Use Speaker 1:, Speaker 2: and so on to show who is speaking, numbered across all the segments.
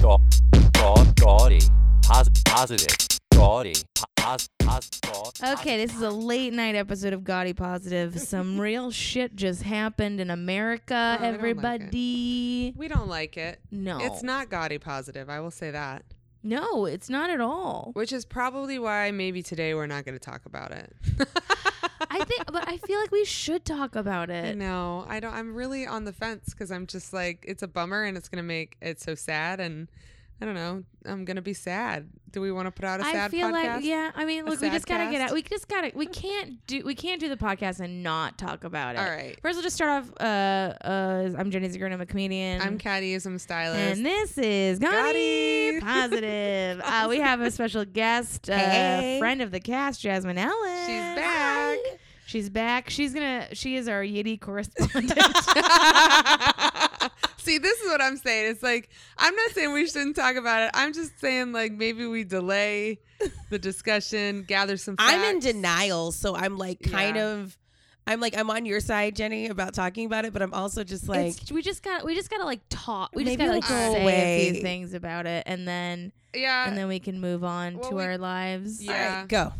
Speaker 1: Go, go, gaudy. Pos- positive. Gaudy. Pos- pos- go-
Speaker 2: Okay, this is a late night episode of Gaudy Positive. Some real shit just happened in America,
Speaker 3: Oh, I don't like it.
Speaker 2: everybody.
Speaker 3: We don't like it.
Speaker 2: No.
Speaker 3: It's not gaudy positive, I will say that.
Speaker 2: No, it's not at all.
Speaker 3: Which is probably why maybe today we're not going to talk about it.
Speaker 2: I think but I feel like we should talk about it.
Speaker 3: No, I don't. I'm really on the fence because I'm just like, it's a bummer and it's going to make it so sad. And I don't know, I'm going to be sad. Do we want to put out a sad
Speaker 2: I feel
Speaker 3: podcast?
Speaker 2: like yeah, I mean,
Speaker 3: A
Speaker 2: look, we just gotta get
Speaker 3: sadcast?
Speaker 2: out. We just gotta. We can't do. We can't do the podcast and not talk about it.
Speaker 3: All right.
Speaker 2: First, we'll just start off. Uh, uh, I'm Jenny Zagrin. I'm a comedian.
Speaker 3: I'm Caddyism Stylist.
Speaker 2: and this is Gotti
Speaker 3: Gotti.
Speaker 2: Positive. uh, we have a special guest, uh,
Speaker 3: Hey.
Speaker 2: friend of the cast, Jasmine Ellen.
Speaker 3: She's back.
Speaker 2: Hi. She's back. She's gonna. She is our Yiddy correspondent.
Speaker 3: See, this is what I'm saying. It's like I'm not saying we shouldn't talk about it. I'm just saying like maybe we delay the discussion, gather some. Facts.
Speaker 4: I'm in denial, so I'm like kind
Speaker 3: Yeah.
Speaker 4: of I'm like I'm on your side, Jenny, about talking about it, but I'm also just like
Speaker 2: It's- we just gotta. We just gotta like talk. We just
Speaker 4: Maybe
Speaker 2: gotta like
Speaker 3: it'll go
Speaker 2: say a few
Speaker 4: away.
Speaker 2: things about it, and then.
Speaker 3: Yeah,
Speaker 2: and then we can move on
Speaker 3: Uh, well,
Speaker 2: to
Speaker 3: we-
Speaker 2: our lives.
Speaker 4: all right,
Speaker 3: yeah,
Speaker 4: go.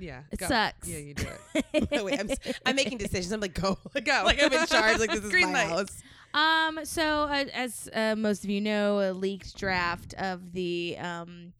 Speaker 3: yeah.
Speaker 2: It
Speaker 3: go.
Speaker 2: sucks.
Speaker 3: Yeah, you do it.
Speaker 4: No, wait, I'm, s- I'm making decisions. I'm like go, like,
Speaker 3: Go.
Speaker 4: Like I'm in charge. Like this is
Speaker 3: Green
Speaker 4: my
Speaker 3: light.
Speaker 4: house.
Speaker 2: um. So uh, as uh, most of you know, a leaked draft of the um,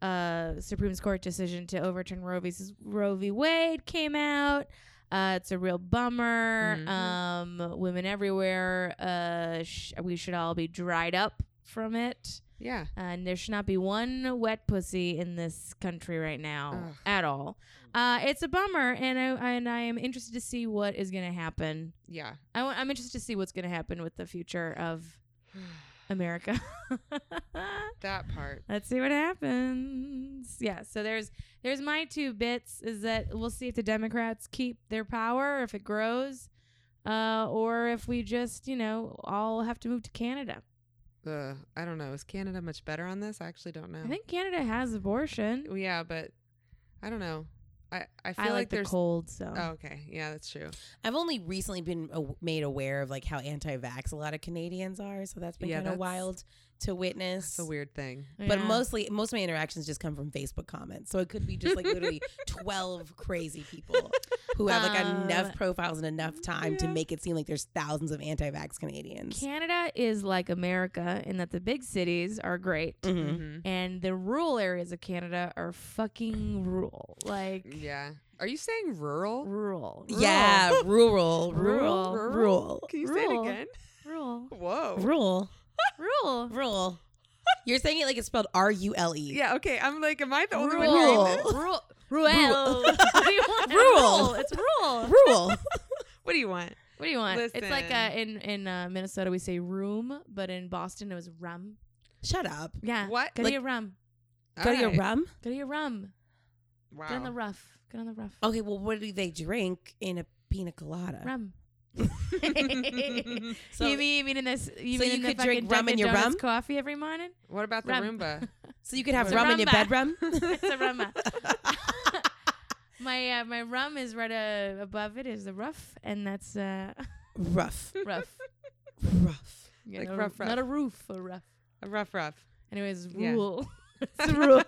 Speaker 2: uh, Supreme Court decision to overturn Roe v. Roe v. Wade came out. Uh, it's a real bummer.
Speaker 3: Mhm.
Speaker 2: Um, women everywhere, uh, sh- we should all be dried up from it.
Speaker 3: Yeah.
Speaker 2: and there should not be one wet pussy in this country right now
Speaker 3: Ugh.
Speaker 2: at all. Uh, it's a bummer, and I and I am interested to see what is going to happen.
Speaker 3: Yeah.
Speaker 2: I w- I'm interested to see what's going to happen with the future of America.
Speaker 3: That part.
Speaker 2: Let's see what happens. Yeah, so there's there's my two bits is that we'll see if the Democrats keep their power, if it grows, uh, or if we just you know all have to move to Canada.
Speaker 3: Ugh, I don't know. Is Canada much better on this? I actually don't know.
Speaker 2: I think Canada has abortion.
Speaker 3: Well, yeah, but I don't know. I I feel
Speaker 2: I like,
Speaker 3: like
Speaker 2: the
Speaker 3: there's.
Speaker 2: cold, so
Speaker 3: Oh, okay. Yeah, that's true.
Speaker 4: I've only recently been aw- made aware of like how anti-vax a lot of Canadians are, so that's been
Speaker 3: Yeah,
Speaker 4: kind of
Speaker 3: that's-
Speaker 4: wild to witness.
Speaker 3: It's a weird thing.
Speaker 4: But
Speaker 2: Yeah.
Speaker 4: mostly, most of my interactions just come from Facebook comments. So it could be just like literally 12 crazy people who have like
Speaker 2: Um,
Speaker 4: enough profiles and enough time to
Speaker 3: yeah.
Speaker 4: make it seem like there's thousands of anti vax Canadians.
Speaker 2: Canada is like America in that the big cities are great
Speaker 4: Mhm.
Speaker 3: hmm
Speaker 2: and the rural areas of Canada are fucking rural. Like
Speaker 3: Yeah. Are you saying rural?
Speaker 2: rural.
Speaker 4: Yeah,
Speaker 2: Rural.
Speaker 4: rural, rural, rural,
Speaker 3: Can you say it
Speaker 2: Rural.
Speaker 3: again?
Speaker 2: Rural.
Speaker 3: Whoa.
Speaker 4: rural,
Speaker 2: Rural.
Speaker 4: rural. You're saying it like it's spelled R U L E.
Speaker 3: Yeah, okay. I'm like, am I the only one hearing
Speaker 2: Rural.
Speaker 3: this?
Speaker 4: Rural.
Speaker 2: Rural.
Speaker 4: Rural.
Speaker 2: What do you want?
Speaker 4: Rural.
Speaker 2: Rural. It's rural.
Speaker 4: rural.
Speaker 3: What do you want?
Speaker 2: What do you want? It's like uh,
Speaker 3: Listen.
Speaker 2: in in uh, Minnesota we say room, but in Boston it was rum.
Speaker 4: Shut up.
Speaker 2: Yeah.
Speaker 3: What?
Speaker 2: Ah, Go
Speaker 4: Like-
Speaker 2: to your rum.
Speaker 4: Go to your
Speaker 3: Alright.
Speaker 4: rum.
Speaker 2: Go to your rum. Get on the
Speaker 3: Wow.
Speaker 2: rough. Get on the rough.
Speaker 4: Okay, well, what do they drink in a pina colada?
Speaker 2: Rum.
Speaker 4: So,
Speaker 2: you mean you mean in this? You
Speaker 4: so
Speaker 2: mean
Speaker 4: you
Speaker 2: in the
Speaker 4: could drink
Speaker 2: fucking
Speaker 4: rum in
Speaker 2: Dunkin'
Speaker 4: your
Speaker 2: Donuts
Speaker 4: rum?
Speaker 2: coffee every morning?
Speaker 3: What about the
Speaker 2: Rum.
Speaker 3: Roomba?
Speaker 4: so you could have
Speaker 2: It's a
Speaker 4: rum in your
Speaker 2: rumba.
Speaker 4: bedroom.
Speaker 2: it's a rum. my uh, my rum is right uh, above it is the rough, and that's uh,
Speaker 4: rough,
Speaker 2: rough.
Speaker 4: rough.
Speaker 2: Yeah,
Speaker 3: Like
Speaker 2: not,
Speaker 3: rough,
Speaker 2: a, not a roof, a rough.
Speaker 3: A rough, rough.
Speaker 2: Anyways,
Speaker 3: Yeah.
Speaker 2: rule. it's a rule.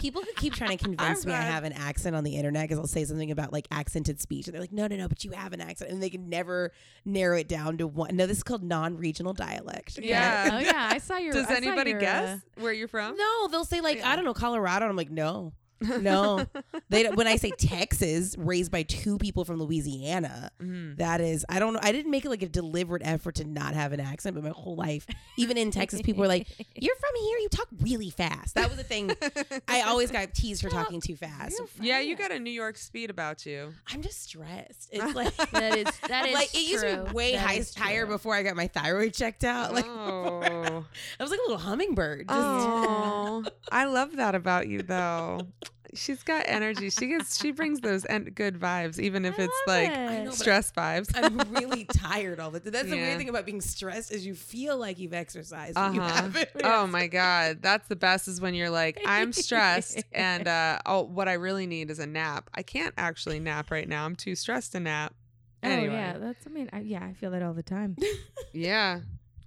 Speaker 4: people who keep trying to convince me I
Speaker 3: glad.
Speaker 4: have an accent on the internet because I'll say something about like accented speech and they're like, no, no, no, but you have an accent. And they can never narrow it down to one. No, this is called non regional dialect.
Speaker 3: Yeah.
Speaker 2: oh yeah, I saw your. I
Speaker 3: Does
Speaker 2: saw
Speaker 3: anybody
Speaker 2: your, uh,
Speaker 3: guess where you're from?
Speaker 4: No, they'll say like,
Speaker 3: Yeah.
Speaker 4: I don't know, Colorado. And I'm like, no, no. they don't, when I say Texas, raised by two people from Louisiana,
Speaker 3: Mhm.
Speaker 4: that is, I don't know. I didn't make it like a deliberate effort to not have an accent, but my whole life, even in Texas, people were like, you're from here, you talk really fast. That was a thing. I always got teased for talking too fast.
Speaker 2: you're
Speaker 3: Yeah, you
Speaker 2: fine.
Speaker 3: got a New York speed about you.
Speaker 4: I'm just stressed. It's like
Speaker 2: That is that is
Speaker 4: like it used to
Speaker 2: true.
Speaker 4: be way
Speaker 2: That
Speaker 4: high,
Speaker 2: is
Speaker 4: higher
Speaker 2: true.
Speaker 4: before I got my thyroid checked out. Like
Speaker 3: oh.
Speaker 4: I was like a little hummingbird. Just,
Speaker 3: oh. I love that about you though. She's got energy. She gets she brings those en- good vibes even if
Speaker 2: I
Speaker 3: it's
Speaker 2: love
Speaker 3: like
Speaker 2: it.
Speaker 4: know, but
Speaker 3: stress vibes.
Speaker 4: I'm really tired all the time. That's the
Speaker 3: Yeah.
Speaker 4: weird thing about being stressed is you feel like you've exercised. and You
Speaker 3: Uh-huh.
Speaker 4: haven't.
Speaker 3: Oh my god, that's the best is when you're like, I'm stressed and uh oh, what I really need is a nap. I can't actually nap right now. I'm too stressed to nap.
Speaker 2: Oh
Speaker 3: Anyway.
Speaker 2: yeah, that's. I mean, I, yeah, I feel that all the time.
Speaker 3: yeah.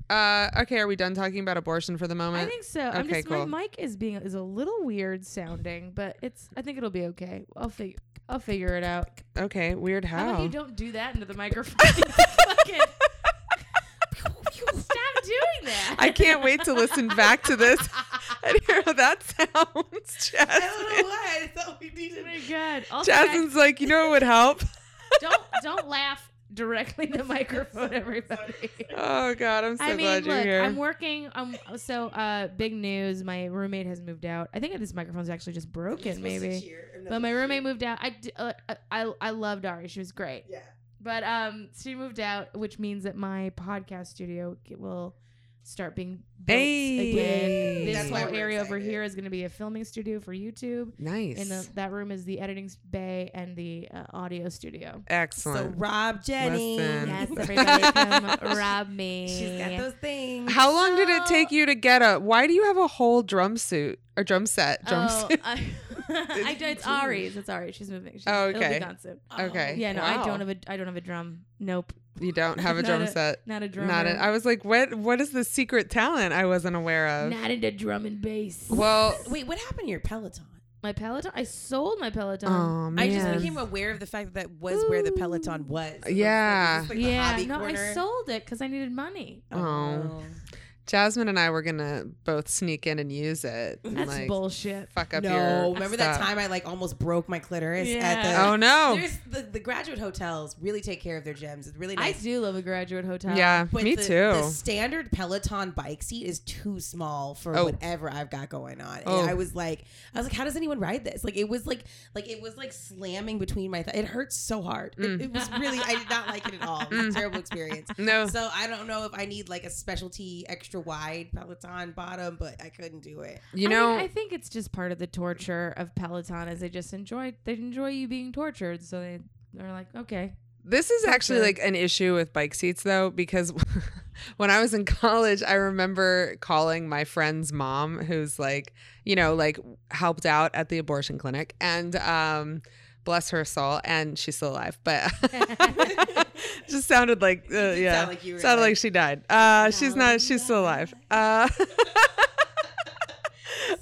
Speaker 3: Uh, okay, are we done talking about abortion for the
Speaker 2: I
Speaker 3: moment?
Speaker 2: think so. I'm
Speaker 3: okay,
Speaker 2: just
Speaker 3: cool.
Speaker 2: my mic is being is a little weird sounding, but it's I think it'll be okay. I'll figure I'll figure it out.
Speaker 3: okay, weird
Speaker 2: How
Speaker 3: how.
Speaker 2: about you don't do that into the microphone? Fucking- Stop doing that.
Speaker 3: I can't wait to listen back to this and hear how that sounds, Jasmine.
Speaker 4: why. I thought we
Speaker 2: Oh
Speaker 4: needed.
Speaker 2: my god. Also, guys,
Speaker 3: Jasmine's like, you know what would help?
Speaker 2: don't don't laugh directly in the microphone, everybody.
Speaker 3: Oh God, I'm so
Speaker 2: I mean,
Speaker 3: glad
Speaker 2: look,
Speaker 3: you're here.
Speaker 2: I'm working. Um, so uh, big news. My roommate has moved out. I think this microphone's actually just broken, maybe. But my roommate moved out. I, d- uh, I I loved Ari. She was great.
Speaker 4: Yeah.
Speaker 2: But um, she moved out, which means that my podcast studio g- will start being built
Speaker 3: Hey.
Speaker 2: again.
Speaker 3: Yay.
Speaker 2: This
Speaker 3: That's
Speaker 2: whole
Speaker 3: why
Speaker 4: we're
Speaker 2: area over
Speaker 4: excited.
Speaker 2: here is going to be a filming studio for YouTube,
Speaker 3: nice.
Speaker 2: and the, that room is the editing s- bay and the uh, audio studio.
Speaker 4: So
Speaker 3: Excellent.
Speaker 4: Rob Jenny.
Speaker 3: Listen.
Speaker 2: Yes, everybody come rob me.
Speaker 4: She's got those things.
Speaker 3: how long did it
Speaker 2: So-
Speaker 3: take you to get a? Why do you have a whole drum suit or drum set? Drum
Speaker 2: Oh,
Speaker 3: suit.
Speaker 2: I, I don't. It's Ari's. It's Ari. She's moving. She's,
Speaker 3: Oh,
Speaker 2: It'll
Speaker 3: okay.
Speaker 2: be gone soon.
Speaker 3: Okay.
Speaker 2: Yeah. No, I
Speaker 3: Wow.
Speaker 2: don't have a. I don't have a drum. Nope.
Speaker 3: You don't have a
Speaker 2: Not
Speaker 3: drum
Speaker 2: a-
Speaker 3: set.
Speaker 2: Not a drum.
Speaker 3: Not. A, I was like, what? What is the secret talent I wasn't aware of?
Speaker 2: Not into drum and bass.
Speaker 3: Well,
Speaker 4: Wait, what happened to your Peloton?
Speaker 2: My Peloton. I sold my Peloton.
Speaker 3: oh man.
Speaker 4: I just became aware of the fact that that was where the Peloton was. It was like-
Speaker 3: Yeah.
Speaker 4: it was like the
Speaker 2: yeah,
Speaker 4: hobby
Speaker 2: no, I
Speaker 4: corner.
Speaker 2: sold it because I needed money.
Speaker 3: Oh. Jasmine and I were gonna both sneak in and use it. and,
Speaker 2: That's
Speaker 3: like,
Speaker 2: bullshit.
Speaker 3: Fuck up your.
Speaker 4: No, remember that
Speaker 3: stuff.
Speaker 4: time I like almost broke my clitoris at
Speaker 2: Yeah.
Speaker 4: the
Speaker 3: Oh no.
Speaker 4: There's the, the graduate hotels really take care of their gems. It's really
Speaker 2: I
Speaker 4: nice.
Speaker 2: do love a graduate hotel.
Speaker 3: Yeah,
Speaker 4: But
Speaker 3: me
Speaker 4: the,
Speaker 3: too.
Speaker 4: The standard Peloton bike seat is too small for
Speaker 3: Oh.
Speaker 4: whatever I've got going on. And
Speaker 3: Oh.
Speaker 4: I was like, I was like, how does anyone ride this? Like it was like, like it was like slamming between my. Th- it hurts so hard. It,
Speaker 3: Mm.
Speaker 4: it was really. I did not like it at all. It was a terrible experience.
Speaker 3: no.
Speaker 4: So I don't know if I need like a specialty extra wide Peloton bottom, but I couldn't do it.
Speaker 3: you
Speaker 2: I mean,
Speaker 3: know.
Speaker 2: I, think it's just part of the torture of Peloton, is they just enjoy they enjoy you being tortured, so they are like, okay,
Speaker 3: This is
Speaker 2: That's
Speaker 3: actually
Speaker 2: good.
Speaker 3: like an issue with bike seats though, because when I was in college, I remember calling my friend's mom, who's like, you know, like helped out at the abortion clinic, and um, bless her soul, and she's still alive, but just sounded like, uh,
Speaker 4: It did
Speaker 3: yeah,
Speaker 4: sound like you were
Speaker 3: sounded
Speaker 4: like- Oh,
Speaker 3: like she died. Uh, she's not, she's still alive. Uh,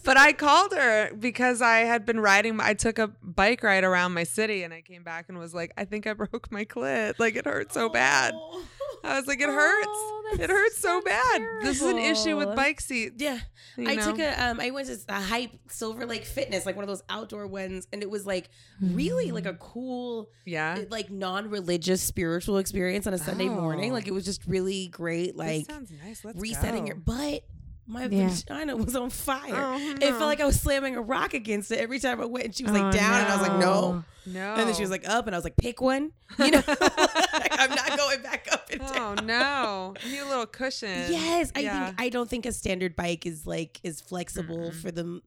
Speaker 3: But I called her because I had been riding. I took a bike ride around my city, and I came back and was like, "I think I broke my clit. Like it hurts so bad."
Speaker 4: Oh.
Speaker 3: I was like, "It hurts.
Speaker 2: Oh,
Speaker 3: it
Speaker 2: that's-
Speaker 3: hurts so
Speaker 2: that's
Speaker 3: bad. This is an issue with
Speaker 2: terrible.
Speaker 3: bike seats."
Speaker 4: Yeah.
Speaker 3: you
Speaker 4: I
Speaker 3: know?
Speaker 4: took a um I went to a hype Silver Lake Fitness, like one of those outdoor ones, and it was like really like a cool
Speaker 3: Mm. yeah.
Speaker 4: it- like non-religious spiritual experience on a Sunday morning.
Speaker 3: Oh.
Speaker 4: Like it was just really great, like
Speaker 3: that sounds nice. Let's
Speaker 4: resetting
Speaker 3: go.
Speaker 4: your but my
Speaker 2: Yeah.
Speaker 4: vagina was on fire.
Speaker 3: Oh,
Speaker 4: It
Speaker 3: no. Oh,
Speaker 4: felt like I was slamming a rock against it every time I went and she was like
Speaker 2: Oh,
Speaker 4: down and I was like, no.
Speaker 3: no.
Speaker 4: And then she was like up and I was like, pick one. You know like, I'm not going back up and down.
Speaker 3: "Oh no, you need a little
Speaker 2: Oh,
Speaker 3: cushion."
Speaker 4: Yes, I
Speaker 3: Yeah.
Speaker 4: think I don't think a standard bike is like is flexible
Speaker 3: Mm-mm.
Speaker 4: for the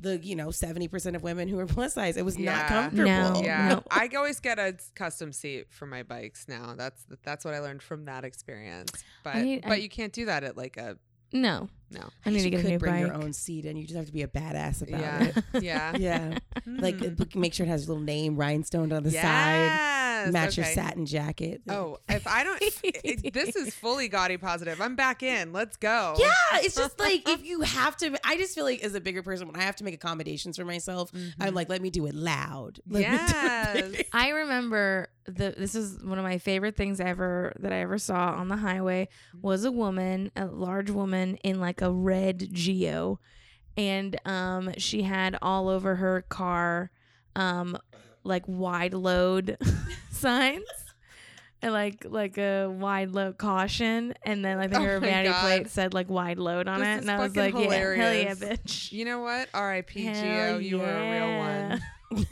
Speaker 4: the you know seventy percent of women who are plus size. It was
Speaker 3: Yeah.
Speaker 4: not comfortable.
Speaker 2: No.
Speaker 3: Yeah,
Speaker 2: No.
Speaker 3: I always get a custom seat for my bikes now. That's that's what I learned from that experience. But
Speaker 2: need-
Speaker 3: but
Speaker 2: I-
Speaker 3: you can't do that at like a
Speaker 2: no,
Speaker 3: no.
Speaker 2: I need to
Speaker 4: you
Speaker 2: get a
Speaker 4: could
Speaker 2: new
Speaker 4: bring
Speaker 2: bike.
Speaker 4: your own seat, and you just have to be a badass about
Speaker 3: Yeah,
Speaker 4: it.
Speaker 3: yeah.
Speaker 4: Yeah, like
Speaker 2: Hmm.
Speaker 3: Mm.
Speaker 4: look- make sure it has a little name rhinestoned on the side.
Speaker 3: Yes,
Speaker 4: Match your
Speaker 3: okay.
Speaker 4: satin jacket.
Speaker 3: Oh, if I don't, it, this is fully gaudy positive. I'm back in. Let's go.
Speaker 4: Yeah, it's just like if you have to. I just feel like as a bigger person, when I have to make accommodations for myself, I'm like, let me do it loud. Let me do it
Speaker 3: Mm-hmm. Mm. Yes.
Speaker 4: big.
Speaker 2: I remember the this is one of my favorite things ever that I ever saw on the highway
Speaker 3: Mm-hmm.
Speaker 2: was a woman, a large woman in like a red Geo and um she had all over her car um like wide load signs and like like a wide load caution and then I think
Speaker 3: Oh
Speaker 2: her
Speaker 3: my
Speaker 2: vanity
Speaker 3: God.
Speaker 2: plate said like wide load on
Speaker 3: This
Speaker 2: it
Speaker 3: is
Speaker 2: and I was like
Speaker 3: fucking
Speaker 2: yeah hell yeah
Speaker 3: hilarious.
Speaker 2: bitch
Speaker 3: You know what? R.I.P.
Speaker 2: Hell
Speaker 3: Geo, you were a real
Speaker 2: yeah.
Speaker 3: one.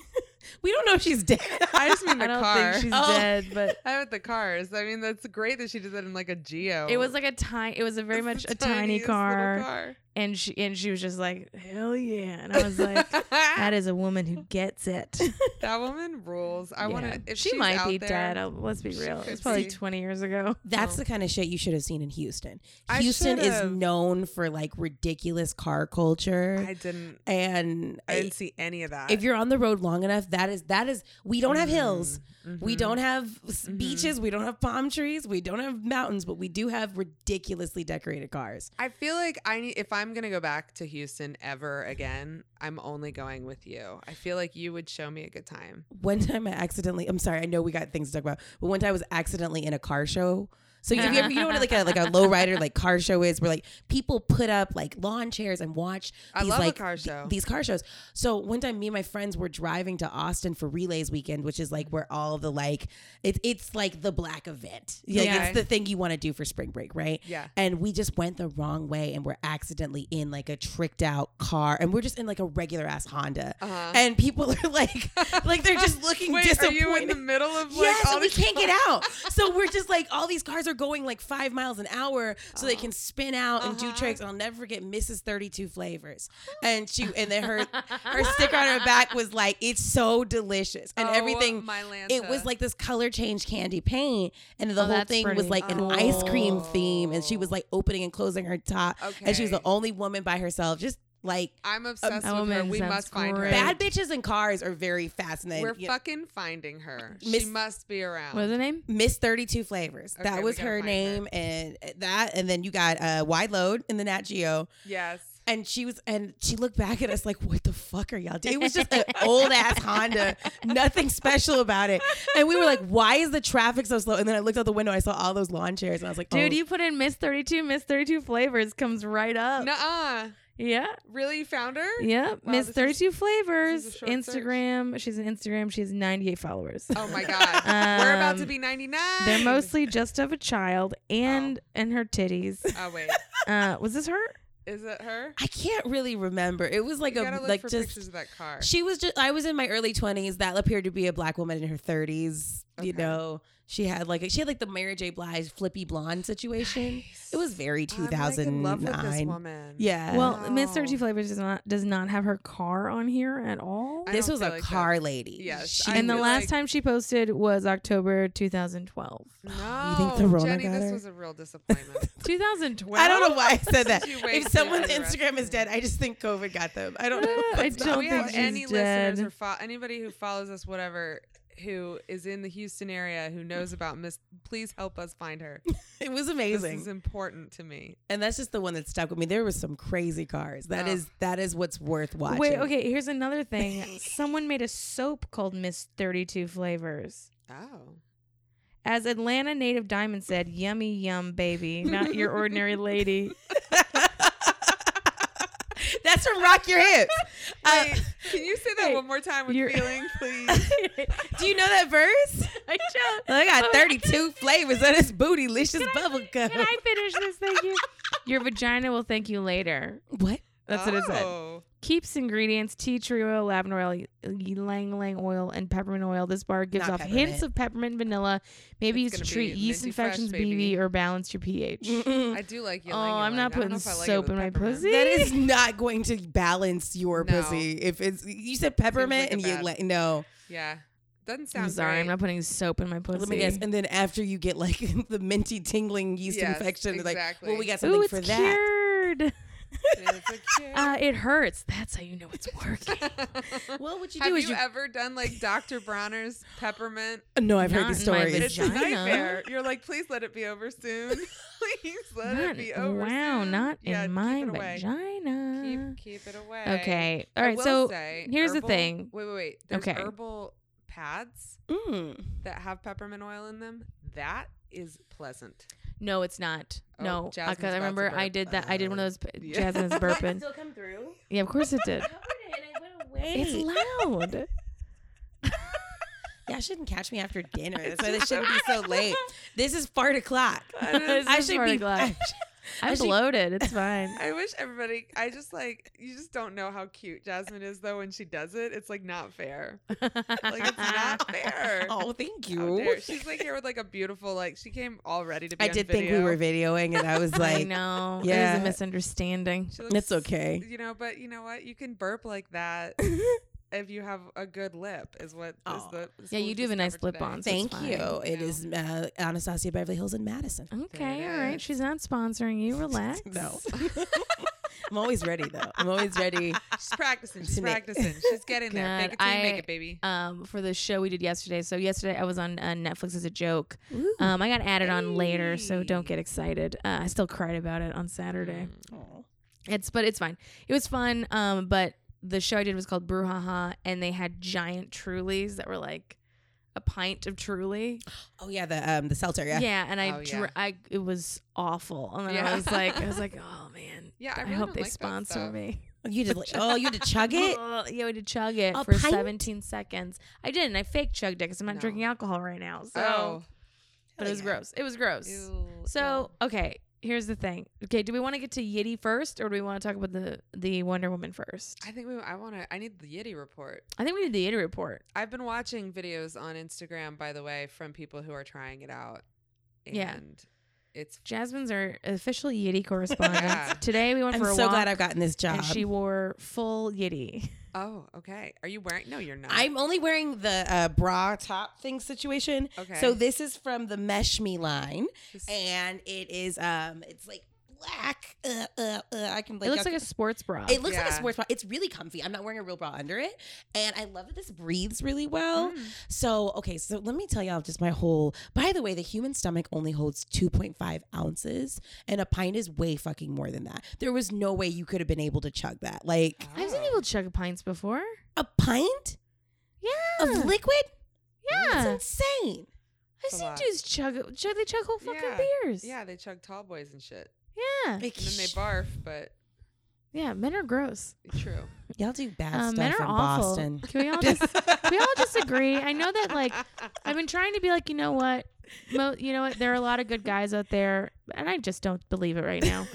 Speaker 4: we don't know if she's dead.
Speaker 3: I just mean the
Speaker 2: I don't
Speaker 3: car.
Speaker 2: think she's
Speaker 4: Oh.
Speaker 2: dead but
Speaker 3: I with the cars. I mean, that's great that she did that in like a Geo.
Speaker 2: It was like a tiny. It was a very
Speaker 3: Oh.
Speaker 2: much
Speaker 3: It's the
Speaker 2: a tiny
Speaker 3: tiniest little
Speaker 2: car,
Speaker 3: car.
Speaker 2: and she and she was just like, hell yeah, and I was like, that is a woman who gets it.
Speaker 3: that woman rules. I want
Speaker 2: Yeah.
Speaker 3: to. If
Speaker 2: she
Speaker 3: she's
Speaker 2: might
Speaker 3: out
Speaker 2: be
Speaker 3: there,
Speaker 2: dead. uh, Let's be
Speaker 3: she
Speaker 2: real. It's
Speaker 3: could
Speaker 2: probably
Speaker 3: be.
Speaker 2: 20 years ago.
Speaker 4: That's the kind of shit you should have seen in Houston.
Speaker 3: I
Speaker 4: Houston is
Speaker 3: should've.
Speaker 4: known for like ridiculous car culture,
Speaker 3: I didn't.
Speaker 4: and
Speaker 3: I didn't see any of that.
Speaker 4: if you're on the road long enough, that is that is we don't have hills. We
Speaker 3: Mhm.
Speaker 4: don't have s
Speaker 3: Mhm.
Speaker 4: beaches. We don't have palm trees. We don't have mountains, but we do have ridiculously decorated cars.
Speaker 3: I feel like I need if I'm gonna go back to Houston ever again, I'm only going with you. I feel like you would show me a good time.
Speaker 4: One time I accidentally, I'm sorry, I know we got things to talk about, but one time I was accidentally in a car show. So you, you, ever, you know what like a like a low rider like car show is where like people put up like lawn chairs and watch
Speaker 3: I
Speaker 4: these
Speaker 3: love a
Speaker 4: like
Speaker 3: car
Speaker 4: th-
Speaker 3: show.
Speaker 4: these car shows. So one time me and my friends were driving to Austin for Relays weekend, which is like where all the like it's it's like the black event. Like
Speaker 3: Okay.
Speaker 4: it's the thing you want to do for spring break, right?
Speaker 3: Yeah.
Speaker 4: and we just went the wrong way and we're accidentally in like a tricked out car and we're just in like a regular ass Honda.
Speaker 3: Uh-huh.
Speaker 4: And people are like like they're just looking
Speaker 3: Wait, are
Speaker 4: disappointed.
Speaker 3: you in the middle of like
Speaker 4: yes,
Speaker 3: all
Speaker 4: and we
Speaker 3: these
Speaker 4: can't get out. So we're just like all these cars are going like five miles an hour, so they can spin out and do
Speaker 3: Oh. Uh-huh.
Speaker 4: tricks. And I'll never forget Mrs. Thirty Two Flavors, and she and then her her sticker on her back was like, "It's so delicious," and
Speaker 3: Oh,
Speaker 4: everything
Speaker 3: My
Speaker 4: it was
Speaker 3: Lanta.
Speaker 4: like this color change candy paint and the
Speaker 2: Oh,
Speaker 4: whole
Speaker 2: that's
Speaker 4: thing was
Speaker 2: pretty
Speaker 4: like an ice cream theme and she was
Speaker 3: cool.
Speaker 4: like opening and closing her top and she was the
Speaker 3: Okay.
Speaker 4: only woman by herself just like
Speaker 3: I'm
Speaker 2: That
Speaker 3: obsessed with her.
Speaker 2: woman
Speaker 3: We
Speaker 2: sounds
Speaker 3: must find her.
Speaker 2: great.
Speaker 4: bad bitches in cars are very fascinating
Speaker 3: We're
Speaker 4: You know,
Speaker 3: fucking finding her.
Speaker 4: Miss-
Speaker 3: she must be around.
Speaker 2: What was the name?
Speaker 4: Miss 32 Flavors.
Speaker 3: Okay, we
Speaker 4: that was
Speaker 3: gotta
Speaker 4: her
Speaker 3: find her.
Speaker 4: name and eh, that and then you got uh Wide Load in the Nat Geo
Speaker 3: Yes.
Speaker 4: and she was and she looked back at us like what the fuck are y'all doing it was just an old ass honda nothing special about it and we were like why is the traffic so slow and then i looked out the window i saw all those lawn chairs and i was like
Speaker 2: Dude,
Speaker 4: oh.
Speaker 2: you put in Miss 32, Miss 32 flavors comes right
Speaker 4: Oh.
Speaker 2: up.
Speaker 3: Nuh-uh.
Speaker 2: Yeah.
Speaker 3: Really, you found her?
Speaker 2: Yeah.
Speaker 3: Wow,
Speaker 2: Miss
Speaker 3: this is-
Speaker 2: 32 flavors
Speaker 3: this is a short search.
Speaker 2: Instagram. She's on Instagram. She has 98 followers.
Speaker 3: Oh my god. We're about to
Speaker 2: Um,
Speaker 3: be 99.
Speaker 2: They're mostly just of a child and and her titties.
Speaker 3: Oh wait,
Speaker 2: Uh, was this her?
Speaker 3: is it her?
Speaker 4: i can't really remember it was like
Speaker 3: you
Speaker 4: a
Speaker 3: gotta look
Speaker 4: like
Speaker 3: for pictures
Speaker 4: just
Speaker 3: of that car.
Speaker 4: she was just i was in my early 20s that appeared to be a black woman in her 30s you
Speaker 3: Okay.
Speaker 4: know she had like she had like the Mary J. Blige flippy blonde situation. It was very
Speaker 3: I'm, like, in
Speaker 4: 2009.
Speaker 3: love with this woman.
Speaker 4: Yeah.
Speaker 2: Well, Miss
Speaker 3: Wow.
Speaker 2: 32 Flavors does not does not have her car on here at all.
Speaker 3: I
Speaker 4: this
Speaker 3: don't
Speaker 4: was
Speaker 3: feel
Speaker 4: a
Speaker 3: like that.
Speaker 4: car lady.
Speaker 3: Yes,
Speaker 4: She
Speaker 3: I
Speaker 2: and the
Speaker 3: feel
Speaker 2: last
Speaker 3: like-
Speaker 2: time she posted was October 2012.
Speaker 3: No,
Speaker 4: think the Rona
Speaker 3: Jenny,
Speaker 4: got
Speaker 3: this
Speaker 4: her?
Speaker 3: was a real disappointment.
Speaker 2: 2012.
Speaker 4: I don't know why I said that.
Speaker 3: You
Speaker 4: if
Speaker 3: wasted
Speaker 4: someone's
Speaker 3: the rest
Speaker 4: Instagram
Speaker 3: of
Speaker 4: is
Speaker 3: it.
Speaker 4: dead, I just think COVID got them. I don't know.
Speaker 2: I
Speaker 4: That's
Speaker 3: Do
Speaker 2: don't
Speaker 4: not
Speaker 3: we
Speaker 2: think
Speaker 3: have
Speaker 4: why.
Speaker 2: she's
Speaker 3: any
Speaker 2: dead.
Speaker 3: listeners or fo- anybody who follows us, whatever, who is in the Houston area who knows about Miss? Please help us find her.
Speaker 4: It
Speaker 3: This
Speaker 4: was
Speaker 3: is
Speaker 4: amazing,
Speaker 3: important to me.
Speaker 4: and that's just the one that stuck with me. There was some crazy cars. That
Speaker 3: Oh.
Speaker 4: is that is what's worth watching.
Speaker 2: Wait, okay, here's another thing. Someone made a soap called Miss 32 Flavors.
Speaker 3: Oh,
Speaker 2: As Atlanta native Diamond said, yummy yum baby, not your ordinary lady.
Speaker 4: that's from Rock Your Hips. Uh,
Speaker 3: Wait, can you say that
Speaker 2: hey,
Speaker 3: one more time with
Speaker 2: you're-
Speaker 3: feeling, please?
Speaker 4: Uh, do you know that verse?
Speaker 2: I don't.
Speaker 4: I got
Speaker 2: Oh,
Speaker 4: 32 flavors of this bootylicious bubble gum.
Speaker 2: Can I finish this? Thank you. Your vagina will thank you later.
Speaker 4: what?
Speaker 2: That's what it said.
Speaker 3: Oh.
Speaker 2: Keeps ingredients tea tree oil, lavender oil, y- ylang ylang oil, and peppermint oil. This bar gives
Speaker 4: Not
Speaker 2: off
Speaker 4: peppermint.
Speaker 2: hints of peppermint vanilla, maybe used
Speaker 3: It's
Speaker 2: to
Speaker 3: gonna be
Speaker 2: treat yeast
Speaker 3: minty fresh,
Speaker 2: infections,
Speaker 3: baby.
Speaker 2: BV, or balance your pH.
Speaker 4: Mm-mm.
Speaker 3: I do like
Speaker 2: oh,
Speaker 3: yelling.
Speaker 2: I'm not putting soap in my pussy.
Speaker 4: That is not going to balance your
Speaker 3: No.
Speaker 4: pussy. If it's you said peppermint
Speaker 3: like a
Speaker 4: and you
Speaker 3: bad-
Speaker 4: let no.
Speaker 3: Yeah, doesn't sound.
Speaker 2: I'm sorry,
Speaker 3: great.
Speaker 2: I'm not putting soap in my pussy.
Speaker 4: Let me guess. And then after you get like the minty tingling yeast
Speaker 3: Yes,
Speaker 4: infection, they're like, well,
Speaker 3: exactly.
Speaker 4: we got something
Speaker 2: Ooh, it's
Speaker 4: for that.
Speaker 2: cured.
Speaker 3: It's a cute-
Speaker 2: Uh, it hurts. That's how you know it's working.
Speaker 4: Well, what you
Speaker 3: Have
Speaker 4: do
Speaker 3: you,
Speaker 4: is you. Oh,
Speaker 3: ever done like Dr. Bronner's peppermint?
Speaker 4: no, I've heard these
Speaker 2: Not in my
Speaker 3: It's
Speaker 4: stories.
Speaker 3: a
Speaker 2: Vagina?
Speaker 3: nightmare. You're like, please let it be over soon. please let
Speaker 2: Not-
Speaker 3: it be over.
Speaker 2: wow,
Speaker 3: soon.
Speaker 2: not
Speaker 3: Yeah,
Speaker 2: in
Speaker 3: keep
Speaker 2: my
Speaker 3: it away.
Speaker 2: vagina.
Speaker 3: Keep keep it away.
Speaker 2: Okay. All
Speaker 3: I
Speaker 2: right.
Speaker 3: will
Speaker 2: So
Speaker 3: say,
Speaker 2: here's the
Speaker 3: herbal-
Speaker 2: thing.
Speaker 3: Wait, wait, wait. There's
Speaker 2: Okay.
Speaker 3: herbal pads
Speaker 4: Mm.
Speaker 3: that have peppermint oil in them. That is pleasant.
Speaker 2: no, it's not.
Speaker 3: Oh,
Speaker 2: no, I,
Speaker 3: Jasmine's
Speaker 2: cause I
Speaker 3: about to
Speaker 2: remember I
Speaker 3: burp. Uh,
Speaker 2: did that. I did one of those. p-
Speaker 3: yeah.
Speaker 2: Jasmine's burping.
Speaker 4: come through.
Speaker 2: yeah, of course it did.
Speaker 4: It's
Speaker 2: It's loud.
Speaker 4: Y'all shouldn't catch me after dinner. That's why this shouldn't be so late. This is fart o'clock. I should be. I,
Speaker 2: I'm
Speaker 4: And she-
Speaker 2: bloated. It's fine.
Speaker 3: I wish everybody. I just like you just don't know how cute Jasmine is though when she does it. It's like not fair. Like it's not fair.
Speaker 4: Oh, thank
Speaker 3: How
Speaker 4: you.
Speaker 3: dare- She's like here with like a beautiful like she came all ready to be.
Speaker 4: I
Speaker 3: on
Speaker 4: did think we
Speaker 3: video.
Speaker 4: were videoing, and I was
Speaker 2: I
Speaker 4: like,
Speaker 2: know. It
Speaker 4: yeah.
Speaker 2: was a misunderstanding.
Speaker 3: She
Speaker 4: it's okay.
Speaker 3: You know, but you know what? You can burp like that if you have a good lip. Is what is
Speaker 4: Aw.
Speaker 3: the is
Speaker 2: Yeah,
Speaker 3: what
Speaker 2: you
Speaker 3: we
Speaker 2: do have a nice
Speaker 3: discovered
Speaker 2: lip
Speaker 3: today.
Speaker 2: balm, so it's
Speaker 4: Thank
Speaker 2: fine.
Speaker 4: you.
Speaker 3: You
Speaker 4: It
Speaker 3: know?
Speaker 4: is uh, Anastasia Beverly Hills in Madison.
Speaker 2: Okay,
Speaker 3: There
Speaker 2: all
Speaker 3: it
Speaker 2: right.
Speaker 3: is.
Speaker 2: She's not sponsoring you. Relax.
Speaker 4: No. I'm always ready though. I'm always ready.
Speaker 3: She's practicing. She's
Speaker 4: To make-
Speaker 3: practicing. She's getting there. Fake
Speaker 2: God,
Speaker 3: it till you
Speaker 2: I-
Speaker 3: make it, baby.
Speaker 2: Um, for the show we did yesterday. So yesterday I was on uh, Netflix as a joke.
Speaker 4: Ooh.
Speaker 2: Um, I got added on later, so don't
Speaker 3: Hey.
Speaker 2: get excited. Uh, I still cried about it on Saturday.
Speaker 3: Mm.
Speaker 4: Aw.
Speaker 2: It's but it's fine. It was fun. Um, but the show I did was called Brouhaha, and they had giant Trulies that were like a pint of Truly.
Speaker 4: Oh yeah, the um the seltzer.
Speaker 2: Yeah,
Speaker 4: Yeah.
Speaker 2: and I,
Speaker 3: Oh,
Speaker 2: dr-
Speaker 3: yeah.
Speaker 2: I it was awful. And then I
Speaker 3: Yeah.
Speaker 2: was like, I was like, oh man,
Speaker 3: Yeah, I,
Speaker 2: I,
Speaker 3: really
Speaker 2: hope
Speaker 3: don't
Speaker 2: they
Speaker 3: like that
Speaker 2: sponsor
Speaker 3: stuff.
Speaker 2: me.
Speaker 4: You just like, oh, you had to chug it.
Speaker 2: Ugh, yeah, we did chug it
Speaker 4: A
Speaker 2: for
Speaker 4: pint?
Speaker 2: 17 seconds. I didn't. I fake chugged it because I'm not
Speaker 3: No.
Speaker 2: drinking alcohol right now. So,
Speaker 3: Oh,
Speaker 2: but it was
Speaker 4: yeah.
Speaker 2: gross. It was gross.
Speaker 3: ew,
Speaker 2: So, okay, here's the thing. Okay, do we want to get to Yiddy first, or do we want to talk about the the Wonder Woman first?
Speaker 3: ew. I think we. I want to. I need the Yiddy report.
Speaker 2: I think we did the Yiddy report.
Speaker 3: I've been watching videos on Instagram, by the way, from people who are trying it out. And
Speaker 2: Yeah.
Speaker 3: It's
Speaker 2: Jasmine's our official Yiddy correspondent.
Speaker 3: Yeah.
Speaker 2: Today we went
Speaker 4: I'm
Speaker 2: for a
Speaker 4: so
Speaker 2: walk,
Speaker 4: glad I've gotten this job.
Speaker 2: and she wore full Yiddy.
Speaker 3: oh okay. Are you wearing? No, you're not.
Speaker 4: I'm only wearing the uh, bra top thing situation.
Speaker 3: okay.
Speaker 4: So this is from the Mesh Me line,
Speaker 3: This-
Speaker 4: and it is um, it's like black. Uh, uh, uh, I can. Like,
Speaker 2: It looks
Speaker 4: I'll-
Speaker 2: like a sports bra.
Speaker 4: It looks like a
Speaker 3: Yeah.
Speaker 4: sports bra. It's really comfy. I'm not wearing a real bra under it, and I love that this breathes really well.
Speaker 3: Mm.
Speaker 4: So, okay, so let me tell y'all just my whole. By the way, the human stomach only holds 2.5 ounces, and a pint is way fucking more than that. There was no way you could have been able to chug that. Like
Speaker 2: I've seen
Speaker 3: Oh.
Speaker 2: people chug pints before.
Speaker 4: a pint
Speaker 2: Yeah,
Speaker 4: of liquid?
Speaker 2: yeah.
Speaker 4: That's insane.
Speaker 2: I've
Speaker 3: a
Speaker 2: seen
Speaker 3: lot.
Speaker 2: dudes chug, chug. They chug whole fucking
Speaker 3: Yeah.
Speaker 2: beers.
Speaker 3: Yeah, they chug tall boys and shit.
Speaker 2: yeah,
Speaker 4: Like,
Speaker 3: And then they barf, but
Speaker 2: yeah. Men are gross.
Speaker 3: true.
Speaker 4: y'all do bad
Speaker 2: Um,
Speaker 4: stuff
Speaker 2: men
Speaker 4: in
Speaker 2: are awful.
Speaker 4: Boston.
Speaker 2: Can we all just we all disagree. I know that like I've been trying to be like, you know what? Mo- you know what? There are a lot of good guys out there, and I just don't believe it right now.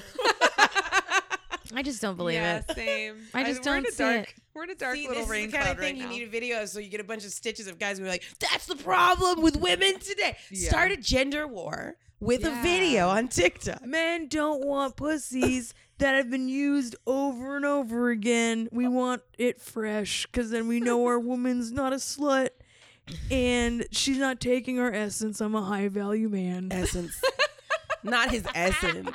Speaker 2: I just don't believe
Speaker 3: yeah,
Speaker 2: it.
Speaker 3: same.
Speaker 2: I just
Speaker 3: we're in
Speaker 2: don't
Speaker 3: a
Speaker 2: see
Speaker 3: dark,
Speaker 2: it.
Speaker 3: We're in a dark
Speaker 4: See,
Speaker 3: little
Speaker 4: this
Speaker 3: rain
Speaker 4: is the kind
Speaker 3: cloud
Speaker 4: of thing
Speaker 3: right
Speaker 4: you
Speaker 3: now.
Speaker 4: need a video of so you get a bunch of stitches of guys who are like, that's the problem with women today.
Speaker 3: Yeah.
Speaker 4: Start a gender war with
Speaker 3: Yeah.
Speaker 4: a video on TikTok.
Speaker 2: Men don't want pussies that have been used over and over again. We want it fresh because then we know our woman's not a slut and she's not taking our essence. I'm a high value man.
Speaker 4: Essence. Not his essence.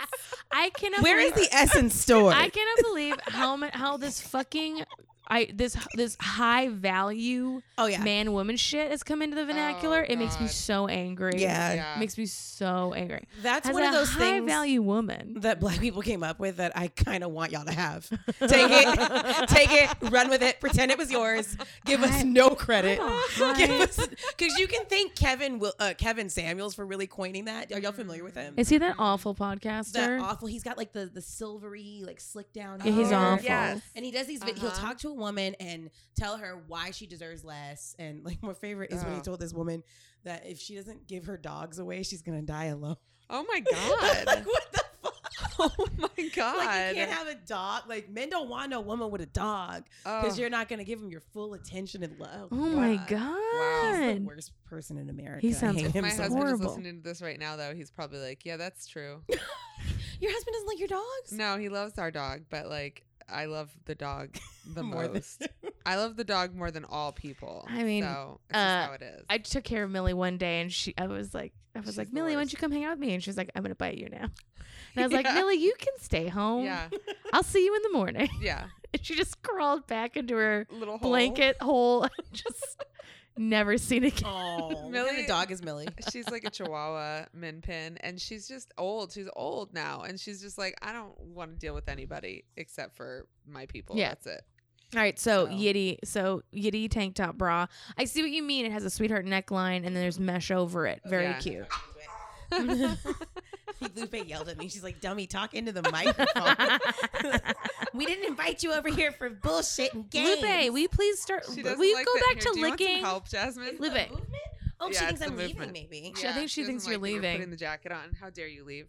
Speaker 2: I cannot.
Speaker 4: Where is the essence store?
Speaker 2: I cannot believe how mu- how this fucking I this this high value
Speaker 4: oh yeah. Oh,
Speaker 2: man woman shit has come into the vernacular. it makes me
Speaker 3: God.
Speaker 2: so angry.
Speaker 4: Yeah.
Speaker 3: Yeah.
Speaker 2: It makes me so angry.
Speaker 4: That's
Speaker 2: As
Speaker 4: one
Speaker 2: a
Speaker 4: of those
Speaker 2: high
Speaker 4: things
Speaker 2: value woman.
Speaker 4: that black people came up with that I kind of want y'all to have. Take it, take it, run with it, pretend it was yours. Give us
Speaker 2: I-
Speaker 4: no credit.
Speaker 2: I'm a
Speaker 4: Give
Speaker 2: high-
Speaker 4: us cuz you can thank Kevin Wil- uh, Kevin Samuels for really coining that. Are y'all familiar with him?
Speaker 2: Is he that awful podcaster?
Speaker 4: that awful. He's got like the the silvery like slick down.
Speaker 2: Yeah, he's
Speaker 4: hair.
Speaker 2: awful.
Speaker 3: Oh, Yes.
Speaker 4: And he does these. vid- He'll
Speaker 3: Uh-huh.
Speaker 4: talk to a woman and tell her why she deserves less. And like my favorite is when he
Speaker 3: Oh.
Speaker 4: told this woman that if she doesn't give her dogs away, she's gonna die alone.
Speaker 3: Oh my
Speaker 4: like
Speaker 3: god.
Speaker 4: what the fuck?
Speaker 3: oh my god.
Speaker 4: Like you can't have a dog. Like men don't want no woman with a dog because
Speaker 3: Oh.
Speaker 4: you're not gonna give him your full attention and love.
Speaker 2: Oh my
Speaker 4: He's the
Speaker 2: god.
Speaker 4: worst person in America.
Speaker 2: He
Speaker 4: I
Speaker 2: sounds
Speaker 4: hate him
Speaker 3: my
Speaker 4: so
Speaker 3: husband
Speaker 4: much.
Speaker 2: horrible.
Speaker 3: is listening to this right now, though. He's probably like, "Yeah, that's true."
Speaker 4: Your husband doesn't like your dogs.
Speaker 3: No, he loves our dog, but like, I love the dog the
Speaker 4: More than-
Speaker 3: most. I love the dog more than all people.
Speaker 2: I mean,
Speaker 3: so it's
Speaker 2: uh,
Speaker 3: just how it is.
Speaker 2: I took care of Millie one day and she I was like I was
Speaker 3: She's
Speaker 2: like,
Speaker 3: the
Speaker 2: Millie, why don't
Speaker 3: worst.
Speaker 2: you come hang out with me? And she was like, I'm gonna bite you now. And I was like,
Speaker 3: Yeah.
Speaker 2: Millie, you can stay home.
Speaker 3: yeah,
Speaker 2: I'll see you in the morning.
Speaker 3: yeah.
Speaker 2: And she just crawled back into her
Speaker 3: Little hole.
Speaker 2: blanket hole. just never seen again.
Speaker 4: Oh,
Speaker 3: Millie-
Speaker 4: Millie. The dog is Millie.
Speaker 3: She's like a Chihuahua min pin, and she's just old. She's old now, and she's just like, I don't want to deal with anybody except for my people.
Speaker 2: Yeah.
Speaker 3: That's it.
Speaker 2: All right, so
Speaker 4: So-
Speaker 2: Yiddy, so Yiddy tank top bra. I see what you mean. It has a sweetheart neckline, and then there's mesh over it. Very
Speaker 3: Yeah.
Speaker 2: cute.
Speaker 4: Lupe yelled at me. She's like, "Dummy, talk into the microphone. we didn't invite you over here for bullshit and games."
Speaker 2: Lupe, we please start.
Speaker 3: She
Speaker 2: Will
Speaker 3: doesn't
Speaker 2: you
Speaker 3: like
Speaker 2: go
Speaker 3: that
Speaker 2: back
Speaker 3: here.
Speaker 2: to
Speaker 3: Do you want some
Speaker 2: licking?
Speaker 3: help, Jasmine.
Speaker 4: The
Speaker 2: Lupe.
Speaker 4: movement?
Speaker 3: Yeah,
Speaker 4: Oh, she
Speaker 3: it's
Speaker 4: thinks
Speaker 3: the
Speaker 4: I'm leaving.
Speaker 3: movement.
Speaker 4: Maybe.
Speaker 2: She- I think she
Speaker 3: doesn't
Speaker 2: thinks you're
Speaker 3: that we're
Speaker 2: leaving.
Speaker 3: Putting the jacket on. How dare you leave?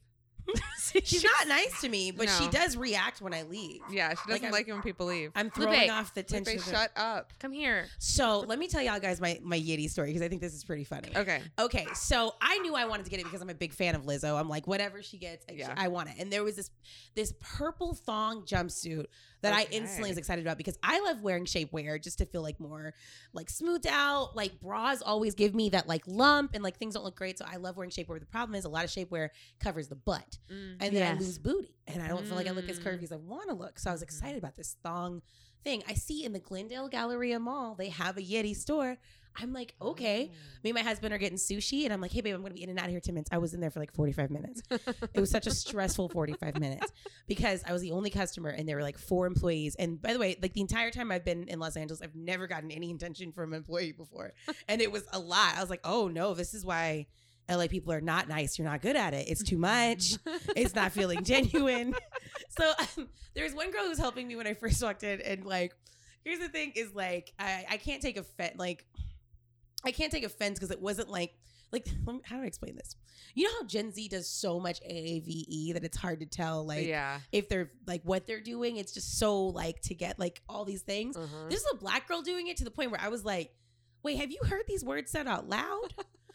Speaker 4: She's not nice to me, but she
Speaker 3: No.
Speaker 4: does react when I leave.
Speaker 3: Yeah, she doesn't
Speaker 4: Like, I'm-
Speaker 3: like it when people leave.
Speaker 4: I'm throwing
Speaker 2: Lupe,
Speaker 4: off the
Speaker 3: Like,
Speaker 4: tension.
Speaker 3: they
Speaker 4: of it.
Speaker 3: shut up.
Speaker 2: Come here.
Speaker 4: So let me tell y'all guys my my Yeti story because I think this is pretty funny.
Speaker 3: Okay.
Speaker 4: Okay, so I knew I wanted to get it because I'm a big fan of Lizzo. I'm like, whatever she gets, I-
Speaker 3: Yeah.
Speaker 4: I want it. And there was this this purple thong jumpsuit that I
Speaker 3: Okay.
Speaker 4: instantly was excited about because I love wearing shapewear just to feel like more like smoothed out. Like bras always give me that like lump and like things don't look great, so I love wearing shapewear. The problem is a lot of shapewear covers the butt,
Speaker 3: Mm.
Speaker 4: and then I
Speaker 2: Yes.
Speaker 4: lose booty, and I don't feel like I look as
Speaker 3: Mm.
Speaker 4: curvy as I want to look. So I was
Speaker 3: Mhm.
Speaker 4: excited about this thong thing. I see in the Glendale Galleria Mall they have a Yeti store. I'm like,
Speaker 3: Oh,
Speaker 4: okay
Speaker 3: Mm.
Speaker 4: me and my husband are getting sushi and i'm like hey babe i'm gonna be in and out of here 10 minutes i was in there for like 45 minutes it was such a stressful 45 minutes because i was the only customer and there were like four employees and by the way like the entire time i've been in los angeles i've never gotten any attention from an employee before and it was a lot i was like oh no this is why LA people are not nice. You're not good at it. It's too much. It's not feeling genuine. So um, there was one girl who was helping me when I first walked in, and like, here's the thing: is like, I, I can't take offense. Like, I can't take offense because it wasn't like like let me- how do I explain this? You know how Gen Z does so much AAVE E that it's hard to tell like
Speaker 3: yeah.
Speaker 4: if they're like what they're doing. It's just so like to get like all these things.
Speaker 3: Uh-huh.
Speaker 4: This is a black girl doing it to the point where I was like, wait, have you heard these words said out loud?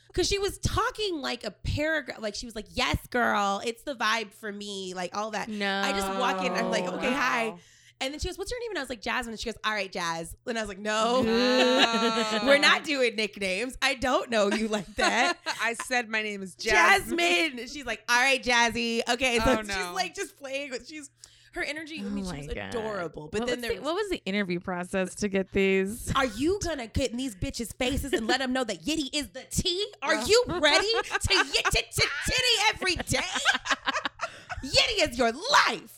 Speaker 4: Because she was talking like a paragraph, like she was like, yes, girl, it's the vibe for me, like all that.
Speaker 2: No.
Speaker 4: I just walk in, I'm like, okay, hi.
Speaker 3: Oh, Wow.
Speaker 4: And then she goes, what's your name? And I was like, Jasmine. And she goes, all right, Jazz. And I was like, no,
Speaker 3: No.
Speaker 4: Oh. we're not doing nicknames. I don't know you like that.
Speaker 3: I said my name is Jasmine.
Speaker 4: Jasmine. And She's like, all right, Jazzy. Okay. So
Speaker 3: Oh, no.
Speaker 4: she's like just playing with she's her energy. I
Speaker 2: Oh
Speaker 4: mean,
Speaker 2: my
Speaker 4: she was
Speaker 2: God.
Speaker 4: adorable. But
Speaker 2: what
Speaker 4: then
Speaker 2: was
Speaker 4: there
Speaker 2: the,
Speaker 4: was,
Speaker 2: what was the interview process to get these?
Speaker 4: are you gonna get in these bitches' faces and let them know that Yitty is the tea? Are you ready to yit it to titty every day? Yitty is your life.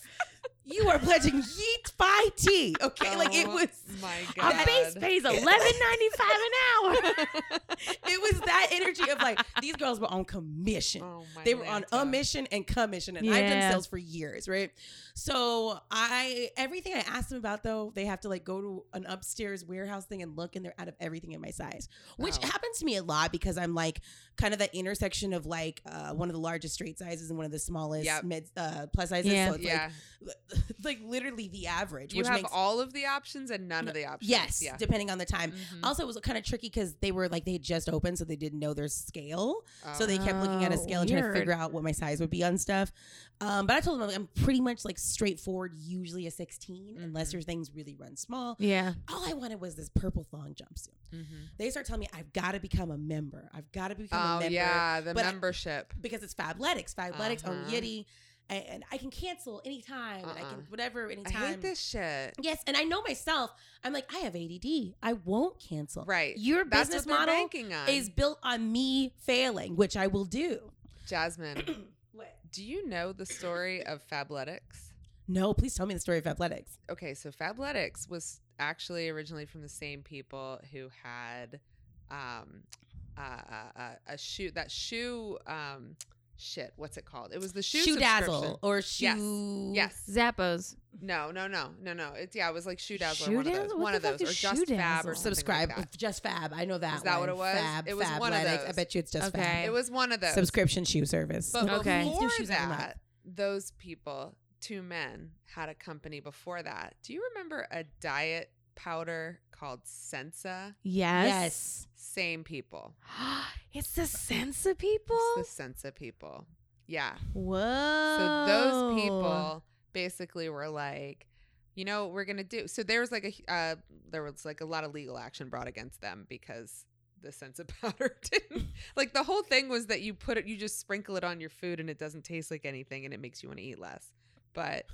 Speaker 4: You are pledging yeet by tea. Okay, like it
Speaker 3: Oh
Speaker 4: was
Speaker 3: My God.
Speaker 2: Our base pays eleven ninety five an hour.
Speaker 4: it was that energy of like these girls were on commission.
Speaker 3: Oh my
Speaker 4: they were on a
Speaker 3: Lanta.
Speaker 4: mission and commission, and I've done
Speaker 2: Yeah.
Speaker 4: sales for years, right? So I everything I asked them about though, they have to like go to an upstairs warehouse thing and look, and they're out of everything in my size, which
Speaker 3: Oh.
Speaker 4: happens to me a lot because I'm like kind of that intersection of like uh, one of the largest straight sizes and one of the smallest
Speaker 3: Yep.
Speaker 4: mid uh, plus sizes.
Speaker 2: Yeah.
Speaker 4: So it's
Speaker 3: Yeah.
Speaker 4: like, it's like literally the average,
Speaker 3: you
Speaker 4: which
Speaker 3: have
Speaker 4: makes
Speaker 3: all of the options and none of the options.
Speaker 4: yes,
Speaker 3: Yeah.
Speaker 4: depending on the time.
Speaker 3: Mhm.
Speaker 4: Also, it was kind of tricky because they were like they had just opened, so they didn't know their scale. So
Speaker 3: Oh.
Speaker 4: they kept looking at a
Speaker 2: Oh,
Speaker 4: scale and trying to
Speaker 2: weird.
Speaker 4: figure out what my size would be on stuff. Um, but I told them like, I'm pretty much like straightforward, usually a 16, unless
Speaker 3: Mhm.
Speaker 4: your things really run small.
Speaker 2: Yeah.
Speaker 4: All I wanted was this purple thong jumpsuit.
Speaker 3: Mhm.
Speaker 4: They start telling me I've got to become a member. I've got to become a
Speaker 3: Oh
Speaker 4: member
Speaker 3: yeah, the
Speaker 4: but I-
Speaker 3: membership.
Speaker 4: because it's Fabletics. Fabletics on
Speaker 3: Uh-huh.
Speaker 4: Yiddy, and, and I can cancel anytime, and I
Speaker 3: Uh-uh.
Speaker 4: can whatever anytime.
Speaker 3: I hate this shit.
Speaker 4: Yes, and I know myself. I'm like I have ADD. I won't cancel.
Speaker 3: Right.
Speaker 4: Your
Speaker 3: That's
Speaker 4: business
Speaker 3: what they're
Speaker 4: model
Speaker 3: banking on.
Speaker 4: is built on me failing, which I will do.
Speaker 3: Jasmine.
Speaker 4: what?
Speaker 3: Do you know the story of Fabletics?
Speaker 4: No, please tell me the story of athletics.
Speaker 3: Okay, so Fabletics was actually originally from the same people who had um uh, uh, uh, a shoe that shoe um shit, what's it called? It was the shoe
Speaker 4: Shoe dazzle Oh,
Speaker 3: subscription.
Speaker 4: or
Speaker 3: Yes.
Speaker 4: shoe?
Speaker 3: Yes.
Speaker 2: Zappos.
Speaker 3: No, no, no, no, no. It's yeah, it was like Shoe Dazzle
Speaker 2: Shoe
Speaker 3: or one of
Speaker 2: Dazzle?
Speaker 3: those.
Speaker 2: What
Speaker 3: One
Speaker 2: the
Speaker 3: of those.
Speaker 2: fuck
Speaker 3: Or
Speaker 2: is
Speaker 3: Just
Speaker 2: Shoe
Speaker 3: Fab
Speaker 2: Dazzle?
Speaker 3: or something
Speaker 4: Subscribe.
Speaker 3: Like that.
Speaker 4: Just Fab. I know that.
Speaker 3: Is that
Speaker 4: one.
Speaker 3: what it was?
Speaker 4: Fab,
Speaker 3: It was
Speaker 4: Fabletics.
Speaker 3: one of
Speaker 4: I
Speaker 3: those.
Speaker 4: bet you it's just
Speaker 2: Okay.
Speaker 4: Fab.
Speaker 3: It was one of those.
Speaker 4: Subscription shoe service.
Speaker 3: But
Speaker 2: Okay.
Speaker 3: before
Speaker 4: Shoes Dazzle
Speaker 3: that, those people, two men, had a company before that. Do you remember a diet powder called Sensa?
Speaker 2: Yes.
Speaker 4: Yes.
Speaker 3: Same people.
Speaker 2: it's the sense of people.
Speaker 3: It's the Sensa people. Yeah.
Speaker 2: Whoa.
Speaker 3: So
Speaker 2: Oh.
Speaker 3: those people basically were like, you know, what we're gonna do. So there was like a hu- uh, there was like a lot of legal action brought against them because the sense of powder didn't like the whole thing was that you put it, you just sprinkle it on your food and it doesn't taste like anything and it makes you want to eat less. But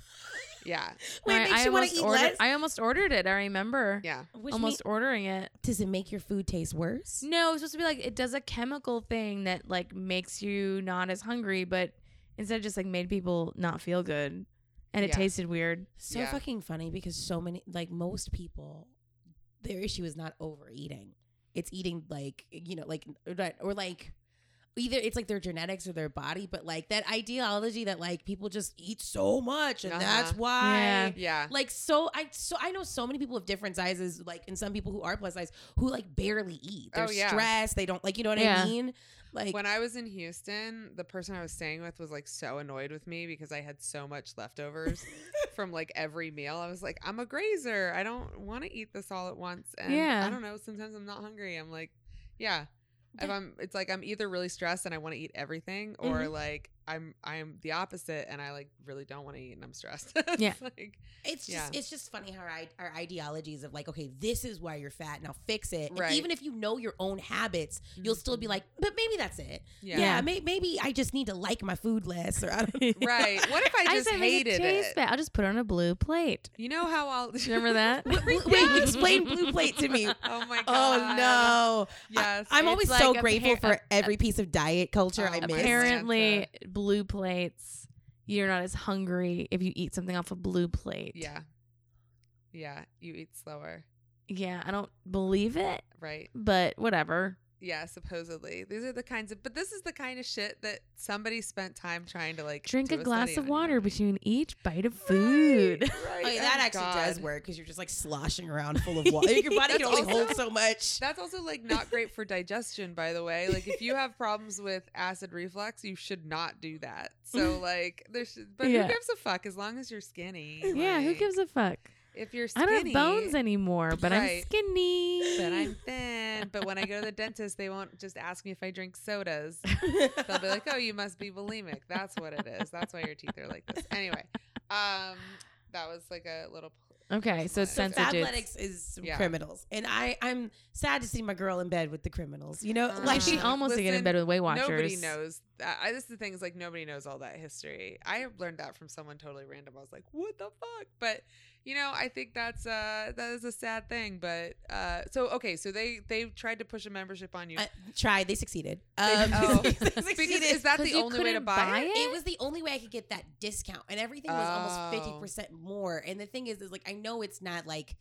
Speaker 3: yeah,
Speaker 4: Wait,
Speaker 2: Right,
Speaker 4: makes you want
Speaker 2: almost
Speaker 4: to eat
Speaker 2: ordered,
Speaker 4: less?
Speaker 2: I almost ordered it. I remember.
Speaker 3: yeah,
Speaker 4: Which
Speaker 2: almost
Speaker 4: mean-
Speaker 2: ordering it.
Speaker 4: does it make your food taste worse?
Speaker 2: No, it's supposed to be like it does a chemical thing that like makes you not as hungry, but instead it just like made people not feel good, and it
Speaker 3: Yeah.
Speaker 2: tasted weird.
Speaker 4: So
Speaker 3: Yeah.
Speaker 4: fucking funny because so many, like most people, their issue is not overeating. It's eating like you know, like or like either it's like their genetics or their body, but like that ideology that like people just eat so much and
Speaker 3: Uh-huh.
Speaker 4: that's why.
Speaker 2: Yeah.
Speaker 3: Yeah.
Speaker 4: Like so, I so I know so many people of different sizes, like and some people who are plus size who like barely eat. They're
Speaker 3: Oh, yeah.
Speaker 4: stressed. They don't like you know what
Speaker 2: Yeah.
Speaker 4: I mean. Like
Speaker 3: when I was in Houston, the person I was staying with was like so annoyed with me because I had so much leftovers from like every meal. I was like, I'm a grazer. I don't want to eat this all at once. And
Speaker 2: Yeah.
Speaker 3: I don't know. Sometimes I'm not hungry. I'm like, yeah. If
Speaker 4: That-
Speaker 3: I'm, it's like I'm either really stressed and I want to eat everything, or
Speaker 4: Mhm.
Speaker 3: like I'm, I'm the opposite and I like really don't want to eat and I'm stressed.
Speaker 2: Yeah.
Speaker 3: It's like,
Speaker 4: It's just
Speaker 3: Yeah.
Speaker 4: it's just funny how I, our ideologies of like, okay, this is why you're fat. Now fix it. And
Speaker 3: Right. Mm-hmm.
Speaker 4: even if you know your own habits, you'll still be like, but maybe that's it.
Speaker 3: yeah.
Speaker 4: Yeah, may- maybe I just need to like my food less, or I don't.
Speaker 3: Right. What if I just
Speaker 2: said make
Speaker 3: hated
Speaker 2: taste
Speaker 3: it?
Speaker 2: bad. I'll just put on a blue plate.
Speaker 3: You know how I'll
Speaker 2: Remember that?
Speaker 4: Wait, wait, explain blue plate to me.
Speaker 3: Oh my god.
Speaker 4: Oh no!
Speaker 3: Yes.
Speaker 4: I'm
Speaker 2: It's
Speaker 4: always
Speaker 2: like
Speaker 4: so
Speaker 2: a
Speaker 4: grateful
Speaker 2: pear-
Speaker 4: for every piece of diet culture
Speaker 3: Oh,
Speaker 4: I
Speaker 3: a
Speaker 4: miss.
Speaker 3: pear-
Speaker 2: Apparently, blue plates. You're not as hungry if you eat something off a blue plate.
Speaker 3: Yeah. Yeah. You eat slower.
Speaker 2: Yeah, I don't believe it,
Speaker 3: Right.
Speaker 2: but whatever.
Speaker 3: Yeah, supposedly. These are the kinds of but this is the kind of shit that somebody spent time trying to like
Speaker 2: Drink
Speaker 3: do
Speaker 2: a glass
Speaker 3: study
Speaker 2: of
Speaker 3: on, you know
Speaker 2: water
Speaker 3: what I
Speaker 2: between each bite of
Speaker 3: mean?
Speaker 2: food.
Speaker 3: Right,
Speaker 4: Oh,
Speaker 3: right.
Speaker 4: yeah, that
Speaker 3: Oh,
Speaker 4: actually does
Speaker 3: God.
Speaker 4: work because you're just like sloshing around full of water. Your body
Speaker 3: That's
Speaker 4: can only
Speaker 3: also-
Speaker 4: hold so much.
Speaker 3: That's also like not great for digestion, by the way. Like if you have problems with acid reflux, you should not do that. So like there should but
Speaker 2: Yeah.
Speaker 3: who gives a fuck as long as you're skinny.
Speaker 2: yeah, who
Speaker 3: like,
Speaker 2: gives a fuck?
Speaker 3: if you're
Speaker 2: I
Speaker 3: skinny
Speaker 2: don't have bones anymore, but I'm
Speaker 3: Right.
Speaker 2: skinny.
Speaker 3: but I'm thin. But when I go to the dentist, they won't just ask me if I drink sodas. They'll be like, "Oh, you must be bulimic. That's what it is. That's why your teeth are like this." Anyway, um, that was like a little.
Speaker 2: okay, so it's
Speaker 3: So
Speaker 2: sensitive.
Speaker 4: Fabletics is some
Speaker 3: Yeah.
Speaker 4: criminals, and I I'm sad to see my girl in bed with the criminals. You know,
Speaker 3: Uh,
Speaker 2: Like
Speaker 4: like
Speaker 2: she
Speaker 3: Uh,
Speaker 2: almost to get in
Speaker 3: listen,
Speaker 2: bed with Weight Watchers.
Speaker 3: Nobody knows. That. I, this is the thing is like nobody knows all that history. I learned that from someone totally random. I was like, "What the fuck?" But you know, I think that's uh that is a sad thing. But uh, so okay, so they they tried to push a membership on you.
Speaker 4: I tried. They succeeded.
Speaker 3: They-
Speaker 4: Um,
Speaker 3: oh.
Speaker 4: they
Speaker 3: because
Speaker 4: succeeded.
Speaker 3: is that
Speaker 2: 'Cause
Speaker 3: the
Speaker 2: you
Speaker 3: only way to
Speaker 2: couldn't
Speaker 3: buy,
Speaker 2: buy
Speaker 3: it?
Speaker 2: it?
Speaker 4: it was the only way I could get that discount, and everything was
Speaker 3: Oh.
Speaker 4: almost fifty percent more. And the thing is, is like I know it's not like,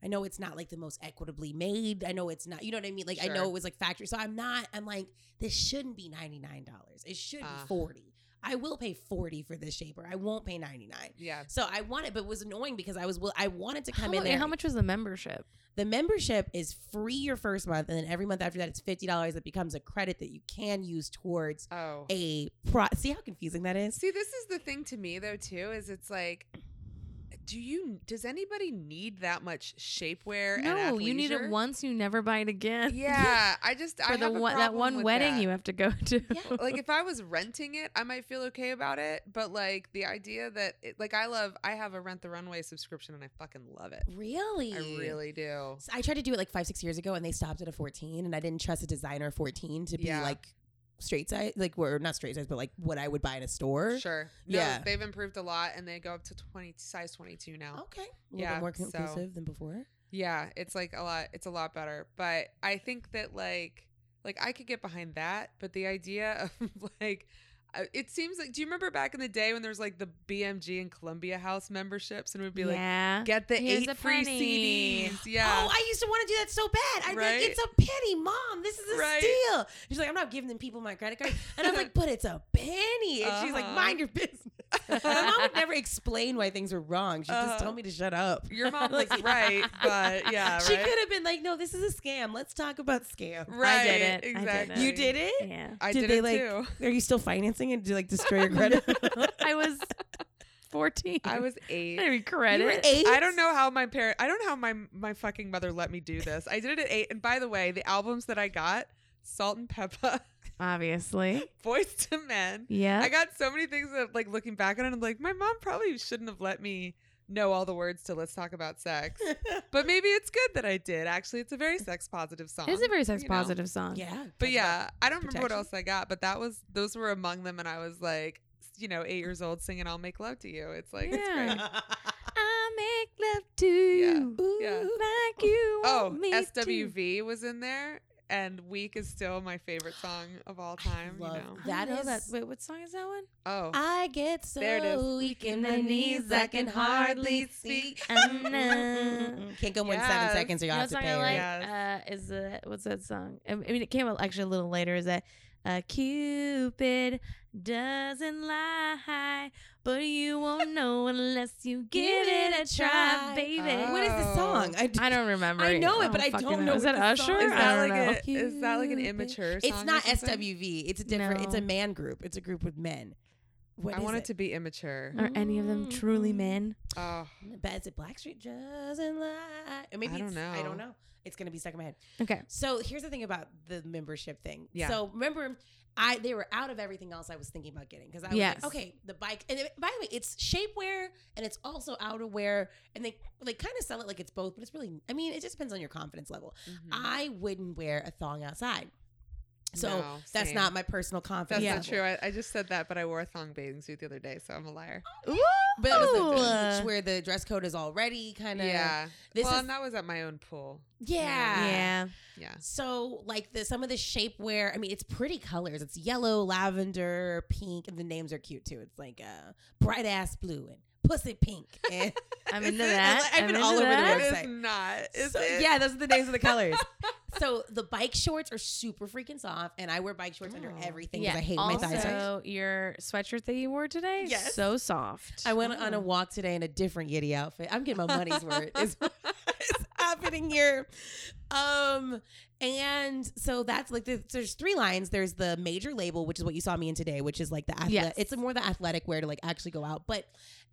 Speaker 4: I know it's not like the most equitably made. I know it's not, you know what I mean? Like I
Speaker 3: Sure.
Speaker 4: know it was like factory, so I'm not. I'm like this shouldn't be ninety nine dollars. It should
Speaker 3: Uh-huh.
Speaker 4: be forty. I will pay forty for this shaper. I won't pay ninety nine.
Speaker 3: Yeah.
Speaker 4: So I wanted, but it was annoying because I was will I wanted to come
Speaker 2: how,
Speaker 4: in there.
Speaker 2: how much was the membership?
Speaker 4: The membership is free your first month, and then every month after that, it's fifty dollars. That becomes a credit that you can use towards
Speaker 3: Oh.
Speaker 4: a pro. See how confusing that is.
Speaker 3: See, this is the thing to me though too is it's like do you does anybody need that much shapewear and
Speaker 2: No, you need it
Speaker 3: athleisure?
Speaker 2: once, you never buy it again.
Speaker 3: Yeah, I just I
Speaker 2: For the
Speaker 3: have a
Speaker 2: one, that
Speaker 3: problem
Speaker 2: one
Speaker 3: with
Speaker 2: wedding
Speaker 3: that.
Speaker 2: you have to go to.
Speaker 4: Yeah.
Speaker 3: like if I was renting it, I might feel okay about it, but like the idea that it, like I love I have a Rent the Runway subscription and I fucking love it.
Speaker 4: Really?
Speaker 3: I really do.
Speaker 4: So I tried to do it like five, six years ago, and they stopped at a 14, and I didn't trust a designer 14 to be
Speaker 3: Yeah.
Speaker 4: like straight size, like or not straight size, but like what I would buy in a store.
Speaker 3: Sure. No,
Speaker 4: Yeah.
Speaker 3: they've improved a lot and they go up to 20 size 22 now.
Speaker 4: Okay, a little
Speaker 3: Yeah,
Speaker 4: bit more
Speaker 3: so-
Speaker 4: conclusive than before.
Speaker 3: Yeah, it's like a lot. It's a lot better. But I think that like like I could get behind that. But the idea of like uh, it seems like do you remember back in the day when there was like the BMG and Columbia House memberships and it would be
Speaker 2: yeah.
Speaker 3: like get the
Speaker 2: Here's
Speaker 3: eight
Speaker 2: a
Speaker 3: free
Speaker 2: penny."
Speaker 3: CDs. Yeah.
Speaker 4: Oh, I used to want to do that so bad. I'd be
Speaker 3: Right?
Speaker 4: like, it's a penny, mom. This is a
Speaker 3: Right.
Speaker 4: steal. She's like, I'm not giving them people my credit card. And I'm like, but it's a penny. And she's like,
Speaker 3: Uh-huh.
Speaker 4: mind your business. my mom would never explain why things were wrong. She would
Speaker 3: Uh-huh.
Speaker 4: just told me to shut up.
Speaker 3: Your mom was right, but yeah,
Speaker 4: She
Speaker 3: right?
Speaker 4: could have been like, no, this is a scam. Let's talk about scam.
Speaker 3: Right.
Speaker 2: it. I did
Speaker 3: Exactly.
Speaker 2: it.
Speaker 4: You did it?
Speaker 2: Yeah.
Speaker 3: I
Speaker 4: Did
Speaker 3: did,
Speaker 4: they,
Speaker 3: it
Speaker 4: like-
Speaker 3: too.
Speaker 4: Are you still financing it? Do you like destroy your credit?
Speaker 2: I was 14.
Speaker 3: I was eight.
Speaker 2: I didn't credit.
Speaker 4: eight?
Speaker 3: I don't know how my parent. I don't know how my my fucking mother let me do this. I did it at eight. And by the way, the albums that I got: Salt and Peppa,
Speaker 2: Obviously.
Speaker 3: Boys to Men.
Speaker 2: Yeah.
Speaker 3: I got so many things that, like, looking back on it, I'm like, my mom probably shouldn't have let me know all the words to "Let's Talk About Sex," but maybe it's good that I did. Actually, it's a very sex positive song.
Speaker 2: it was a very sex
Speaker 3: you know.
Speaker 2: positive song.
Speaker 4: yeah.
Speaker 3: But yeah, I don't remember what
Speaker 4: protection.
Speaker 3: else I got, but that was those were among them, and I was like, you know, eight years old singing "I'll Make Love to You." It's like, it's
Speaker 2: Yeah.
Speaker 3: great.
Speaker 2: I make love to you.
Speaker 3: yeah.
Speaker 2: Like you.
Speaker 3: Oh,
Speaker 2: want me to.
Speaker 3: SWV was in there, and "Weak" is still my favorite song of all time. You
Speaker 4: love
Speaker 3: know.
Speaker 2: I don't
Speaker 4: That
Speaker 2: know
Speaker 4: is-
Speaker 2: Wait, what song is that one?
Speaker 3: Oh,
Speaker 4: I get
Speaker 3: There it is.
Speaker 4: so weak in the knees, I can hardly speak.
Speaker 2: I'm not-
Speaker 4: Can't go more than seven
Speaker 3: Yes.
Speaker 4: seconds or
Speaker 2: You
Speaker 4: y'all
Speaker 2: know
Speaker 4: have
Speaker 2: what song
Speaker 4: to pay.
Speaker 2: I like?
Speaker 4: right?
Speaker 3: right?
Speaker 2: Uh, is the what's that song? I I mean, it came out actually a little later. Is that Uh, Cupid doesn't lie, but you won't know unless you give it a try, baby.
Speaker 4: What is the
Speaker 3: Oh.
Speaker 4: song? d-
Speaker 2: I don't remember.
Speaker 4: I know it, but I
Speaker 2: fucking
Speaker 4: don't know
Speaker 2: Is
Speaker 4: what
Speaker 2: that
Speaker 4: the
Speaker 2: Usher?
Speaker 4: song
Speaker 3: Is
Speaker 4: is.
Speaker 2: I
Speaker 3: that
Speaker 2: don't know.
Speaker 3: like a, is that like an
Speaker 2: Cupid.
Speaker 3: immature?
Speaker 4: It's
Speaker 3: song
Speaker 4: not
Speaker 3: or something?
Speaker 4: SWV. It's a different. It's a
Speaker 2: No.
Speaker 4: man group. It's a group with men. What
Speaker 3: I
Speaker 4: is
Speaker 3: want it
Speaker 4: it
Speaker 3: to be immature.
Speaker 2: Are any of them
Speaker 4: Mm.
Speaker 2: truly men?
Speaker 3: Oh,
Speaker 4: But is it Blackstreet doesn't lie? Or maybe
Speaker 3: I don't
Speaker 4: it's, I don't
Speaker 3: know.
Speaker 4: know. It's gonna be stuck in my head.
Speaker 2: Okay.
Speaker 4: So here's the thing about the membership thing.
Speaker 3: Yeah.
Speaker 4: So remember, I they were out of everything else I was thinking about getting because I was
Speaker 2: Yes.
Speaker 4: like, okay, the bike. And it- by the way, it's shapewear and it's also outerwear, and they they kind of sell it like it's both, but it's really. I mean, it just depends on your confidence level.
Speaker 3: Hmm. mm-hmm.
Speaker 4: I wouldn't wear a thong outside. So
Speaker 3: No,
Speaker 4: that's
Speaker 3: same.
Speaker 4: not my personal confidence.
Speaker 3: that's
Speaker 2: Yeah.
Speaker 3: not
Speaker 4: level.
Speaker 3: true. I, I just said that, but I wore a thong bathing suit the other day, so I'm a liar.
Speaker 4: But it was the
Speaker 2: Ooh.
Speaker 4: beach where the dress code is already kind of
Speaker 3: Oh. yeah.
Speaker 4: this
Speaker 3: well,
Speaker 4: is-
Speaker 3: and that was at my own pool.
Speaker 4: yeah
Speaker 2: Yeah.
Speaker 3: Yeah.
Speaker 4: So like the some of the shapewear, I mean, it's pretty colors. It's yellow, lavender, pink, and the names are cute too. It's like uh, bright ass blue and pussy pink.
Speaker 2: I'm
Speaker 4: And Is
Speaker 2: into
Speaker 4: it?
Speaker 2: that.
Speaker 4: I've
Speaker 2: I'm
Speaker 4: been
Speaker 2: into
Speaker 4: all over the
Speaker 2: that.
Speaker 4: website.
Speaker 3: It is
Speaker 4: Website.
Speaker 3: not. Is
Speaker 4: So-
Speaker 3: it?
Speaker 4: yeah, those are the names of the colors. so the bike shorts are super freaking soft, and I wear bike shorts under
Speaker 3: Oh.
Speaker 4: everything because I hate my thighs.
Speaker 2: also,
Speaker 4: are-
Speaker 2: your sweatshirt that you wore today,
Speaker 4: Yes.
Speaker 2: so soft.
Speaker 4: I went
Speaker 2: Oh.
Speaker 4: on a walk today in a different yiddy outfit. I'm getting my money's worth. It's, it's happening here. Um, and so that's like the, there's three lines. There's the major label, which is what you saw me in today, which is like the athlete.
Speaker 2: Yes.
Speaker 4: It's more the athletic wear to like actually go out, but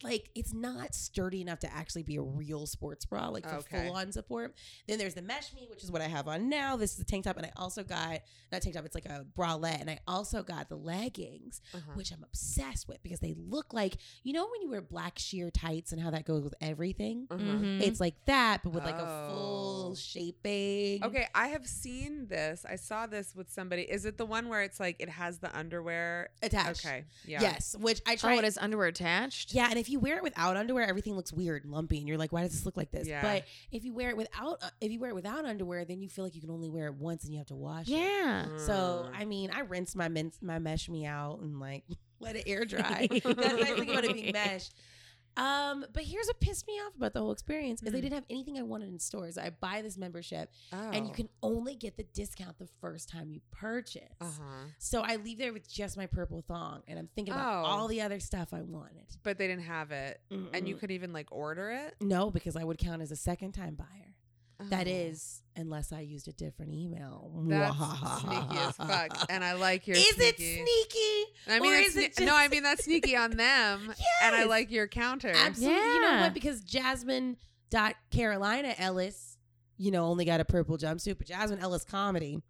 Speaker 4: like it's not sturdy enough to actually be a real sports bra, like for
Speaker 3: Okay.
Speaker 4: full on support. Then there's the mesh me, which is what I have on now. This is a tank top, and I also got not tank top, it's like a bralette, and I also got the leggings
Speaker 3: Uh-huh.
Speaker 4: which I'm obsessed with because they look like you know when you wear black sheer tights and how that goes with everything.
Speaker 3: Uh-huh.
Speaker 2: Mhm.
Speaker 4: It's like that, but with like a
Speaker 3: Oh.
Speaker 4: full shaping.
Speaker 3: Okay, I have seen this. I saw this with somebody. Is it the one where it's like it has the underwear?
Speaker 4: attached.
Speaker 3: Okay. Yeah.
Speaker 4: Yes, which I
Speaker 2: oh,
Speaker 4: try.
Speaker 2: it is underwear attached.
Speaker 4: yeah, and if you wear it without underwear, everything looks weird and lumpy, and you're like, "Why does this look like this?"
Speaker 3: Yeah.
Speaker 4: But if you wear it without, uh, if you wear it without underwear, then you feel like you can only wear it once, and you have to wash it.
Speaker 2: Yeah.
Speaker 4: Uh, So
Speaker 3: Mm.
Speaker 4: I mean, I rinsed my men- my mesh me out and like let it air dry. That's what I think about it being meshed. Um, but here's what pissed me off about the whole experience is they
Speaker 3: Mm.
Speaker 4: didn't have anything I wanted in stores. I buy this membership
Speaker 3: Oh.
Speaker 4: and you can only get the discount the first time you purchase.
Speaker 3: Uh huh.
Speaker 4: So I leave there with just my purple thong and I'm thinking about
Speaker 3: Oh.
Speaker 4: all the other stuff I wanted.
Speaker 3: But they didn't have it, and you
Speaker 4: Mm-mm.
Speaker 3: could even like order it.
Speaker 4: No, because I would count as a second time buyer. That
Speaker 3: Oh.
Speaker 4: is, unless I used a different email.
Speaker 3: That's sneaky as fuck, and I like your.
Speaker 4: is it
Speaker 3: sneaky-
Speaker 4: sneaky?
Speaker 3: I mean,
Speaker 4: or
Speaker 3: it's
Speaker 4: is it
Speaker 3: sne- no, I
Speaker 4: just-
Speaker 3: mean that's sneaky on them, and I
Speaker 4: Yes.
Speaker 3: like your counter.
Speaker 4: Absolutely. You know
Speaker 2: Yeah.
Speaker 4: what? Because Jasmine dot Carolina Ellis, you know, only got a purple jumpsuit, but Jasmine Ellis comedy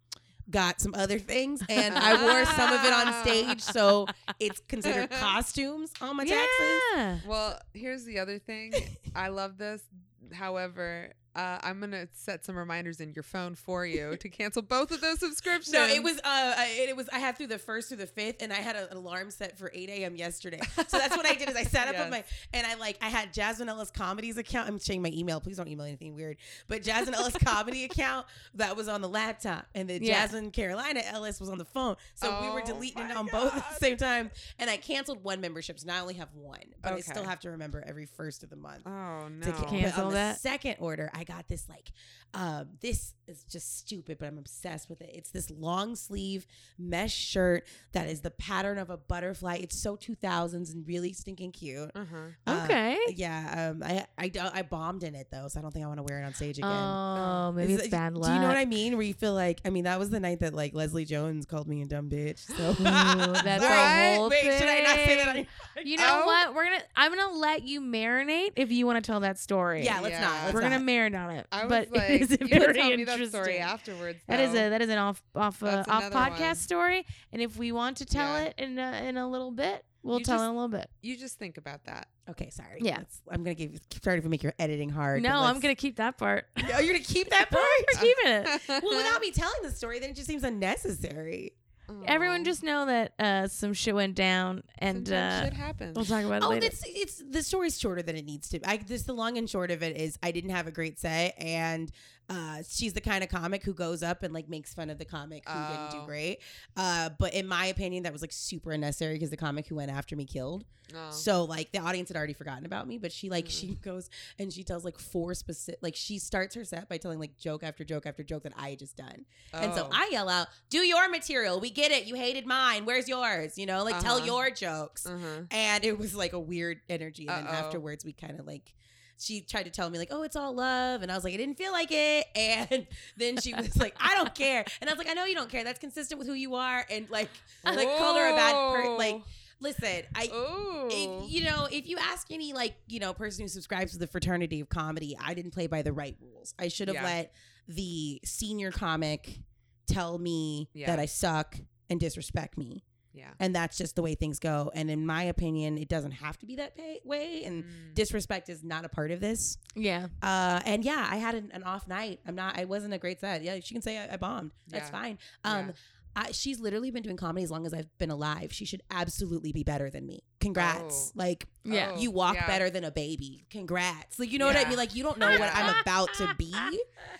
Speaker 4: got some other things, and I wore some of it on stage, so it's considered costumes on my taxes.
Speaker 2: Yeah.
Speaker 3: Well, here's the other thing. I love this. However, uh, I'm gonna set some reminders in your phone for you to cancel both of those subscriptions.
Speaker 4: No, it was uh, I- it was I had through the first through the fifth, and I had an alarm set for eight a.m. yesterday. So that's what I did is I sat up with my and I like I had Jasmine Ellis Comedy's account. I'm changing my email. Please don't email anything weird. But Jasmine Ellis Comedy account that was on the laptop, and then
Speaker 2: Yeah.
Speaker 4: Jasmine Carolina Ellis was on the phone. So we were
Speaker 3: Oh
Speaker 4: deleting it
Speaker 3: my
Speaker 4: on both at the
Speaker 3: God.
Speaker 4: same time. And I canceled one membership, so now I only have one, but I
Speaker 3: Okay.
Speaker 4: still have to remember every first of the month
Speaker 3: Oh no!
Speaker 4: to ca-
Speaker 2: Can't-
Speaker 4: but
Speaker 2: Cancel
Speaker 4: on
Speaker 2: that.
Speaker 4: The second order, I got this like, um, this is just stupid, but I'm obsessed with it. It's this long sleeve mesh shirt that is the pattern of a butterfly. It's so 2000s and really stinking cute.
Speaker 3: Uh-huh.
Speaker 4: Uh,
Speaker 2: okay.
Speaker 4: yeah, um, I, I don't- I bombed in it though, so I don't think I want to wear it on stage again.
Speaker 2: Oh, maybe
Speaker 4: Is
Speaker 2: it's
Speaker 4: it-
Speaker 2: bad luck.
Speaker 4: Do you know what I mean? Where you feel like, I mean, that was the night that like Leslie Jones called me a dumb bitch. So
Speaker 2: Ooh, that's
Speaker 3: Right?
Speaker 2: a whole
Speaker 4: Wait,
Speaker 2: thing.
Speaker 4: should I not say that? on-
Speaker 2: You know
Speaker 3: Oh.
Speaker 2: what? We're gonna. I'm gonna let you marinate if you want to tell that story.
Speaker 4: Yeah, let's not.
Speaker 3: Yeah.
Speaker 4: let's
Speaker 2: we're gonna
Speaker 4: not.
Speaker 2: marinate on it.
Speaker 3: I was
Speaker 2: but
Speaker 3: like,
Speaker 2: it is
Speaker 3: you
Speaker 2: very
Speaker 3: can tell me
Speaker 2: interesting.
Speaker 3: that story afterwards.
Speaker 2: That is
Speaker 3: though.
Speaker 2: a that is an off off uh,
Speaker 3: That's
Speaker 2: off
Speaker 3: another
Speaker 2: podcast
Speaker 3: one.
Speaker 2: story, and if we want to tell
Speaker 3: Yeah.
Speaker 2: it in a, in a little bit, we'll
Speaker 3: You
Speaker 2: tell
Speaker 3: just-
Speaker 2: it in a little bit.
Speaker 3: You just think about that.
Speaker 4: Okay, sorry.
Speaker 2: Yeah.
Speaker 4: That's- I'm gonna give. Sorry to make your editing hard. but
Speaker 2: No, I'm
Speaker 4: let's-
Speaker 2: gonna keep that part.
Speaker 4: Oh, you're gonna keep that part?
Speaker 2: We're keeping it.
Speaker 4: well, without me telling the story, then it just seems unnecessary.
Speaker 2: Everyone just know that uh, some shit went down, and
Speaker 3: Sometimes
Speaker 2: uh,
Speaker 3: shit happens.
Speaker 2: we'll talk about it
Speaker 4: Oh,
Speaker 2: later.
Speaker 4: it's it's the story's shorter than it needs to. be. I this the long and short of it is I didn't have a great set, and uh, she's the kind of comic who goes up and like makes fun of the comic who didn't
Speaker 3: Oh.
Speaker 4: do great. Uh, but in my opinion, that was like super unnecessary because the comic who went after me killed.
Speaker 3: Oh.
Speaker 4: So like the audience had already forgotten about me, but she like
Speaker 3: Mm.
Speaker 4: she goes and she tells like four specific like she starts her set by telling like joke after joke after joke that I had just done. And so
Speaker 3: Oh.
Speaker 4: I yell out, "Do your material. We get it. You hated mine. Where's yours? You know, like tell
Speaker 3: Uh-huh.
Speaker 4: your jokes.
Speaker 3: Uh-huh.
Speaker 4: And it was like a weird energy. And then
Speaker 3: Uh-oh.
Speaker 4: afterwards, we kind of like, she tried to tell me, like, oh, it's all love. And I was like, I didn't feel like it. And then she was like, I don't care. And I was like, I know you don't care. That's consistent with who you are. And like, like called her a bad per- like, listen, I,
Speaker 3: Ooh.
Speaker 4: if, you know, if you ask any like you know person who subscribes to the fraternity of comedy, I didn't play by the right rules. I should have
Speaker 3: Yeah.
Speaker 4: let the senior comic tell me
Speaker 3: Yeah.
Speaker 4: that I suck and disrespect me,
Speaker 3: yeah.
Speaker 4: and that's just the way things go. And in my opinion, it doesn't have to be that pay- way, and
Speaker 3: Mm.
Speaker 4: disrespect is not a part of this.
Speaker 2: Yeah.
Speaker 4: Uh, and yeah, I had an, an off night. I'm not. I wasn't a great set. Yeah, she can say I, I bombed. That's
Speaker 3: Yeah.
Speaker 4: fine. Um,
Speaker 3: Yeah.
Speaker 4: I, she's literally been doing comedy as long as I've been alive. She should absolutely be better than me. Congrats.
Speaker 3: Oh.
Speaker 4: Like
Speaker 2: Yeah.
Speaker 4: you walk
Speaker 3: yeah.
Speaker 4: better than a baby. Congrats. Like you know what I
Speaker 3: Yeah.
Speaker 4: mean? Like you don't know what I'm about to be.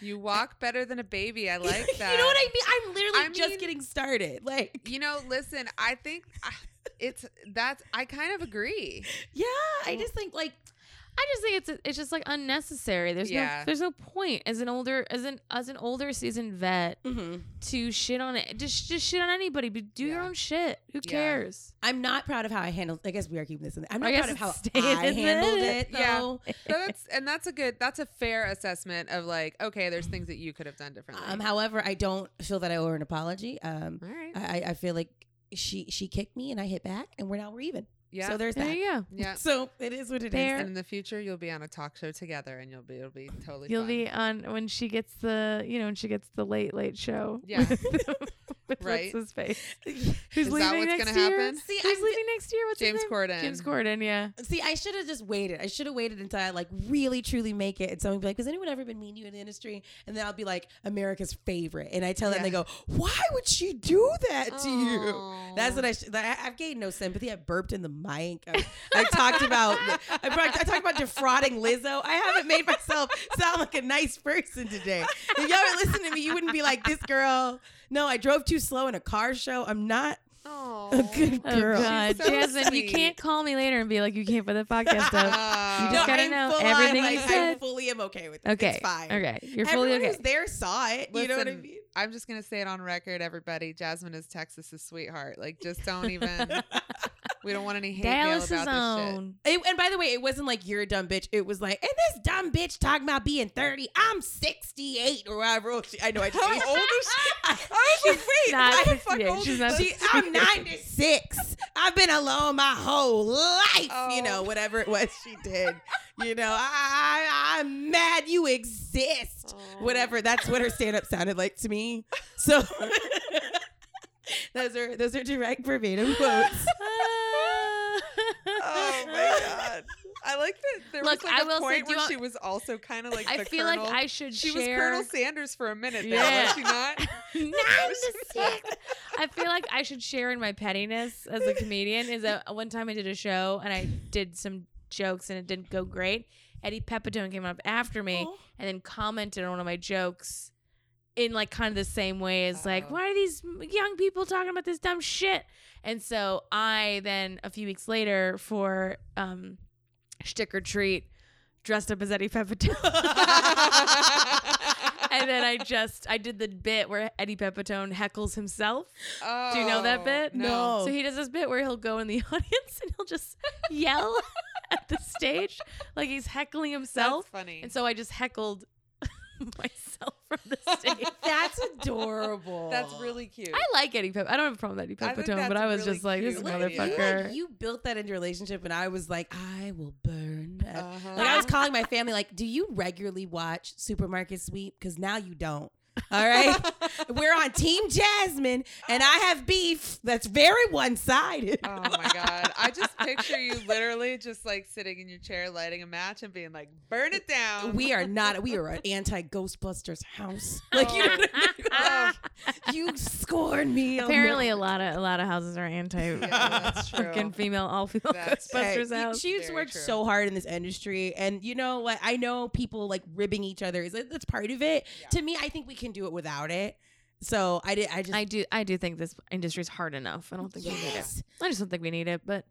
Speaker 3: You walk better than a baby. I like that.
Speaker 4: you know what I mean? I'm literally
Speaker 3: I
Speaker 4: just
Speaker 3: mean-
Speaker 4: getting started. Like
Speaker 3: You know, listen, I think I- it's that's I kind of agree.
Speaker 4: yeah, I just think like
Speaker 2: I just think it's it's just like unnecessary. There's
Speaker 3: Yeah.
Speaker 2: no there's no point as an older as an as an older seasoned vet
Speaker 4: mm-hmm.
Speaker 2: to shit on it. Just just shit on anybody. But do your
Speaker 3: Yeah.
Speaker 2: own shit. Who
Speaker 3: Yeah.
Speaker 2: cares?
Speaker 4: I'm not proud of how I handled. I guess we are keeping this in. I'm
Speaker 2: I
Speaker 4: not
Speaker 2: guess
Speaker 4: proud of how
Speaker 2: it stayed
Speaker 4: I
Speaker 2: in
Speaker 4: handled
Speaker 2: it.
Speaker 4: it
Speaker 3: Yeah.
Speaker 4: though.
Speaker 3: So that's and that's a good that's a fair assessment of like, okay, there's things that you could have done differently.
Speaker 4: Um, however, I don't feel that I owe her an apology. Um,
Speaker 3: All right.
Speaker 4: I, I- I feel like she she kicked me and I hit back and we're now we're even.
Speaker 3: yeah.
Speaker 4: So there's
Speaker 2: There
Speaker 4: that.
Speaker 2: you go.
Speaker 3: yeah.
Speaker 5: So it is what it is.
Speaker 2: There
Speaker 3: And in the future, you'll be on a talk show together, and you'll be it'll be totally.
Speaker 2: You'll
Speaker 3: fun.
Speaker 2: be on when she gets the you know when she gets the late late show.
Speaker 3: Yeah.
Speaker 2: with- with
Speaker 3: Right.
Speaker 2: What's his face?
Speaker 3: Is
Speaker 2: Who's
Speaker 3: that
Speaker 2: leaving
Speaker 3: what's
Speaker 2: next
Speaker 3: gonna
Speaker 2: year?
Speaker 3: happen?
Speaker 4: See,
Speaker 2: Who's
Speaker 4: I'm-
Speaker 2: leaving next year? What's his
Speaker 3: James
Speaker 2: name?
Speaker 3: Corden.
Speaker 2: James Corden. Yeah.
Speaker 4: See, I should have just waited. I should have waited until I like really truly make it. And someone would be like, "Has anyone ever been mean to you in the industry?" And then I'll be like, "America's favorite." And I tell them,
Speaker 3: Yeah.
Speaker 4: they go, "Why would she do that to you?"
Speaker 3: Aw.
Speaker 4: That's what I. Sh- that- I- I've gained no sympathy. I burped in the mic. I, I talked about. I, brought, I talked about defrauding Lizzo. I haven't made myself sound like a nice person today. If y'all were listening to me, you wouldn't be like this girl. No, I drove too slow in a car show. I'm not a
Speaker 3: Aw.
Speaker 4: good
Speaker 2: Oh
Speaker 4: girl.
Speaker 2: God,
Speaker 3: She's so
Speaker 2: Jasmine, you
Speaker 3: sweet.
Speaker 2: can't call me later and be like you can't put the podcast up.
Speaker 3: Oh.
Speaker 2: You just gotta
Speaker 4: I'm
Speaker 2: know
Speaker 4: full on,
Speaker 2: everything you
Speaker 4: like, I
Speaker 2: said.
Speaker 4: fully am okay with it.
Speaker 2: Okay.
Speaker 4: It's fine.
Speaker 2: Okay. You're fully
Speaker 4: Everyone
Speaker 2: okay.
Speaker 4: who's there saw it. you know what I
Speaker 3: Listen,
Speaker 4: mean?
Speaker 3: I'm just gonna say it on record, everybody. Jasmine is Texas's sweetheart. Like, just don't even. we don't want any hate mail
Speaker 2: Dallas
Speaker 3: about
Speaker 2: is
Speaker 3: this shit.
Speaker 2: own.
Speaker 4: It- and by the way, it wasn't like you're a dumb bitch. It was like, and this dumb bitch talking about being 30. I'm 68 or whatever old she I know I just How old is she? I, she's
Speaker 2: not
Speaker 4: I am
Speaker 2: 68.
Speaker 4: fucking old.
Speaker 2: She's not
Speaker 4: She- I'm 96. I've been alone my whole life. You
Speaker 3: Oh.
Speaker 4: know, whatever it was she did. You know, I, I I'm mad you exist.
Speaker 2: Oh.
Speaker 4: Whatever. That's what her stand up sounded like to me. So those are those are direct verbatim quotes.
Speaker 3: Oh my god! I like that. There
Speaker 2: Look,
Speaker 3: was like
Speaker 2: I
Speaker 3: a
Speaker 2: will say,
Speaker 3: point
Speaker 2: do
Speaker 3: where
Speaker 2: you want-
Speaker 3: she was also kind of like.
Speaker 2: I
Speaker 3: the
Speaker 2: feel
Speaker 3: Colonel.
Speaker 2: like I should
Speaker 3: She was
Speaker 2: share.
Speaker 3: Colonel Sanders for a minute. There,
Speaker 2: Yeah.
Speaker 3: was she not?
Speaker 2: Nine to six. I feel like I should share in my pettiness as a comedian. Is that one time I did a show and I did some jokes and it didn't go great. Eddie Pepitone came up after me and then commented on one of my jokes in like kind of the same way as like,
Speaker 3: Uh-oh.
Speaker 2: why are these young people talking about this dumb shit? And so I then a few weeks later for um shtick or treat dressed up as Eddie Pepitone. and then I just I did the bit where Eddie Pepitone heckles himself.
Speaker 3: Oh,
Speaker 2: Do you know that bit?
Speaker 3: No.
Speaker 2: So he does this bit where he'll go in the audience and he'll just yell at the stage like he's heckling
Speaker 3: That's
Speaker 2: himself.
Speaker 3: funny.
Speaker 2: And so I just heckled myself from the stage.
Speaker 4: That's adorable.
Speaker 3: that's really cute.
Speaker 2: I like Eddie Pep. I don't have a problem with Eddie
Speaker 3: I think
Speaker 2: Pepitone, but
Speaker 3: that's
Speaker 2: I was
Speaker 3: really
Speaker 2: just like, this
Speaker 3: cute.
Speaker 4: Look at you,
Speaker 2: motherfucker.
Speaker 4: like, you built that into your relationship, and I was like, I will burn. That.
Speaker 3: Uh-huh.
Speaker 4: Like I was calling my family, like, do you regularly watch Supermarket Sweep? Because now you don't. All right, we're on Team Jasmine, and I have beef that's very one-sided.
Speaker 3: Oh my god! I just picture you literally just like sitting in your chair, lighting a match, and being like, "Burn it down."
Speaker 4: we are not. We are an anti-Ghostbusters house.
Speaker 3: Oh.
Speaker 4: Like you, know what I mean? you scorn me.
Speaker 2: Apparently, a lot of a lot of houses are anti
Speaker 3: Oh, Yeah, that's true.
Speaker 2: fucking female all female
Speaker 3: That's-
Speaker 2: Ghostbusters
Speaker 4: Hey,
Speaker 2: house.
Speaker 4: She's
Speaker 3: Very
Speaker 4: worked
Speaker 3: true.
Speaker 4: so hard in this industry, and you know what? I know people like ribbing each other is that's part of it.
Speaker 3: Yeah.
Speaker 4: To me, I think we can do it without it. So I did. I just
Speaker 2: I do I do think this industry's hard enough. I don't think we need it.
Speaker 4: yes.
Speaker 2: I just don't think we need it, but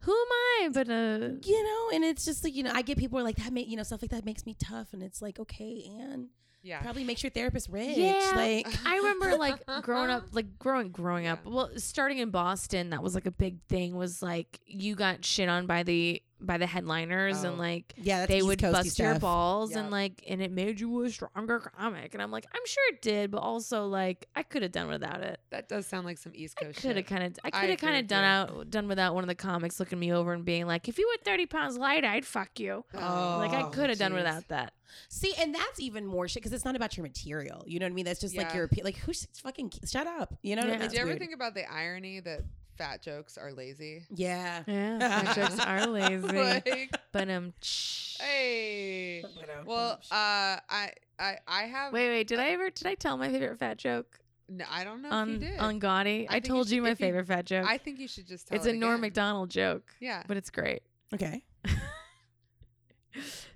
Speaker 2: who am I but uh, a
Speaker 4: you know, and it's just like you know, I get people who are like that. Make you know stuff like that makes me tough, and it's like okay, and
Speaker 3: Yeah.
Speaker 4: probably makes your therapist rich.
Speaker 2: Yeah.
Speaker 4: Like
Speaker 2: I remember like growing up, like growing growing up.
Speaker 3: Yeah.
Speaker 2: Well, starting in Boston, that was like a big thing. Was like you got shit on by the by the headliners
Speaker 3: Oh.
Speaker 2: and like
Speaker 4: yeah, that's
Speaker 2: they
Speaker 4: East
Speaker 2: would
Speaker 4: Coasty
Speaker 2: bust your
Speaker 4: stuff.
Speaker 2: balls
Speaker 3: Yep.
Speaker 2: and like and it made you a stronger comic. And I'm like, I'm sure it did, but also like I could have done without it.
Speaker 3: That does sound like some East Coast
Speaker 2: Could have
Speaker 3: Oh, shit.
Speaker 2: kind of I
Speaker 3: I
Speaker 2: could have
Speaker 3: agree
Speaker 2: kind
Speaker 3: with
Speaker 2: of done
Speaker 3: you.
Speaker 2: out done without one of the comics looking me over and being like, if you were 30 pounds lighter, I'd fuck you.
Speaker 3: Oh,
Speaker 2: like I could have done
Speaker 3: jeez.
Speaker 2: without that.
Speaker 4: See, and that's even more shit because it's not about your material. You know what I mean? That's just like
Speaker 3: Yeah.
Speaker 4: your opi- like who's fucking shut up. You know? what
Speaker 2: Yeah.
Speaker 4: I mean?
Speaker 2: Did
Speaker 4: It's
Speaker 3: Do you ever
Speaker 4: weird.
Speaker 3: think about the irony that fat jokes are lazy?
Speaker 4: Yeah.
Speaker 2: Yeah, my jokes are lazy.
Speaker 3: like,
Speaker 2: But um,
Speaker 3: hey. Well, uh, I, I, I have.
Speaker 2: Wait, wait. Did I ever? Did I tell my favorite fat joke
Speaker 3: No, I don't know if you
Speaker 2: on
Speaker 3: did.
Speaker 2: on Gaudy?
Speaker 3: I
Speaker 2: I,
Speaker 3: think you
Speaker 2: told you,
Speaker 3: should-
Speaker 2: my
Speaker 3: if you-
Speaker 2: favorite fat joke.
Speaker 3: I think you should just tell
Speaker 2: it's
Speaker 3: it
Speaker 2: a Norm
Speaker 3: again.
Speaker 2: Macdonald joke,
Speaker 3: Yeah.
Speaker 2: but it's great.
Speaker 4: Okay.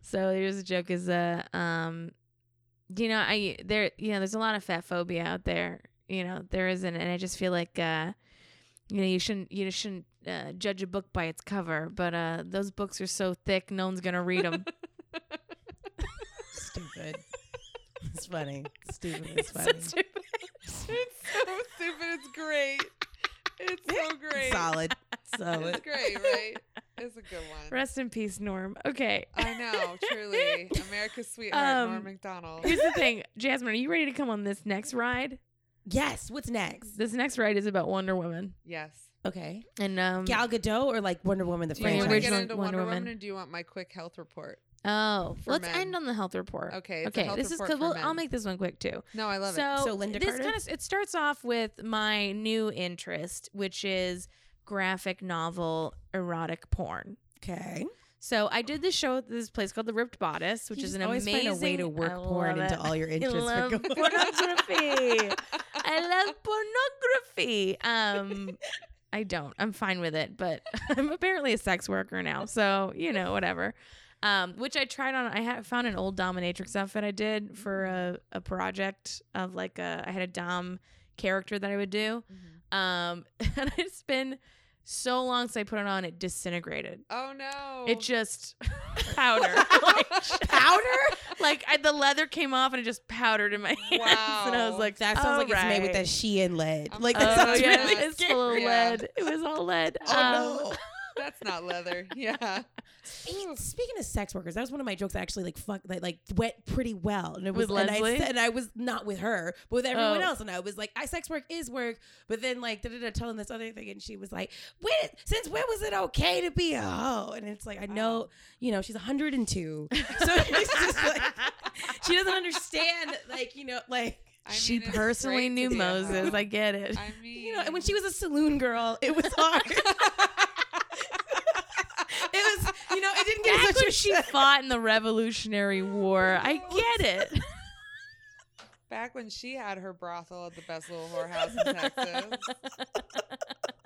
Speaker 2: So here's a joke: is a um, you know, I there, you know, there's a lot of fat phobia out there. You know, there isn't, and I just feel like uh, you know, you shouldn't you shouldn't uh, judge a book by its cover, but uh, those books are so thick, no one's gonna read them.
Speaker 4: Stupid. it's funny. Stupid. It's
Speaker 2: it's so
Speaker 4: funny.
Speaker 2: stupid.
Speaker 3: It's so stupid. It's great. It's so great.
Speaker 4: Solid. Solid.
Speaker 3: It's great, right? It's a good one.
Speaker 2: Rest in peace, Norm. Okay.
Speaker 3: I know, truly. America's sweetheart, Norm
Speaker 2: Um,
Speaker 3: McDonald.
Speaker 2: Here's the thing, Jasmine. Are you ready to come on this next ride?
Speaker 4: Yes. What's next?
Speaker 2: This next ride is about Wonder Woman
Speaker 3: Yes.
Speaker 4: Okay.
Speaker 2: and um.
Speaker 4: Gal Gadot or like Wonder Woman the
Speaker 3: Do you want to
Speaker 4: franchise.
Speaker 3: get
Speaker 2: Original
Speaker 3: into
Speaker 2: Wonder
Speaker 3: Wonder, Woman,
Speaker 2: Woman.
Speaker 3: or do you want my quick health report?
Speaker 2: oh,
Speaker 3: for
Speaker 2: let's
Speaker 3: men.
Speaker 2: end on the health report.
Speaker 3: Okay, it's a
Speaker 2: Okay.
Speaker 3: health
Speaker 2: This is
Speaker 3: report
Speaker 2: because
Speaker 3: for
Speaker 2: well, I'll
Speaker 3: men.
Speaker 2: make this one quick too.
Speaker 3: No, I love
Speaker 2: so,
Speaker 4: So Linda
Speaker 2: this
Speaker 4: Carter?
Speaker 2: kind of it starts off with my new interest, which is graphic novel erotic porn.
Speaker 4: Okay.
Speaker 2: So I did this show at this place called the Ripped Bodice, which
Speaker 4: You
Speaker 2: is
Speaker 4: just
Speaker 2: an
Speaker 4: always
Speaker 2: amazing
Speaker 4: find a way to work
Speaker 2: I
Speaker 4: porn
Speaker 2: love
Speaker 4: into
Speaker 2: it.
Speaker 4: all your
Speaker 2: I
Speaker 4: interests.
Speaker 2: love
Speaker 4: for going-
Speaker 2: pornography. I love pornography. Um, I don't. I'm fine with it, but I'm apparently a sex worker now, so you know, whatever. Um, which I tried on. I had found an old dominatrix outfit I did for a,
Speaker 4: Mm-hmm.
Speaker 2: a project of like a. I had a dom character that I would do,
Speaker 3: it.
Speaker 4: Mm-hmm.
Speaker 2: um, and it's been so long since I put it on. It disintegrated.
Speaker 3: Oh no.
Speaker 2: It just powder, like,
Speaker 4: Powder?
Speaker 2: like I, the leather came off and it just powdered in my hands, and I
Speaker 3: Wow.
Speaker 2: was like,
Speaker 4: That sounds like it's made with
Speaker 2: "Alright."
Speaker 4: that Shein lead.
Speaker 3: I'm-
Speaker 4: Like
Speaker 3: Oh,
Speaker 4: that sounds
Speaker 3: yeah.
Speaker 4: really
Speaker 2: it's full of
Speaker 3: Yeah.
Speaker 2: lead. It was all lead. Um,
Speaker 4: Oh no.
Speaker 3: That's not leather. Yeah.
Speaker 4: Speaking, speaking of sex workers, that was one of my jokes that actually like fuck that like went pretty well, and it was
Speaker 2: With
Speaker 4: and I
Speaker 2: Leslie?
Speaker 4: said, and I was not with her, but with everyone
Speaker 2: Oh.
Speaker 4: else, and I was like, I sex work is work, but then like da da da telling this other thing, and she was like, when since when was it okay to be a hoe? And it's like I know you know she's 102, so it's just like she doesn't understand like you know like.
Speaker 3: I
Speaker 2: she
Speaker 3: mean, it's
Speaker 2: personally
Speaker 3: great
Speaker 2: knew
Speaker 3: to be a
Speaker 2: Moses.
Speaker 3: hoe.
Speaker 2: I get it.
Speaker 3: I mean,
Speaker 4: You know, and when she was a saloon girl, it was hard. it was, you know, it didn't get
Speaker 2: Back
Speaker 4: as much
Speaker 2: when she fought in the Revolutionary War, I get it.
Speaker 3: back when she had her brothel at the best little whorehouse in Texas.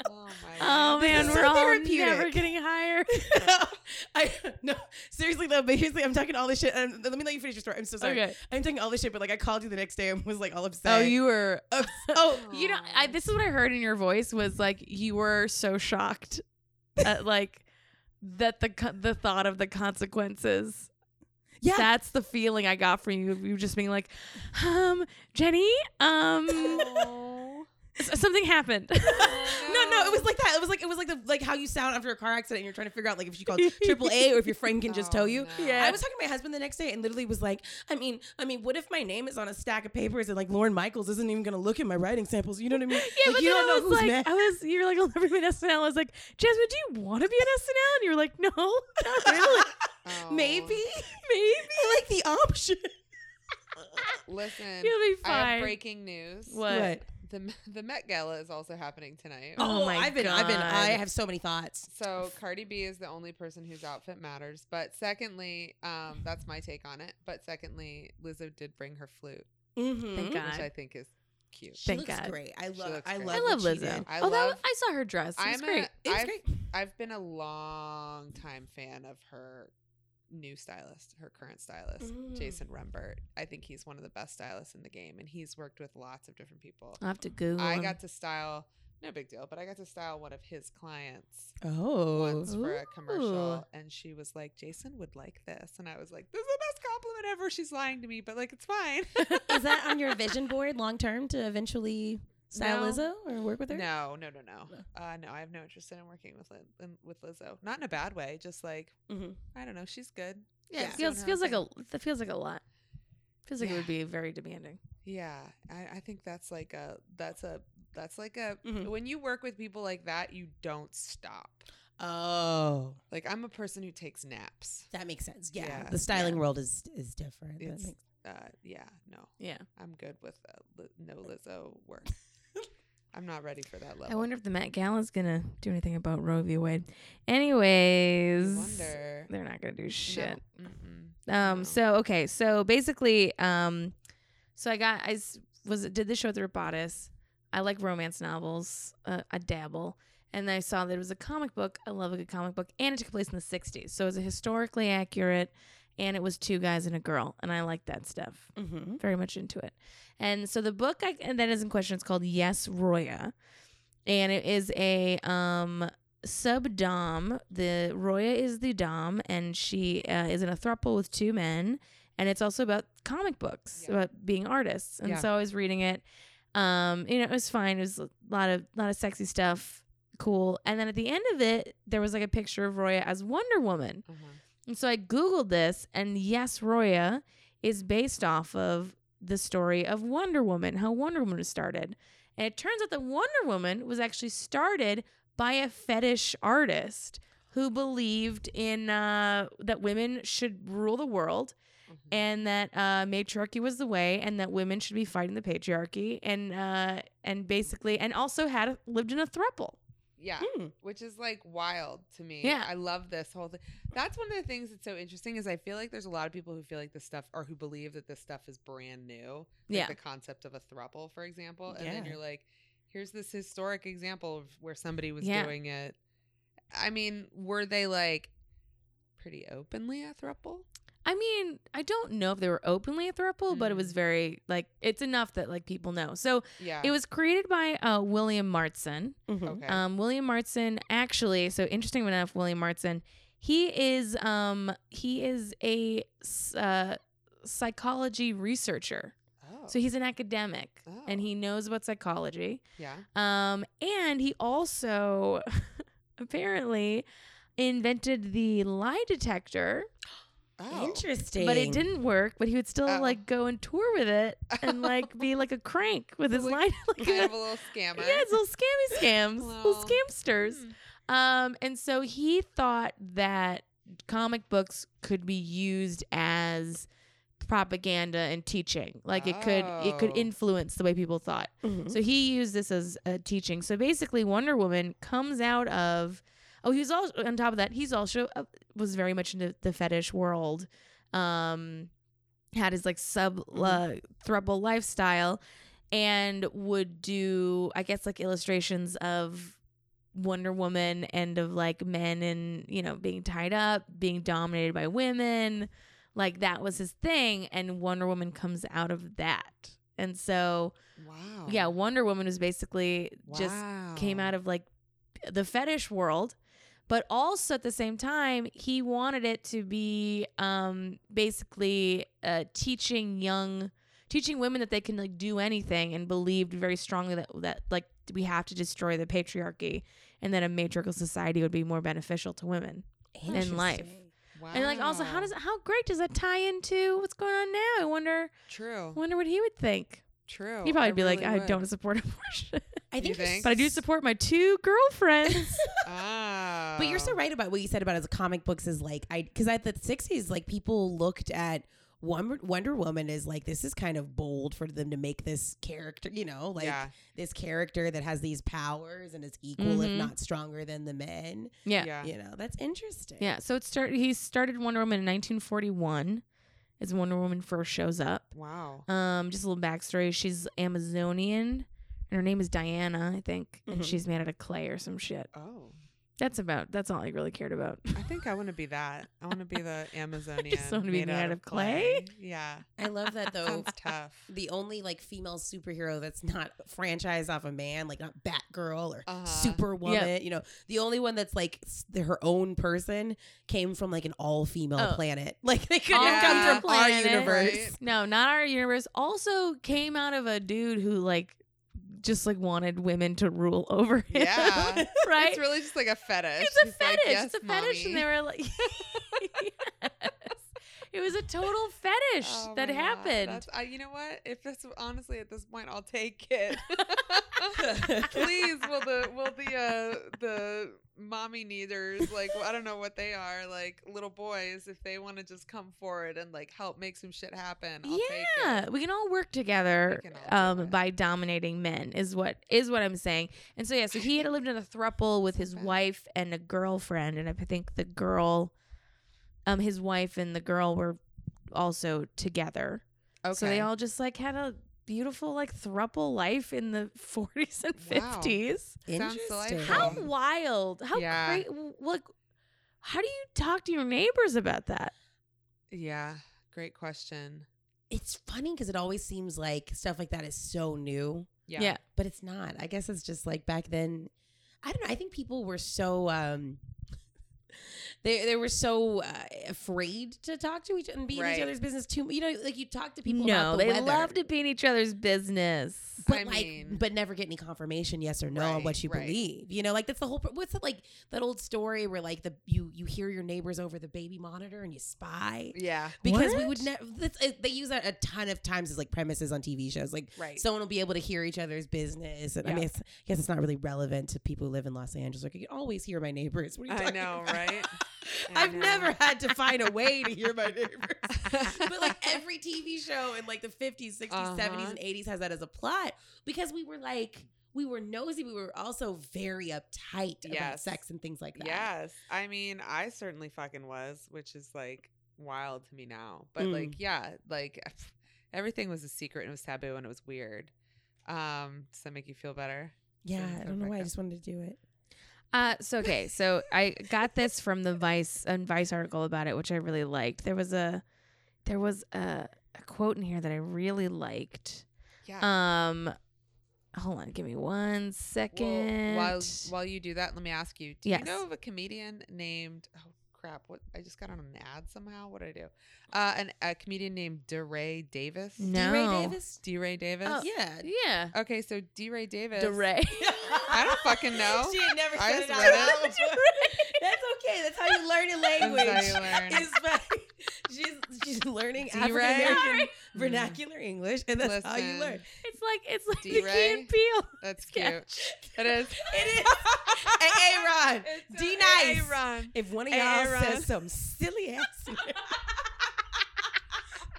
Speaker 3: oh my.
Speaker 2: Oh
Speaker 3: God.
Speaker 2: man,
Speaker 4: so
Speaker 2: we're all
Speaker 4: therapeutic.
Speaker 2: never getting higher.
Speaker 4: I no seriously though, but here's the I'm talking all this shit. And let me let you finish your story. I'm so sorry.
Speaker 2: Okay.
Speaker 4: I'm talking all this shit, but like I called you the next day and was like all upset.
Speaker 2: Oh, you were.
Speaker 4: Ups- oh
Speaker 2: You know, I, this is what I heard in your voice was like you were so shocked, at, like that the co- the thought of the consequences.
Speaker 4: yeah.
Speaker 2: That's the feeling I got from you. You just being like, um, Jenny, um,
Speaker 3: Oh.
Speaker 2: s- something happened.
Speaker 4: no, no, it was like that. It was like it was like the like how you sound after a car accident and you're trying to figure out like if she called AAA or if your friend can just
Speaker 3: Oh,
Speaker 4: tow you.
Speaker 3: no.
Speaker 2: Yeah.
Speaker 4: I was talking to my husband the next day and literally was like, I mean, I mean, what if my name is on a stack of papers and like Lauren Michaels isn't even gonna look at my writing samples? You know what I mean?
Speaker 2: Yeah,
Speaker 4: like,
Speaker 2: but
Speaker 4: you
Speaker 2: then
Speaker 4: don't
Speaker 2: I
Speaker 4: know
Speaker 2: was
Speaker 4: who's
Speaker 2: like,
Speaker 4: mad.
Speaker 2: I was, you were like, I'll never be an SNL. I was like, Jasmine, do you want to be an SNL? And you were like, no, not really.
Speaker 3: Oh.
Speaker 4: Maybe.
Speaker 2: Maybe
Speaker 4: I like the option.
Speaker 3: Listen.
Speaker 2: you'll be
Speaker 3: I have
Speaker 2: fine.
Speaker 3: breaking news.
Speaker 2: what?
Speaker 3: The the Met Gala is also happening tonight.
Speaker 2: Oh my
Speaker 4: I've been, I've been, I
Speaker 2: God.
Speaker 4: have so many thoughts.
Speaker 3: So Cardi B is the only person whose outfit matters. But secondly, um, that's my take on it. But secondly, Lizzo did bring her flute,
Speaker 4: Mm-hmm.
Speaker 2: Thank God.
Speaker 3: which I think is cute.
Speaker 4: She
Speaker 2: Thank
Speaker 4: looks
Speaker 2: God.
Speaker 4: great. I
Speaker 3: She
Speaker 4: love.
Speaker 3: looks
Speaker 4: I
Speaker 3: great.
Speaker 4: love.
Speaker 2: I love
Speaker 4: what she
Speaker 2: Lizzo.
Speaker 4: did.
Speaker 3: I
Speaker 2: oh, that
Speaker 3: love-
Speaker 2: was, I saw her dress. It was
Speaker 3: I'm
Speaker 2: great.
Speaker 3: a,
Speaker 4: It was
Speaker 3: I've,
Speaker 4: great.
Speaker 3: I've been a long time fan of her new stylist, her current stylist,
Speaker 4: Mm.
Speaker 3: Jason Rembert. I think he's one of the best stylists in the game, and he's worked with lots of different people.
Speaker 2: I'll have to Google.
Speaker 3: I
Speaker 2: him.
Speaker 3: got to style no big deal. But I got to style one of his clients
Speaker 4: Oh.
Speaker 3: once for a
Speaker 2: Ooh.
Speaker 3: commercial, and she was like, "Jason would like this," and I was like, "This is the best compliment ever." She's lying to me, but like, it's fine.
Speaker 6: Is that on your vision board long term to eventually style
Speaker 3: No.
Speaker 6: Lizzo or work with her?
Speaker 3: No, no, no, no. Uh, no, I have no interest in working with Lin- in, with Lizzo. Not in a bad way. Just like
Speaker 6: Mhm.
Speaker 3: I don't know. She's good.
Speaker 2: Mm-hmm. Yeah,
Speaker 3: Yeah.
Speaker 2: it feels
Speaker 3: Don't
Speaker 2: feels
Speaker 3: have
Speaker 2: like a that feels like a lot. Feels like it
Speaker 3: Yeah.
Speaker 2: would be very demanding.
Speaker 3: Yeah, I, I think that's like a that's a that's like a
Speaker 2: Mm-hmm.
Speaker 6: Mhm.
Speaker 3: when you work with people like that, you don't stop.
Speaker 4: Oh.
Speaker 3: Like I'm a person who takes naps.
Speaker 7: That makes sense.
Speaker 3: Yeah.
Speaker 7: Yeah.
Speaker 3: Yeah.
Speaker 4: The styling world is is different. That
Speaker 3: It's-
Speaker 4: makes-
Speaker 3: Uh, yeah, no,
Speaker 2: Yeah.
Speaker 3: I'm good with uh, li- no Lizzo work. I'm not ready for that level.
Speaker 2: I wonder if the Met Gala's gonna do anything about Roe v. Wade. Anyways,
Speaker 3: wonder.
Speaker 2: they're not gonna do
Speaker 3: No,
Speaker 2: shit.
Speaker 3: mm-mm.
Speaker 2: Um.
Speaker 3: No.
Speaker 2: So okay. So basically, um, so I got I s- was did the show through a bodice. I like romance novels. Uh, I dabble, and I saw that it was a comic book. I love a good comic book, and it took place in the '60s, so it was a historically accurate, and it was two guys and a girl, and I like that stuff.
Speaker 6: Mm-hmm.
Speaker 2: Very much into it. And so the book I, and that is in question is called Yes Roya, and it is a um sub dom. The Roya is the dom, and she uh, is in a throuple with two men. And it's also about comic books,
Speaker 3: Yeah.
Speaker 2: about being artists. And
Speaker 3: Yeah.
Speaker 2: so I was reading it. Um, you know, it was fine. It was a lot of lot of sexy stuff, cool. And then at the end of it, there was like a picture of Roya as Wonder Woman.
Speaker 3: Uh-huh.
Speaker 2: And so I Googled this, and yes, Roya is based off of the story of Wonder Woman, how Wonder Woman was started. And it turns out that Wonder Woman was actually started by a fetish artist who believed in uh, that women should rule the world and that uh, matriarchy was the way and that women should be fighting the patriarchy and uh, and basically and also had lived in a throuple.
Speaker 3: Yeah,
Speaker 4: Mm-hmm.
Speaker 3: which is like wild to me.
Speaker 2: Hmm? Yeah.
Speaker 3: I love this whole thing. That's one of the things that's so interesting is I feel like there's a lot of people who feel like this stuff or who believe that this stuff is brand new. Like
Speaker 2: Yeah.
Speaker 3: the concept of a throuple, for example. And then
Speaker 4: Yeah.
Speaker 3: you're like, here's this historic example of where somebody was
Speaker 2: Yeah.
Speaker 3: doing it. I mean, were they like pretty openly a throuple?
Speaker 2: I mean, I don't know if they were openly a throuple, but it was
Speaker 3: Mm.
Speaker 2: very like it's enough that like people know. So
Speaker 3: Yeah.
Speaker 2: it was created by uh, William Martson.
Speaker 4: Mm-hmm.
Speaker 3: okay.
Speaker 2: Um, William Martson actually, so interesting enough, William Martson, he is um he is a s- uh, psychology researcher.
Speaker 3: oh.
Speaker 2: So he's an academic and
Speaker 3: Oh.
Speaker 2: he knows about psychology.
Speaker 3: yeah.
Speaker 2: Um, and he also apparently invented the lie detector.
Speaker 3: Oh.
Speaker 4: Interesting.
Speaker 2: But it didn't work. But he would still
Speaker 3: Oh.
Speaker 2: like go and tour with it and like be like a crank with his
Speaker 3: Like,
Speaker 2: line. Like
Speaker 3: Oh. Kind of a little scammer.
Speaker 2: yeah, it's little scammy scams, little
Speaker 3: Well,
Speaker 2: scamsters.
Speaker 3: hmm.
Speaker 2: Um, and so he thought that comic books could be used as propaganda and teaching like it could it could
Speaker 3: Oh.
Speaker 2: influence the way people thought
Speaker 6: Mhm.
Speaker 4: Mm-hmm.
Speaker 2: so he used this as a teaching so basically wonder woman comes out of oh he was also on top of that he's also uh, was very much into the fetish world um had his like sub uh, throuple lifestyle and would do i guess like illustrations of Wonder Woman and of like men and you know being tied up, being dominated by women, like that was his thing. And Wonder Woman comes out of that, and so
Speaker 3: Wow.
Speaker 2: yeah, Wonder Woman was basically just came out of like the fetish world but also at the same time he wanted it to be um basically uh teaching young teaching women that they can like do anything and believed very strongly that that like we have to destroy the patriarchy and that a matriarchal society would be more beneficial to women in life
Speaker 3: wow.
Speaker 2: and like also how does how great does that tie into what's going on now i wonder
Speaker 3: True.
Speaker 2: wonder what he would think
Speaker 3: True.
Speaker 2: he'd probably
Speaker 3: Oh, I
Speaker 2: be like
Speaker 3: really
Speaker 2: i
Speaker 3: would.
Speaker 2: don't support abortion
Speaker 4: I
Speaker 3: You
Speaker 4: think
Speaker 3: think?
Speaker 2: but i do support my two girlfriends
Speaker 3: Ah.
Speaker 4: But you're so right about what you said about as comic books is like I because at the '60s, like people looked at Wonder, Wonder Woman as like this is kind of bold for them to make this character, you know, like
Speaker 3: yeah.
Speaker 4: this character that has these powers and is equal
Speaker 2: Mhm.
Speaker 4: if not stronger than the men.
Speaker 2: yeah
Speaker 3: Yeah.
Speaker 4: You know, that's interesting.
Speaker 2: Yeah, so it started. He started Wonder Woman in 1941, as Wonder Woman first shows up.
Speaker 3: Wow.
Speaker 2: Um, just a little backstory: she's Amazonian, and her name is Diana, I think, and
Speaker 6: Mhm.
Speaker 2: Um, she's made out of clay or some shit.
Speaker 3: Oh.
Speaker 2: That's about. That's all I really cared about.
Speaker 3: I think I want to be that. I want to be the Amazonian.
Speaker 2: wanna be made out of clay.
Speaker 3: Yeah,
Speaker 4: I love that though.
Speaker 3: sounds tough.
Speaker 4: the only like female superhero that's not franchised off a man, like not Batgirl or
Speaker 3: Uh-huh.
Speaker 4: Superwoman,
Speaker 2: Yep.
Speaker 4: you know, the only one that's like s- her own person came from like an all female
Speaker 2: Oh. Ah,
Speaker 4: planet. Like they could
Speaker 2: All
Speaker 4: have come
Speaker 2: female
Speaker 4: from our
Speaker 2: planet.
Speaker 4: universe.
Speaker 3: Right.
Speaker 2: No, not our universe. Also came out of a dude who like just like wanted women to rule over him.
Speaker 3: Yeah.
Speaker 2: right?
Speaker 3: It's really just like a fetish.
Speaker 2: It's a
Speaker 3: He's like,
Speaker 2: fetish.
Speaker 3: "Yes,
Speaker 2: it's a fetish, and
Speaker 3: mommy."
Speaker 2: they were like, yes. it was a total fetish
Speaker 3: Oh
Speaker 2: that
Speaker 3: my God,
Speaker 2: happened.
Speaker 3: That's, I, you know what? If it's honestly at this point, I'll take it. Please, will the will the uh, the mommy needers like I don't know what they are like little boys if they want to just come forward and like help make some shit happen. I'll
Speaker 2: yeah,
Speaker 3: take it.
Speaker 2: we can all work together
Speaker 3: We can all do
Speaker 2: um,
Speaker 3: it.
Speaker 2: by dominating men is what is what I'm saying. And so yeah, so he had lived in a thruple with his
Speaker 3: bad.
Speaker 2: wife and a girlfriend, and I think the girl, um, his wife and the girl were also together.
Speaker 3: Okay.
Speaker 2: So they all just like had a beautiful like thruple life in the 40s and
Speaker 3: Wow.
Speaker 2: 50s.
Speaker 3: Sounds
Speaker 4: Interesting.
Speaker 2: How
Speaker 3: delightful. Um,
Speaker 2: wild! How
Speaker 3: Yeah.
Speaker 2: great! Like, how do you talk to your neighbors about that?
Speaker 3: Yeah. Great question.
Speaker 4: It's funny because it always seems like stuff like that is so new.
Speaker 3: Yeah.
Speaker 2: Yeah.
Speaker 4: but it's not. I guess it's just like back then. I don't know. I think people were so um, they they were so uh, afraid to talk to each and be in
Speaker 3: Right.
Speaker 4: each other's business too. You know, like you talk to people.
Speaker 2: no,
Speaker 4: about the
Speaker 2: they
Speaker 4: weather,
Speaker 2: love to be in each other's business.
Speaker 4: but
Speaker 3: I
Speaker 4: like,
Speaker 3: mean-
Speaker 4: but never get any confirmation, yes or no, on
Speaker 3: Right,
Speaker 4: what you
Speaker 3: right.
Speaker 4: believe. You know, like that's the whole. pr- What's it like that old story where like the you you hear your neighbors over the baby monitor and you spy.
Speaker 3: Yeah.
Speaker 4: Because we would never, they use that a ton of times as like premises on TV shows. Like,
Speaker 3: Right.
Speaker 4: someone will be able to hear each other's business. And I
Speaker 3: Yeah.
Speaker 4: mean, it's, I guess it's not really relevant to people who live in Los Angeles. Like, you can always hear my neighbors. What are you
Speaker 3: I
Speaker 4: talking
Speaker 3: know,
Speaker 4: about?
Speaker 3: right? I
Speaker 4: I've
Speaker 3: know.
Speaker 4: never had to find a way to hear my neighbors. but like every TV show in like the 50s, 60s,
Speaker 3: Uh-huh.
Speaker 4: 70s, and 80s has that as a plot because we were like, we were nosy. We were also very uptight about
Speaker 3: Yes.
Speaker 4: sex and things like that.
Speaker 3: Yes. I mean, I certainly fucking was, which is like wild to me now. But
Speaker 4: Mm.
Speaker 3: like, yeah, like everything was a secret and it was taboo and it was weird. Um, does that make you feel better?
Speaker 4: Yeah. I don't know why. I
Speaker 3: Rebecca.
Speaker 4: just wanted to do it.
Speaker 2: Uh, so okay, so I got this from the Vice and Vice article about it, which I really liked. There was a there was a, a quote in here that I really liked.
Speaker 3: Yeah.
Speaker 2: Um, hold on, give me one second.
Speaker 3: while while you do that, let me ask you: Do
Speaker 2: Yes.
Speaker 3: you know of a comedian named? Oh crap! What I just got on an ad somehow. What did I do? Uh, an, a comedian named DeRay Davis.
Speaker 2: no,
Speaker 4: Ray Davis?
Speaker 3: DeRay Davis.
Speaker 2: Oh.
Speaker 4: Yeah.
Speaker 2: yeah,
Speaker 3: Okay, so DeRay Davis.
Speaker 2: DeRay.
Speaker 3: I don't fucking know.
Speaker 4: She had never
Speaker 3: I
Speaker 4: said it
Speaker 3: just
Speaker 4: out
Speaker 3: read
Speaker 4: loud.
Speaker 3: it.
Speaker 4: That's okay. That's how you learn a
Speaker 3: That's how
Speaker 4: language.
Speaker 3: you learn.
Speaker 4: Is by, she's she's learning
Speaker 3: D-Ray?
Speaker 4: African American vernacular English, and that's how you learn.
Speaker 3: Listen.
Speaker 2: It's like it's like the Key
Speaker 3: D-Ray?
Speaker 2: and Peele.
Speaker 3: That's
Speaker 2: Yeah.
Speaker 3: cute. It is.
Speaker 4: It is. Hey, hey, Ron.
Speaker 3: It's
Speaker 4: D
Speaker 3: an
Speaker 4: nice.
Speaker 3: Aaron.
Speaker 4: If one of
Speaker 3: Hey,
Speaker 4: y'all
Speaker 3: Aaron.
Speaker 4: says some silly ass,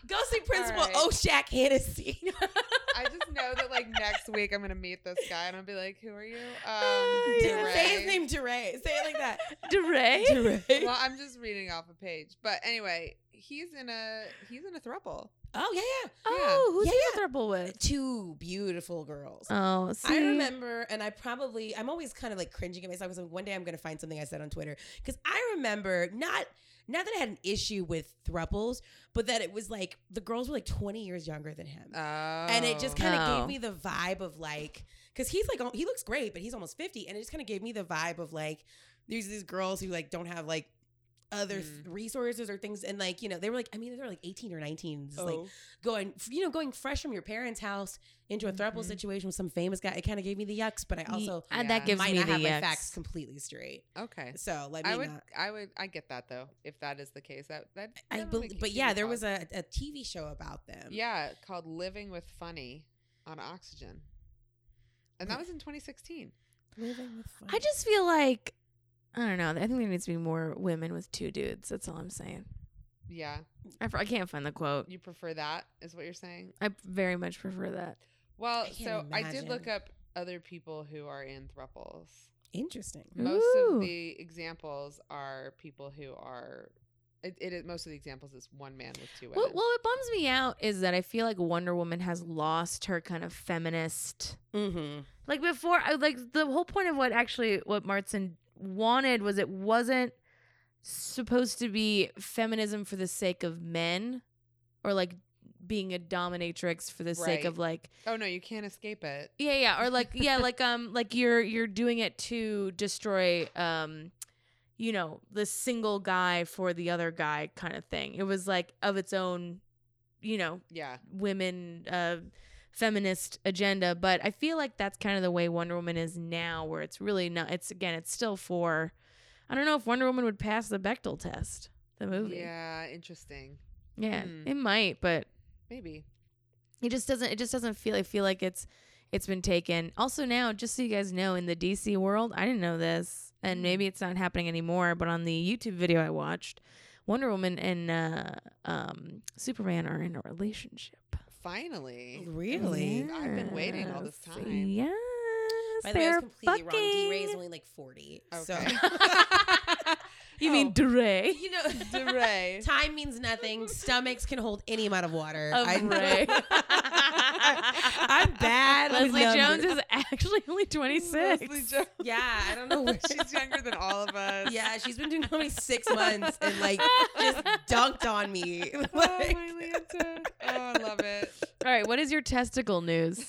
Speaker 4: go see Principal
Speaker 3: right.
Speaker 4: Oshak Hennessy.
Speaker 3: I just know that like next week I'm gonna meet this guy and I'll be like, "Who are you?"
Speaker 2: Uh,
Speaker 3: Um,
Speaker 2: yeah.
Speaker 4: Ah, Say
Speaker 3: DeRay.
Speaker 4: his name, Duray. Say it like that.
Speaker 2: DeRay.
Speaker 4: Duray.
Speaker 3: Well, I'm just reading off a page, but anyway, he's in a he's in a throuple.
Speaker 4: Oh yeah, yeah.
Speaker 2: Oh, who's
Speaker 4: Yeah,
Speaker 2: he
Speaker 4: yeah.
Speaker 2: comfortable with?
Speaker 4: Two beautiful girls.
Speaker 2: Oh, see?
Speaker 4: I remember, and I probably, I'm always kind of like cringing at myself because one day I'm going to find something I said on Twitter. Because I remember not, not that I had an issue with thruples, but that it was like the girls were like 20 years younger than him.
Speaker 3: Oh,
Speaker 4: And it just kind of
Speaker 2: Oh.
Speaker 4: gave me the vibe of like, because he's like, al- he looks great, but he's almost 50. And it just kind of gave me the vibe of like, these these girls who like don't have like, other th-
Speaker 2: Mm.
Speaker 4: resources or things and like you know they were like i mean they were like 18 or 19 just
Speaker 2: Oh.
Speaker 4: like going you know going fresh from your parents house into a throuple
Speaker 2: Mm-hmm.
Speaker 3: Mhm.
Speaker 4: situation with some famous guy it kind of gave me the yucks but i also
Speaker 2: and
Speaker 3: Yeah.
Speaker 2: that gives
Speaker 4: might
Speaker 2: me
Speaker 4: not
Speaker 2: the
Speaker 4: have my
Speaker 2: yucks.
Speaker 4: facts completely straight
Speaker 3: Oh. okay.
Speaker 4: so let me
Speaker 3: I would,
Speaker 4: not
Speaker 3: I would, I get that though. If that is the case, that that
Speaker 4: I
Speaker 3: that would
Speaker 4: believe,
Speaker 3: make it
Speaker 4: but
Speaker 3: even
Speaker 4: yeah, there
Speaker 3: fun.
Speaker 4: was a, a TV show about them.
Speaker 3: yeah called "Living with Funny" on Oxygen, and that was in 2016.
Speaker 4: living with fun.
Speaker 2: I just feel like I don't know. I think there needs to be more women with two dudes. That's all I'm saying.
Speaker 3: Yeah,
Speaker 2: I, f- I can't find the quote.
Speaker 3: you prefer that is what you're saying.
Speaker 2: I very much prefer that.
Speaker 3: Well,
Speaker 4: can't
Speaker 3: so I did look
Speaker 4: imagine.
Speaker 3: up other people who are in thruples.
Speaker 4: interesting.
Speaker 3: most
Speaker 2: Ooh.
Speaker 3: of the examples are people who are it, it is most of the examples is one man with two women
Speaker 2: What, well, what bums me out is that I feel like Wonder Woman has lost her kind of feminist.
Speaker 4: Mm-hmm.
Speaker 2: Like before, I like the whole point of what actually what Martin wanted was it wasn't supposed to be feminism for the sake of men or like being a dominatrix for the sake
Speaker 3: Right.
Speaker 2: of like
Speaker 3: Oh no, you can't escape it.
Speaker 2: yeah yeah or like yeah like um like you're you're doing it to destroy um you know the single guy for the other guy kind of thing it was like of its own you know
Speaker 3: Yeah.
Speaker 2: women uh feminist agenda but i feel like that's kind of the way wonder woman is now where it's really not it's again it's still for i don't know if wonder woman would pass the bechtel test the movie
Speaker 3: Yeah, interesting.
Speaker 2: Yeah,
Speaker 3: Hmm.
Speaker 2: it might but
Speaker 3: Maybe.
Speaker 2: it just doesn't it just doesn't feel i feel like it's it's been taken also now just so you guys know in the dc world i didn't know this
Speaker 3: Hmm.
Speaker 2: and maybe it's not happening anymore but on the youtube video i watched wonder woman and uh, um, superman are in a relationship
Speaker 3: Finally.
Speaker 7: Really?
Speaker 3: I've been waiting all this
Speaker 2: Yes.
Speaker 3: time.
Speaker 2: Yes.
Speaker 6: By the way, I
Speaker 2: they're
Speaker 6: was completely wrong. D Ray is
Speaker 2: fucking-
Speaker 6: only like 40.
Speaker 3: Okay.
Speaker 6: So.
Speaker 2: You
Speaker 3: Oh.
Speaker 2: mean DeRay?
Speaker 6: You know,
Speaker 3: Hooray.
Speaker 6: time means nothing. Stomachs can hold any amount of water.
Speaker 2: Of
Speaker 6: I-
Speaker 2: Ray.
Speaker 4: I'm bad. with
Speaker 2: Leslie Jones
Speaker 4: numbers.
Speaker 2: is actually only 26.
Speaker 3: Leslie Jo-
Speaker 6: yeah, I don't know. Where she,
Speaker 3: She's younger than all of us.
Speaker 6: yeah, she's been doing comedy six months and like just dunked on me.
Speaker 3: Oh,
Speaker 6: Like,
Speaker 3: my Lanta. Oh, I love it.
Speaker 2: All right, what is your testicle news?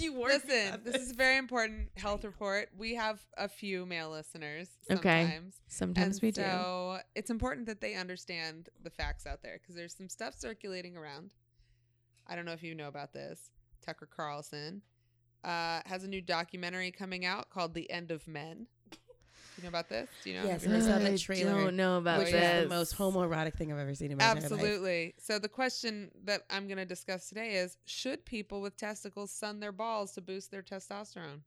Speaker 6: you were.
Speaker 3: Listen, this is a very important health report. We have a few male listeners
Speaker 2: Okay.
Speaker 3: sometimes.
Speaker 2: Sometimes
Speaker 3: and
Speaker 2: we do.
Speaker 3: so it's important that they understand the facts out there because there's some stuff circulating around. I don't know if you know about this. Tucker Carlson uh, has a new documentary coming out called The End of Men. Do you know about this? Do you know?
Speaker 7: Yes,
Speaker 3: Have you heard
Speaker 7: I saw
Speaker 3: about
Speaker 7: that
Speaker 2: I
Speaker 3: it?
Speaker 7: trailer,
Speaker 2: don't know about
Speaker 3: which
Speaker 2: this.
Speaker 3: is the
Speaker 7: the most homoerotic thing I've ever seen in my entire life.
Speaker 3: Absolutely. So the question that I'm going to discuss today is: Should people with testicles sun their balls to boost their testosterone?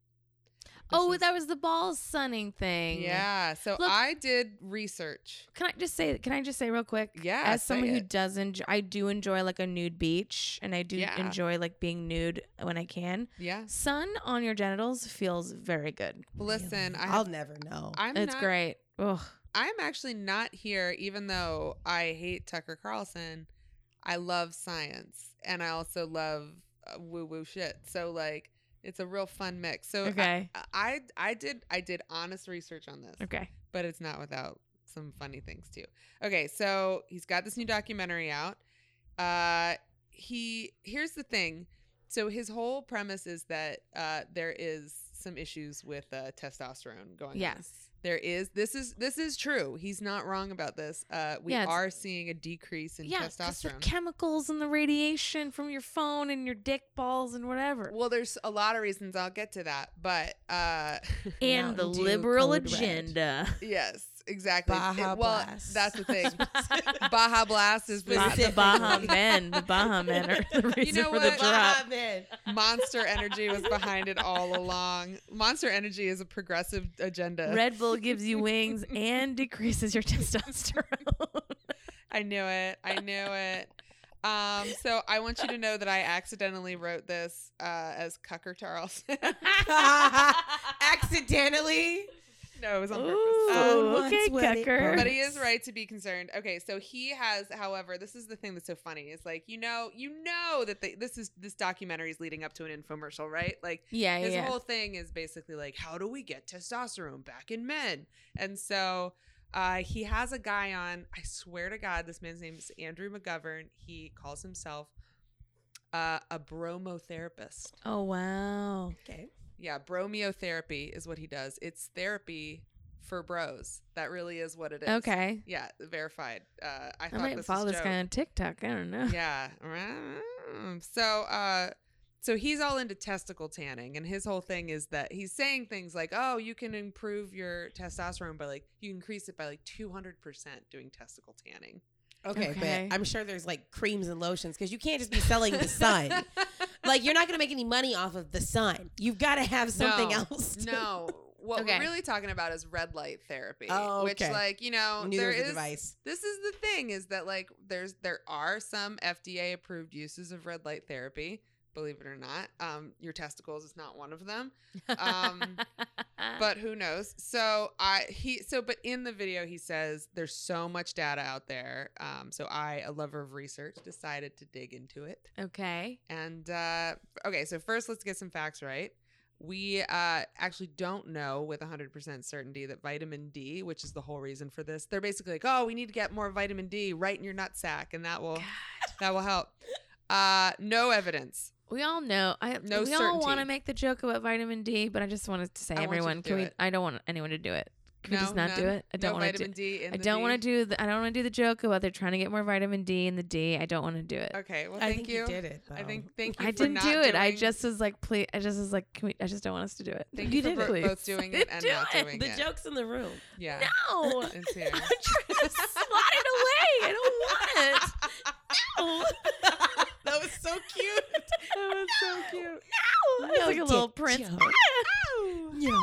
Speaker 2: oh,
Speaker 3: This is-
Speaker 2: that was the ball sunning thing.
Speaker 3: yeah. So
Speaker 2: Look-
Speaker 3: I did research.
Speaker 2: Can I just say? Can I just say real quick?
Speaker 3: Yeah,
Speaker 2: As
Speaker 3: say
Speaker 2: someone who
Speaker 3: it.
Speaker 2: does enjoy, I do enjoy like a nude beach, and I do
Speaker 3: Yeah.
Speaker 2: enjoy like being nude when I can.
Speaker 3: Yeah.
Speaker 2: Sun on your genitals feels very good.
Speaker 3: Listen, I
Speaker 7: I'll
Speaker 3: have,
Speaker 7: never know.
Speaker 3: I'm
Speaker 2: it's
Speaker 3: not
Speaker 2: great. Ugh.
Speaker 3: I'm actually not here, even though I hate Tucker Carlson. I love science and I also love uh, woo woo shit. So like, it's a real fun mix. So I-
Speaker 2: Okay.
Speaker 3: I, I I did I did honest research on this,
Speaker 2: Okay.
Speaker 3: but it's not without some funny things too. Okay, so he's got this new documentary out. Uh, he here's the thing. So his whole premise is that uh, there is some issues with uh, testosterone going on.
Speaker 2: Yes.
Speaker 3: There is this is this is true. He's not wrong about this. Uh, we
Speaker 2: Yeah, it's-
Speaker 3: are seeing a decrease in
Speaker 2: Yeah, just the
Speaker 3: testosterone.
Speaker 2: chemicals and the radiation from your phone and your dick balls and whatever.
Speaker 3: well, there's a lot of reasons. I'll get to that, but uh,
Speaker 2: and the
Speaker 7: Mountain Dew
Speaker 2: liberal
Speaker 7: Code Red.
Speaker 2: agenda.
Speaker 3: yes, exactly.
Speaker 7: Baja
Speaker 3: well,
Speaker 7: Blast.
Speaker 3: that's the thing. Baja Blast is
Speaker 2: Ba- the
Speaker 7: Specifically.
Speaker 2: Baja men. The Baja men are the reason
Speaker 3: know
Speaker 2: for the drop.
Speaker 3: what?
Speaker 7: Baha men.
Speaker 3: Monster Energy was behind it all along. Monster Energy is a progressive agenda.
Speaker 2: Red Bull gives you wings and decreases your testosterone.
Speaker 3: I knew it. I knew it. Um, so I want you to know that I accidentally wrote this uh, as Cucker Tarlson.
Speaker 7: Accidentally.
Speaker 3: no, it was on
Speaker 2: Ooh,
Speaker 3: purpose. Um,
Speaker 7: once
Speaker 2: okay,
Speaker 7: when it
Speaker 2: Kecker.
Speaker 3: But
Speaker 7: burns.
Speaker 3: he is right to be concerned. Okay, so he has, however, this is the thing that's so funny. It's like you know, you know that they, this is this documentary is leading up to an infomercial, right? Like
Speaker 2: Yeah, yeah.
Speaker 3: his
Speaker 2: yeah.
Speaker 3: whole thing is basically like, how do we get testosterone back in men? And so uh, he has a guy on. I swear to God, this man's name is Andrew McGovern. He calls himself uh, a bromotherapist.
Speaker 2: oh wow.
Speaker 7: Okay.
Speaker 3: Yeah, bromiotherapy is what he does. It's therapy for bros. That really is what it is.
Speaker 2: Okay.
Speaker 3: Yeah, verified. Uh, I
Speaker 2: I
Speaker 3: thought
Speaker 2: might
Speaker 3: this
Speaker 2: follow
Speaker 3: was
Speaker 2: this
Speaker 3: Joe.
Speaker 2: guy on TikTok. I don't know.
Speaker 3: yeah. Mm. So, uh, so he's all into testicle tanning, and his whole thing is that he's saying things like, "Oh, you can improve your testosterone by like you increase it by like two hundred percent doing testicle tanning."
Speaker 7: okay.
Speaker 2: Okay.
Speaker 7: but I'm sure there's like creams and lotions because you can't just be selling the sun. like you're not going to make any money off of the sun. You've got to have something
Speaker 3: No.
Speaker 7: else. to-
Speaker 3: No, what
Speaker 2: Okay.
Speaker 3: we're really talking about is red light therapy,
Speaker 7: Oh,
Speaker 3: which
Speaker 7: okay.
Speaker 3: like you know
Speaker 7: Knew there
Speaker 3: there
Speaker 7: was a
Speaker 3: is
Speaker 7: device.
Speaker 3: this is the thing is that like there's there are some FDA approved uses of red light therapy. Believe it or not, um, your testicles is not one of them. Um, but who knows so i he so but in the video he says there's so much data out there um, so i a lover of research decided to dig into it
Speaker 2: okay.
Speaker 3: and uh, okay so first let's get some facts right We uh, actually don't know with 100% certainty that vitamin D, which is the whole reason for this, they're basically like, oh, we need to get more vitamin D right in your nutsack, and that will that will help. Uh, no evidence.
Speaker 2: We all know. I
Speaker 3: No
Speaker 2: we all want
Speaker 3: certainty.
Speaker 2: to make the joke about vitamin D, but I just wanted to say,
Speaker 3: I want you to
Speaker 2: everyone,
Speaker 3: do
Speaker 2: can we?
Speaker 3: it.
Speaker 2: I don't want anyone to do it. Can we
Speaker 3: No,
Speaker 2: just not do
Speaker 3: none?
Speaker 2: it? I
Speaker 3: No
Speaker 2: don't want to
Speaker 3: vitamin
Speaker 2: do.
Speaker 3: D. In
Speaker 2: I don't want to do. The, I don't want to do the joke about they're trying to get more vitamin D in the D. I don't want to do it.
Speaker 3: Okay, well,
Speaker 7: I
Speaker 3: thank
Speaker 7: think
Speaker 3: you.
Speaker 7: you. did it. Though.
Speaker 3: I think thank you.
Speaker 2: I
Speaker 3: for
Speaker 2: didn't
Speaker 3: not
Speaker 2: do it. I
Speaker 3: doing-
Speaker 2: just was like, please. I just was like, can we? I just don't want us to do it.
Speaker 3: thank you, for bo-
Speaker 2: please.
Speaker 3: both doing it and
Speaker 2: Do
Speaker 3: not
Speaker 2: it.
Speaker 3: doing
Speaker 7: the
Speaker 3: it.
Speaker 7: joke's in the room.
Speaker 3: Yeah,
Speaker 2: No, I'm
Speaker 3: it's here.
Speaker 2: trying to slot it away. I don't want it. No.
Speaker 7: That was so cute.
Speaker 3: was so cute.
Speaker 2: No, it's like a little prince.
Speaker 7: No.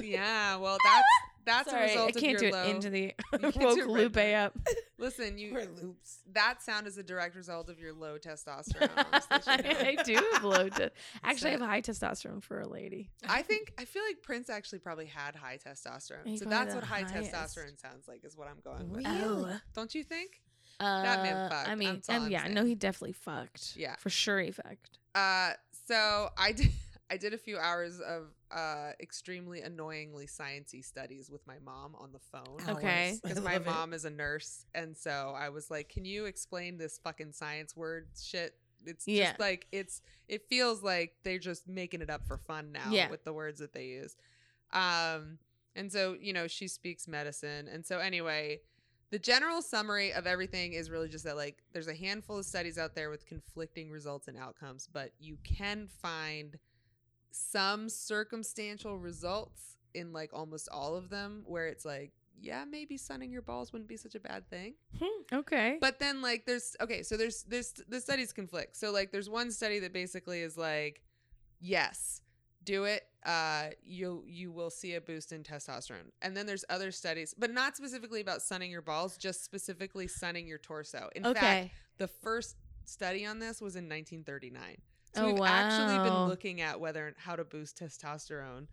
Speaker 3: Yeah, well, that's that's a
Speaker 2: Sorry, I
Speaker 3: result of
Speaker 2: can't do
Speaker 3: your
Speaker 2: it
Speaker 3: low.
Speaker 2: into the
Speaker 3: can't do
Speaker 2: woke
Speaker 3: it right
Speaker 2: Lupe
Speaker 3: now.
Speaker 2: up.
Speaker 3: Listen, you
Speaker 6: Or loops.
Speaker 3: that sound is a direct result of your low testosterone. honestly, Chanel.
Speaker 2: I do have low. Te- actually, I have
Speaker 3: So-
Speaker 2: high testosterone for a lady.
Speaker 3: I think I feel like Prince actually probably had high testosterone,
Speaker 2: He
Speaker 3: so
Speaker 2: probably
Speaker 3: that's
Speaker 2: the
Speaker 3: what high
Speaker 2: highest.
Speaker 3: testosterone sounds like. Is what I'm going with.
Speaker 2: Oh,
Speaker 3: Don't you think?
Speaker 2: that
Speaker 3: man fucked.
Speaker 2: I
Speaker 3: I'm-
Speaker 2: mean,
Speaker 3: that's all
Speaker 2: um,
Speaker 3: I'm
Speaker 2: yeah, I
Speaker 3: saying.
Speaker 2: know he definitely fucked.
Speaker 3: Yeah.
Speaker 2: for sure he fucked.
Speaker 3: Uh, so I did. I did a few hours of uh, extremely annoyingly sciency studies with my mom on the
Speaker 2: Oh,
Speaker 3: phone.
Speaker 2: Okay.
Speaker 7: Hours. I
Speaker 3: because my
Speaker 7: love it.
Speaker 3: mom is a nurse and so i was like can you explain this fucking science word shit it's
Speaker 2: Yeah.
Speaker 3: just like it's it feels like they're just making it up for fun now
Speaker 2: Yeah.
Speaker 3: with the words that they use um and so you know she speaks medicine and so anyway the general summary of everything is really just that like there's a handful of studies out there with conflicting results and outcomes but you can find some circumstantial results in like almost all of them where it's like yeah maybe sunning your balls wouldn't be such a bad thing
Speaker 2: Okay,
Speaker 3: but then like there's okay, so there's there's the studies conflict. So like there's one study that basically is like, yes, do it. Uh you you will see a boost in testosterone. And then there's other studies, but not specifically about sunning your balls, just specifically sunning your torso. In fact,
Speaker 2: okay.
Speaker 3: the first study on this was in 1939. So
Speaker 2: Oh,
Speaker 3: we've actually been
Speaker 2: wow.
Speaker 3: looking at whether how to boost testosterone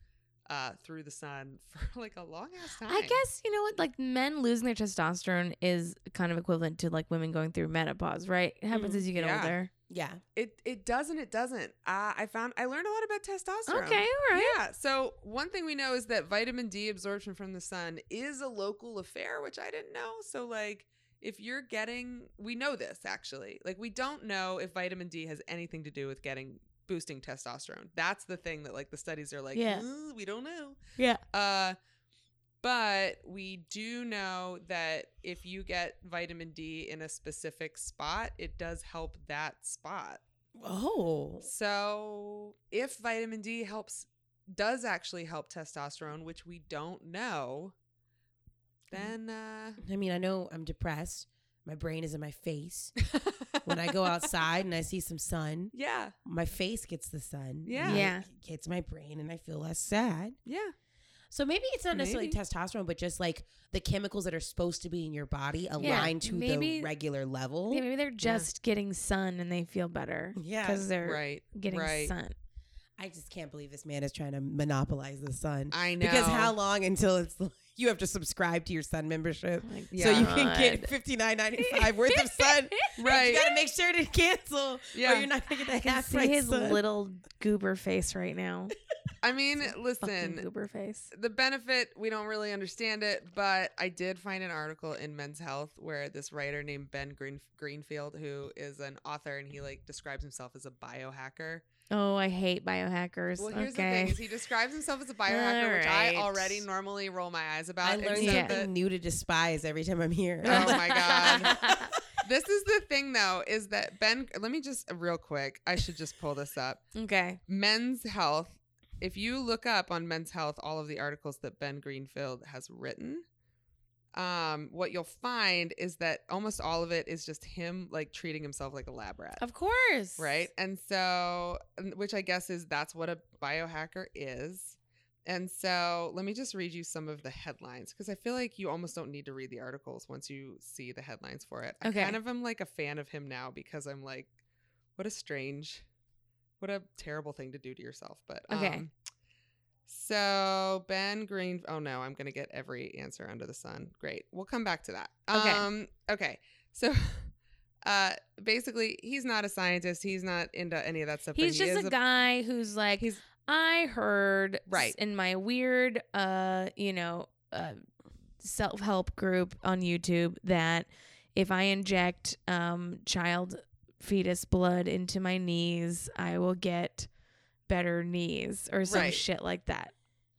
Speaker 3: uh through the sun for like a long ass time.
Speaker 2: I guess you know what, like men losing their testosterone is kind of equivalent to like women going through menopause, right? It happens
Speaker 6: Mhm.
Speaker 2: as you get
Speaker 3: Yeah.
Speaker 2: older.
Speaker 6: Yeah.
Speaker 3: It it doesn't. It doesn't. Uh, I found I learned a lot about testosterone.
Speaker 2: Okay, all right.
Speaker 3: Yeah. So one thing we know is that vitamin D absorption from the sun is a local affair, which I didn't know. So like, if you're getting, we know this actually. Like, we don't know if vitamin D has anything to do with getting boosting testosterone. That's the thing that like the studies are like,
Speaker 2: Yeah.
Speaker 3: "Ooh, we don't know.
Speaker 2: Yeah.
Speaker 3: Uh, but we do know that if you get vitamin D in a specific spot, it does help that spot.
Speaker 7: Oh.
Speaker 3: So, if vitamin D helps, does actually help testosterone, which we don't know,
Speaker 7: Mm-hmm.
Speaker 3: then uh,
Speaker 7: I mean, I know I'm depressed. My brain is in my face. When I go outside and I see some sun,
Speaker 3: yeah,
Speaker 7: my face gets the sun.
Speaker 3: Yeah.
Speaker 7: and
Speaker 2: Yeah.
Speaker 7: It gets my brain and I feel less sad.
Speaker 3: yeah,
Speaker 7: So maybe it's not necessarily
Speaker 3: Maybe.
Speaker 7: testosterone, but just like the chemicals that are supposed to be in your body aligned to
Speaker 2: maybe-
Speaker 7: the regular level.
Speaker 2: Yeah, maybe they're just getting sun and they feel better.
Speaker 7: Yeah.
Speaker 2: because they're
Speaker 3: right,
Speaker 2: getting
Speaker 3: right.
Speaker 2: sun.
Speaker 7: I just can't believe this man is trying to monopolize the sun.
Speaker 3: I know
Speaker 7: Because how long until it's you have to subscribe to your sun membership
Speaker 2: Like,
Speaker 3: Yeah.
Speaker 7: so you can get
Speaker 2: God.
Speaker 7: fifty nine ninety five worth of sun.
Speaker 3: right?
Speaker 7: You got to make sure to cancel, or
Speaker 3: Yeah.
Speaker 7: you're not gonna get that.
Speaker 2: I
Speaker 7: half
Speaker 2: see
Speaker 7: price
Speaker 2: his
Speaker 7: sun.
Speaker 2: little goober face right now.
Speaker 3: I mean,
Speaker 2: Fucking
Speaker 3: listen,
Speaker 2: goober face.
Speaker 3: the benefit we don't really understand it, but I did find an article in Men's Health where this writer named Ben Green- Greenfield, who is an author, and he like describes himself as a biohacker.
Speaker 2: Oh, I hate biohackers.
Speaker 3: Well, here's
Speaker 2: okay.
Speaker 3: the thing: is he describes himself as a biohacker, which
Speaker 2: Alright.
Speaker 3: I already normally roll my eyes about.
Speaker 7: I learn
Speaker 3: except
Speaker 2: Yeah.
Speaker 3: that-
Speaker 7: something new to despise every time I'm here.
Speaker 3: Oh my god. this is the thing though is that Ben let me just real quick. I should just pull this up.
Speaker 2: okay.
Speaker 3: Men's Health. If you look up on Men's Health all of the articles that Ben Greenfield has written, um what you'll find is that almost all of it is just him like treating himself like a lab rat.
Speaker 2: Of course.
Speaker 3: Right. And so, and- which I guess is that's what a biohacker is. And so, let me just read you some of the headlines because I feel like you almost don't need to read the articles once you see the headlines for it.
Speaker 2: Okay.
Speaker 3: I kind of am like a fan of him now because I'm like, what a strange, what a terrible thing to do to yourself. But,
Speaker 2: Okay.
Speaker 3: um, so Ben Green. Oh no, I'm gonna get every answer under the sun. Great. We'll come back to that.
Speaker 2: Okay.
Speaker 3: Um, okay. So, uh, basically, he's not a scientist. He's not into any of that stuff. but
Speaker 2: He's
Speaker 3: he
Speaker 2: just
Speaker 3: is
Speaker 2: a guy who's like,
Speaker 3: He's
Speaker 2: I heard s-
Speaker 3: Right.
Speaker 2: in my weird, uh, you know, uh, self help group on YouTube that if I inject um, child fetus blood into my knees, I will get better knees or some
Speaker 3: Right.
Speaker 2: shit like that.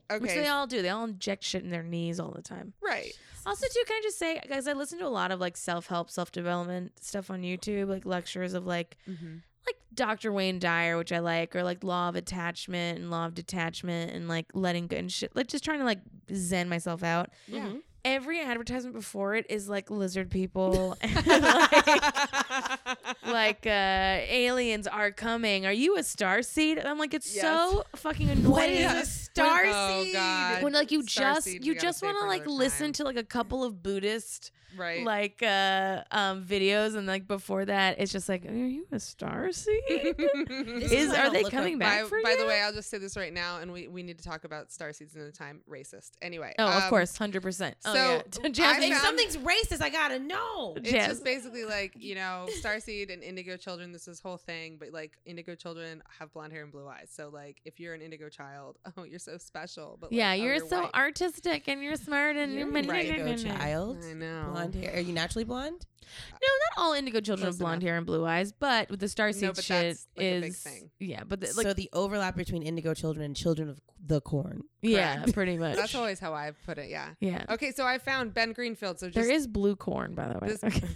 Speaker 2: Which
Speaker 3: Okay.
Speaker 2: they all do. They all inject shit in their knees all the time.
Speaker 3: right.
Speaker 2: Also, too, can I just say, guys, I listen to a lot of like self help, self development stuff on YouTube, like lectures of like
Speaker 3: Mm-hmm.
Speaker 2: like Dr. Wayne Dyer, which I like, or like Law of Attachment and Law of Detachment and like letting go and shit, like just trying to like zen myself out.
Speaker 8: Yeah.
Speaker 2: Every advertisement before it is like lizard people, and, like, like uh, aliens are coming. Are you a star seed? And I'm like, it's so fucking annoying.
Speaker 4: What is a star
Speaker 3: Oh,
Speaker 4: seed?
Speaker 3: God.
Speaker 2: when like you
Speaker 3: Star
Speaker 2: just
Speaker 3: seed,
Speaker 2: you
Speaker 3: we gotta
Speaker 2: just
Speaker 3: save
Speaker 2: want to
Speaker 3: for
Speaker 2: like
Speaker 3: another
Speaker 2: listen
Speaker 3: time.
Speaker 2: to like a couple of Buddhist
Speaker 3: Right.
Speaker 2: like uh um videos and like before that it's just like are you a star seed
Speaker 4: This
Speaker 2: is
Speaker 4: what I
Speaker 2: are
Speaker 4: don't
Speaker 2: they
Speaker 4: look like.
Speaker 2: coming back
Speaker 3: by,
Speaker 2: for
Speaker 3: by
Speaker 2: you?
Speaker 3: the way, I'll just say this right now, and we, we need to talk about Star Seeds another time. Racist. Anyway.
Speaker 2: oh of
Speaker 3: um,
Speaker 2: course 100% oh,
Speaker 3: so
Speaker 2: yeah. Jasmine,
Speaker 3: I
Speaker 4: If
Speaker 3: found-
Speaker 4: something's racist, I gotta know.
Speaker 3: It's
Speaker 2: Jazz.
Speaker 3: just basically like, you know, Starseed and Indigo children, this is whole thing, but like Indigo children have blonde hair and blue eyes. So like if you're an Indigo child, oh, you're so special. But like,
Speaker 2: yeah
Speaker 3: oh,
Speaker 2: you're, so
Speaker 3: white.
Speaker 2: artistic and you're smart and you're,
Speaker 4: You're
Speaker 2: many-
Speaker 4: ready to
Speaker 2: no,
Speaker 4: go, child.
Speaker 3: I know.
Speaker 4: Blonde hair. Are you naturally blonde?
Speaker 2: not all indigo children have
Speaker 3: Close
Speaker 2: blonde
Speaker 3: enough.
Speaker 2: hair and blue eyes but with the star seed
Speaker 3: No, but
Speaker 2: shit
Speaker 3: that's, like, a
Speaker 2: is
Speaker 3: big thing.
Speaker 2: yeah but the, like
Speaker 4: so the overlap between indigo children and children of the corn.
Speaker 2: yeah pretty much
Speaker 3: That's always how I've put it, yeah.
Speaker 2: yeah
Speaker 3: Okay, so I found Ben Greenfield. So just
Speaker 2: there is blue corn by the way
Speaker 3: This-
Speaker 2: Okay.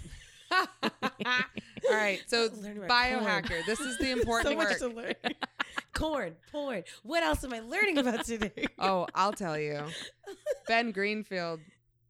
Speaker 3: All right. So
Speaker 4: Learn about
Speaker 3: biohacker. This is the important
Speaker 4: so
Speaker 3: work.
Speaker 4: much to learn. corn, porn. What else am I learning about today?
Speaker 3: oh, I'll tell you. Ben Greenfield.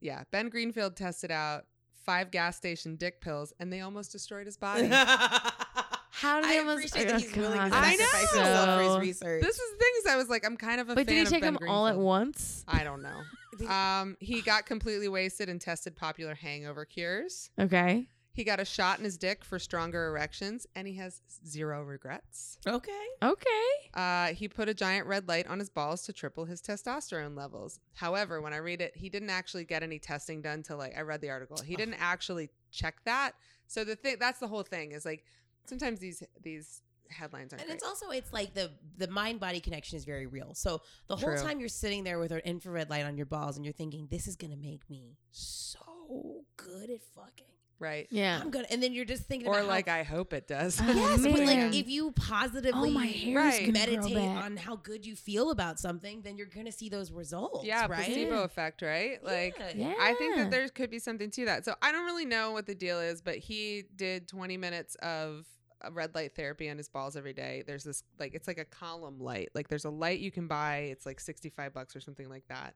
Speaker 3: Yeah, Ben Greenfield tested out five gas station dick pills and they almost destroyed his body.
Speaker 2: how do
Speaker 8: I
Speaker 2: they almost oh,
Speaker 8: appreciate that he's willing to
Speaker 2: God,
Speaker 3: I
Speaker 8: sacrifice
Speaker 2: that's
Speaker 8: himself for his
Speaker 2: so-
Speaker 8: research.
Speaker 3: this is things I was like, I'm kind of a
Speaker 2: But did
Speaker 3: fan
Speaker 2: he
Speaker 3: of
Speaker 2: take
Speaker 3: Ben
Speaker 2: them all at
Speaker 3: Greenfield.
Speaker 2: once?
Speaker 3: I don't know. Um, he got completely wasted and tested popular hangover cures.
Speaker 2: Okay.
Speaker 3: He got a shot in his dick for stronger erections, and he has zero regrets.
Speaker 4: okay.
Speaker 2: Okay.
Speaker 3: Uh, he put a giant red light on his balls to triple his testosterone levels. However, when I read it, he didn't actually get any testing done till like I read the article. He didn't actually check that. So the thing that's the whole thing is like sometimes these these headlines aren't.
Speaker 4: And it's
Speaker 3: great.
Speaker 4: also it's like the the mind body connection is very real. So the whole
Speaker 3: True.
Speaker 4: time you're sitting there with an infrared light on your balls and you're thinking this is going to make me so good at fucking.
Speaker 3: right.
Speaker 2: Yeah.
Speaker 4: I'm going to and then you're just thinking
Speaker 3: Or
Speaker 4: about
Speaker 3: like
Speaker 4: how,
Speaker 3: I hope it does.
Speaker 2: Oh,
Speaker 4: Yes, but
Speaker 2: man.
Speaker 4: like if you positively
Speaker 2: oh, my hair
Speaker 3: Right.
Speaker 2: is gonna grow
Speaker 4: meditate
Speaker 2: back.
Speaker 4: on how good you feel about something, then you're going to see those results,
Speaker 3: yeah,
Speaker 4: right?
Speaker 3: placebo effect, right? Like
Speaker 2: Yeah.
Speaker 3: I think that there could be something to that. So I don't really know what the deal is, but he did 20 minutes of uh, red light therapy on his balls every day. There's this like it's like a column light. Like there's a light you can buy. It's like 65 bucks or something like that.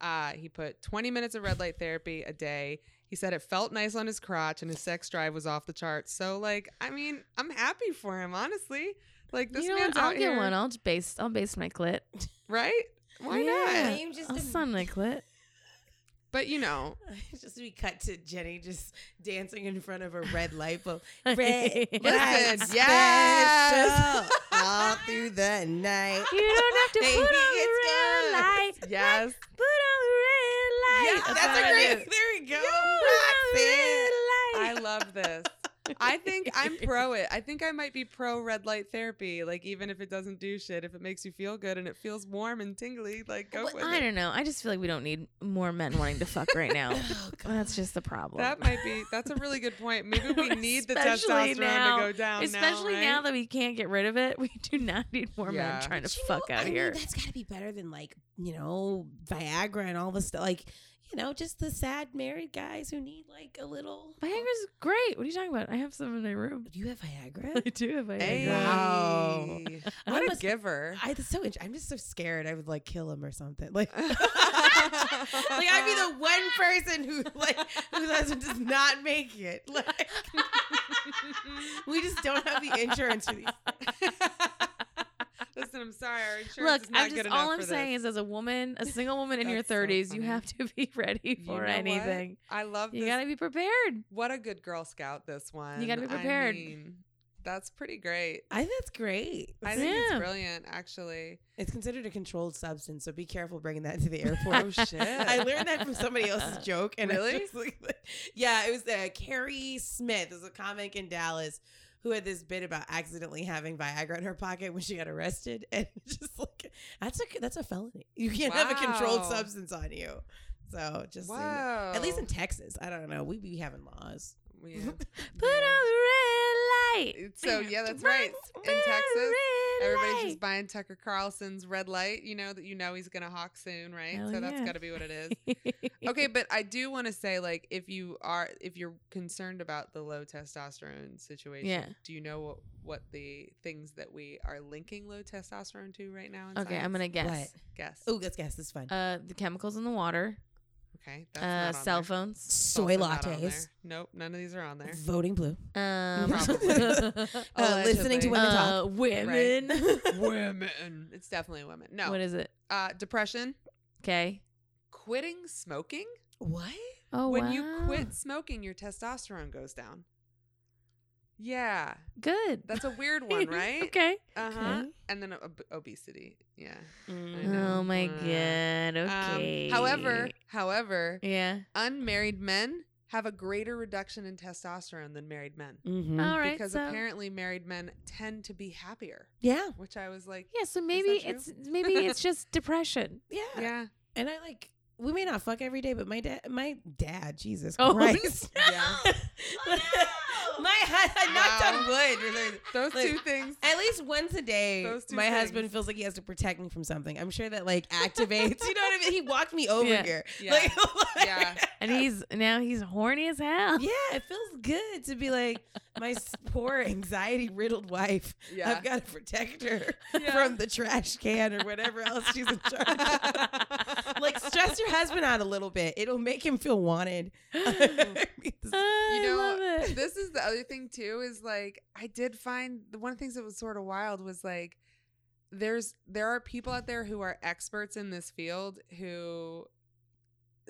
Speaker 3: Uh, he put 20 minutes of red light therapy a day. He said it felt nice on his crotch and his sex drive was off the charts. So like, I mean, I'm happy for him, honestly. Like this
Speaker 2: you know
Speaker 3: man's
Speaker 2: what? I'll
Speaker 3: out
Speaker 2: get
Speaker 3: here,
Speaker 2: one. I'll just base. I'll base my clit.
Speaker 3: right? Why
Speaker 2: Yeah.
Speaker 3: not?
Speaker 4: I'm just
Speaker 2: I'll
Speaker 4: a-
Speaker 2: sun my clit.
Speaker 3: But you know,
Speaker 4: just we cut to Jenny just dancing in front of a red light bulb.
Speaker 2: you
Speaker 4: Red
Speaker 2: don't
Speaker 4: light
Speaker 3: Listen, yes.
Speaker 4: special all through the night.
Speaker 2: have to put on the
Speaker 4: Baby, it's
Speaker 2: red
Speaker 4: good.
Speaker 2: light.
Speaker 3: yes.
Speaker 2: Put on the red light.
Speaker 4: Yeah, that's
Speaker 2: what
Speaker 4: a
Speaker 2: I
Speaker 4: great.
Speaker 2: do.
Speaker 4: There we go.
Speaker 2: Put on the red
Speaker 3: I
Speaker 2: light.
Speaker 3: love this. I think I'm pro it. I think I might be pro red light therapy. Like even if it doesn't do shit, if it makes you feel good and it feels warm and tingly, like go with
Speaker 2: I
Speaker 3: it.
Speaker 2: don't know. I just feel like we don't need more men wanting to fuck right now.
Speaker 4: Oh, God.
Speaker 2: That's just the problem.
Speaker 3: That might be. That's a really good point. Maybe we need the
Speaker 2: Especially
Speaker 3: testosterone
Speaker 2: now.
Speaker 3: to go down.
Speaker 2: Especially
Speaker 3: now, right?
Speaker 2: that we can't get rid of it, we do not need more
Speaker 3: Yeah.
Speaker 2: men trying to
Speaker 4: But you know,
Speaker 2: fuck out
Speaker 4: I mean,
Speaker 2: here.
Speaker 4: that's got to be better than like you know Viagra and all this stuff. Like you know, just the sad married guys who need like a little.
Speaker 2: Viagra's great. What are you talking about? I have some in my room.
Speaker 4: Do you have Viagra?
Speaker 2: I do have Viagra.
Speaker 3: Hey.
Speaker 4: Wow.
Speaker 3: What
Speaker 4: I
Speaker 3: a
Speaker 4: must-
Speaker 3: giver.
Speaker 4: I, that's so. int- I'm just so scared. I would like kill him or something. Like,
Speaker 3: like
Speaker 4: like I'd be the one person who like whose husband does not make it. Like we just don't have the insurance for these.
Speaker 3: Listen, I'm sorry. Our insurance
Speaker 2: Look,
Speaker 3: is not
Speaker 2: I'm
Speaker 3: good
Speaker 2: just
Speaker 3: enough
Speaker 2: all I'm
Speaker 3: for this.
Speaker 2: saying is, as a woman, a single woman in your
Speaker 3: That's so
Speaker 2: 30s, you
Speaker 3: funny.
Speaker 2: have to be ready
Speaker 3: You
Speaker 2: for
Speaker 3: know what?
Speaker 2: anything.
Speaker 3: I love
Speaker 2: You
Speaker 3: this
Speaker 2: gotta be prepared.
Speaker 3: what a good Girl Scout this one.
Speaker 2: gotta be
Speaker 3: I
Speaker 2: prepared.
Speaker 3: mean, that's pretty great.
Speaker 4: I think that's great.
Speaker 3: I think
Speaker 2: Yeah.
Speaker 3: it's brilliant, actually.
Speaker 4: It's considered a controlled substance, so be careful bringing that to the airport.
Speaker 3: Oh shit!
Speaker 4: I learned that from somebody else's joke, and I
Speaker 3: Really?
Speaker 4: just like- yeah, it was uh, Carrie Smith, is a comic in Dallas,
Speaker 9: who had this bit about accidentally having Viagra in her pocket when she got arrested, and just like that's a that's a felony. You can't have a controlled
Speaker 3: Wow.
Speaker 9: substance on you. So just so you know.
Speaker 3: Wow.
Speaker 9: at least in Texas, I don't know. We be having laws.
Speaker 3: Yeah.
Speaker 2: Put on the red light.
Speaker 3: So yeah, that's
Speaker 2: Run,
Speaker 3: right. In
Speaker 2: run,
Speaker 3: Texas,
Speaker 2: red
Speaker 3: everybody's
Speaker 2: light.
Speaker 3: just buying Tucker Carlson's red light. You know that you know he's gonna hawk soon, right?
Speaker 2: Hell
Speaker 3: so that's
Speaker 2: yeah.
Speaker 3: got to be what it is. okay, but I do want to say, like, if you are if you're concerned about the low testosterone situation,
Speaker 2: Yeah.
Speaker 3: do you know what, what the things that we are linking low testosterone to right now? In
Speaker 2: Okay, I'm
Speaker 3: science?
Speaker 2: gonna guess.
Speaker 3: guess.
Speaker 9: Oh, let's guess. This is fun.
Speaker 2: Uh, the chemicals in the water.
Speaker 3: Okay, that's
Speaker 2: Uh,
Speaker 3: not on
Speaker 2: cell
Speaker 3: there.
Speaker 2: phones.
Speaker 3: It's also
Speaker 4: Soy
Speaker 3: not on
Speaker 4: lattes.
Speaker 3: there. Nope, none of these are on there.
Speaker 4: Voting blue.
Speaker 2: Um, Oh,
Speaker 4: Uh, listening
Speaker 3: Allegedly.
Speaker 4: to women talk.
Speaker 2: uh, women.
Speaker 3: women. It's definitely women. No,
Speaker 2: What is it?
Speaker 3: uh, depression,
Speaker 2: Okay.
Speaker 3: quitting smoking.
Speaker 4: What?
Speaker 2: Oh
Speaker 3: when
Speaker 2: wow.
Speaker 3: you quit smoking, your testosterone goes down. Yeah,
Speaker 2: Good.
Speaker 3: that's a weird one, right?
Speaker 2: okay.
Speaker 3: Uh huh.
Speaker 2: Okay.
Speaker 3: And then ob- obesity. Yeah. I know.
Speaker 2: Oh my
Speaker 3: Uh,
Speaker 2: god.
Speaker 3: um,
Speaker 2: Okay.
Speaker 3: however, however,
Speaker 2: Yeah.
Speaker 3: unmarried men have a greater reduction in testosterone than married men
Speaker 4: Mm-hmm.
Speaker 2: All right.
Speaker 3: mm, because
Speaker 2: so,
Speaker 3: apparently married men tend to be happier,
Speaker 4: yeah.
Speaker 3: which I was like,
Speaker 2: yeah. So maybe
Speaker 3: true?
Speaker 2: it's maybe it's just depression.
Speaker 4: Yeah.
Speaker 3: yeah,
Speaker 4: And I like we may not fuck every day, but my dad my dad, Jesus
Speaker 2: Oh,
Speaker 4: Christ.
Speaker 3: yeah.
Speaker 4: my husband knocked on wood. There's-
Speaker 3: Those
Speaker 4: Like,
Speaker 3: two things.
Speaker 4: At least once a day,
Speaker 3: Those two
Speaker 4: my
Speaker 3: things.
Speaker 4: husband feels like he has to protect me from something. I'm sure that like activates. you know what I mean? He walked me over
Speaker 2: Yeah.
Speaker 4: here.
Speaker 3: Yeah.
Speaker 4: Like,
Speaker 3: yeah.
Speaker 2: And he's now he's horny as hell.
Speaker 4: yeah, it feels good to be like my s- poor anxiety riddled wife.
Speaker 3: Yeah.
Speaker 4: I've got to protect her
Speaker 3: Yeah.
Speaker 4: from the trash can or whatever else she's in charge. of. like stress your husband out a little bit. It'll make him feel wanted.
Speaker 2: I
Speaker 3: you know,
Speaker 2: love it.
Speaker 3: this is the other thing too is like I did find the one of the things that was sort of wild was like there's there are people out there who are experts in this field who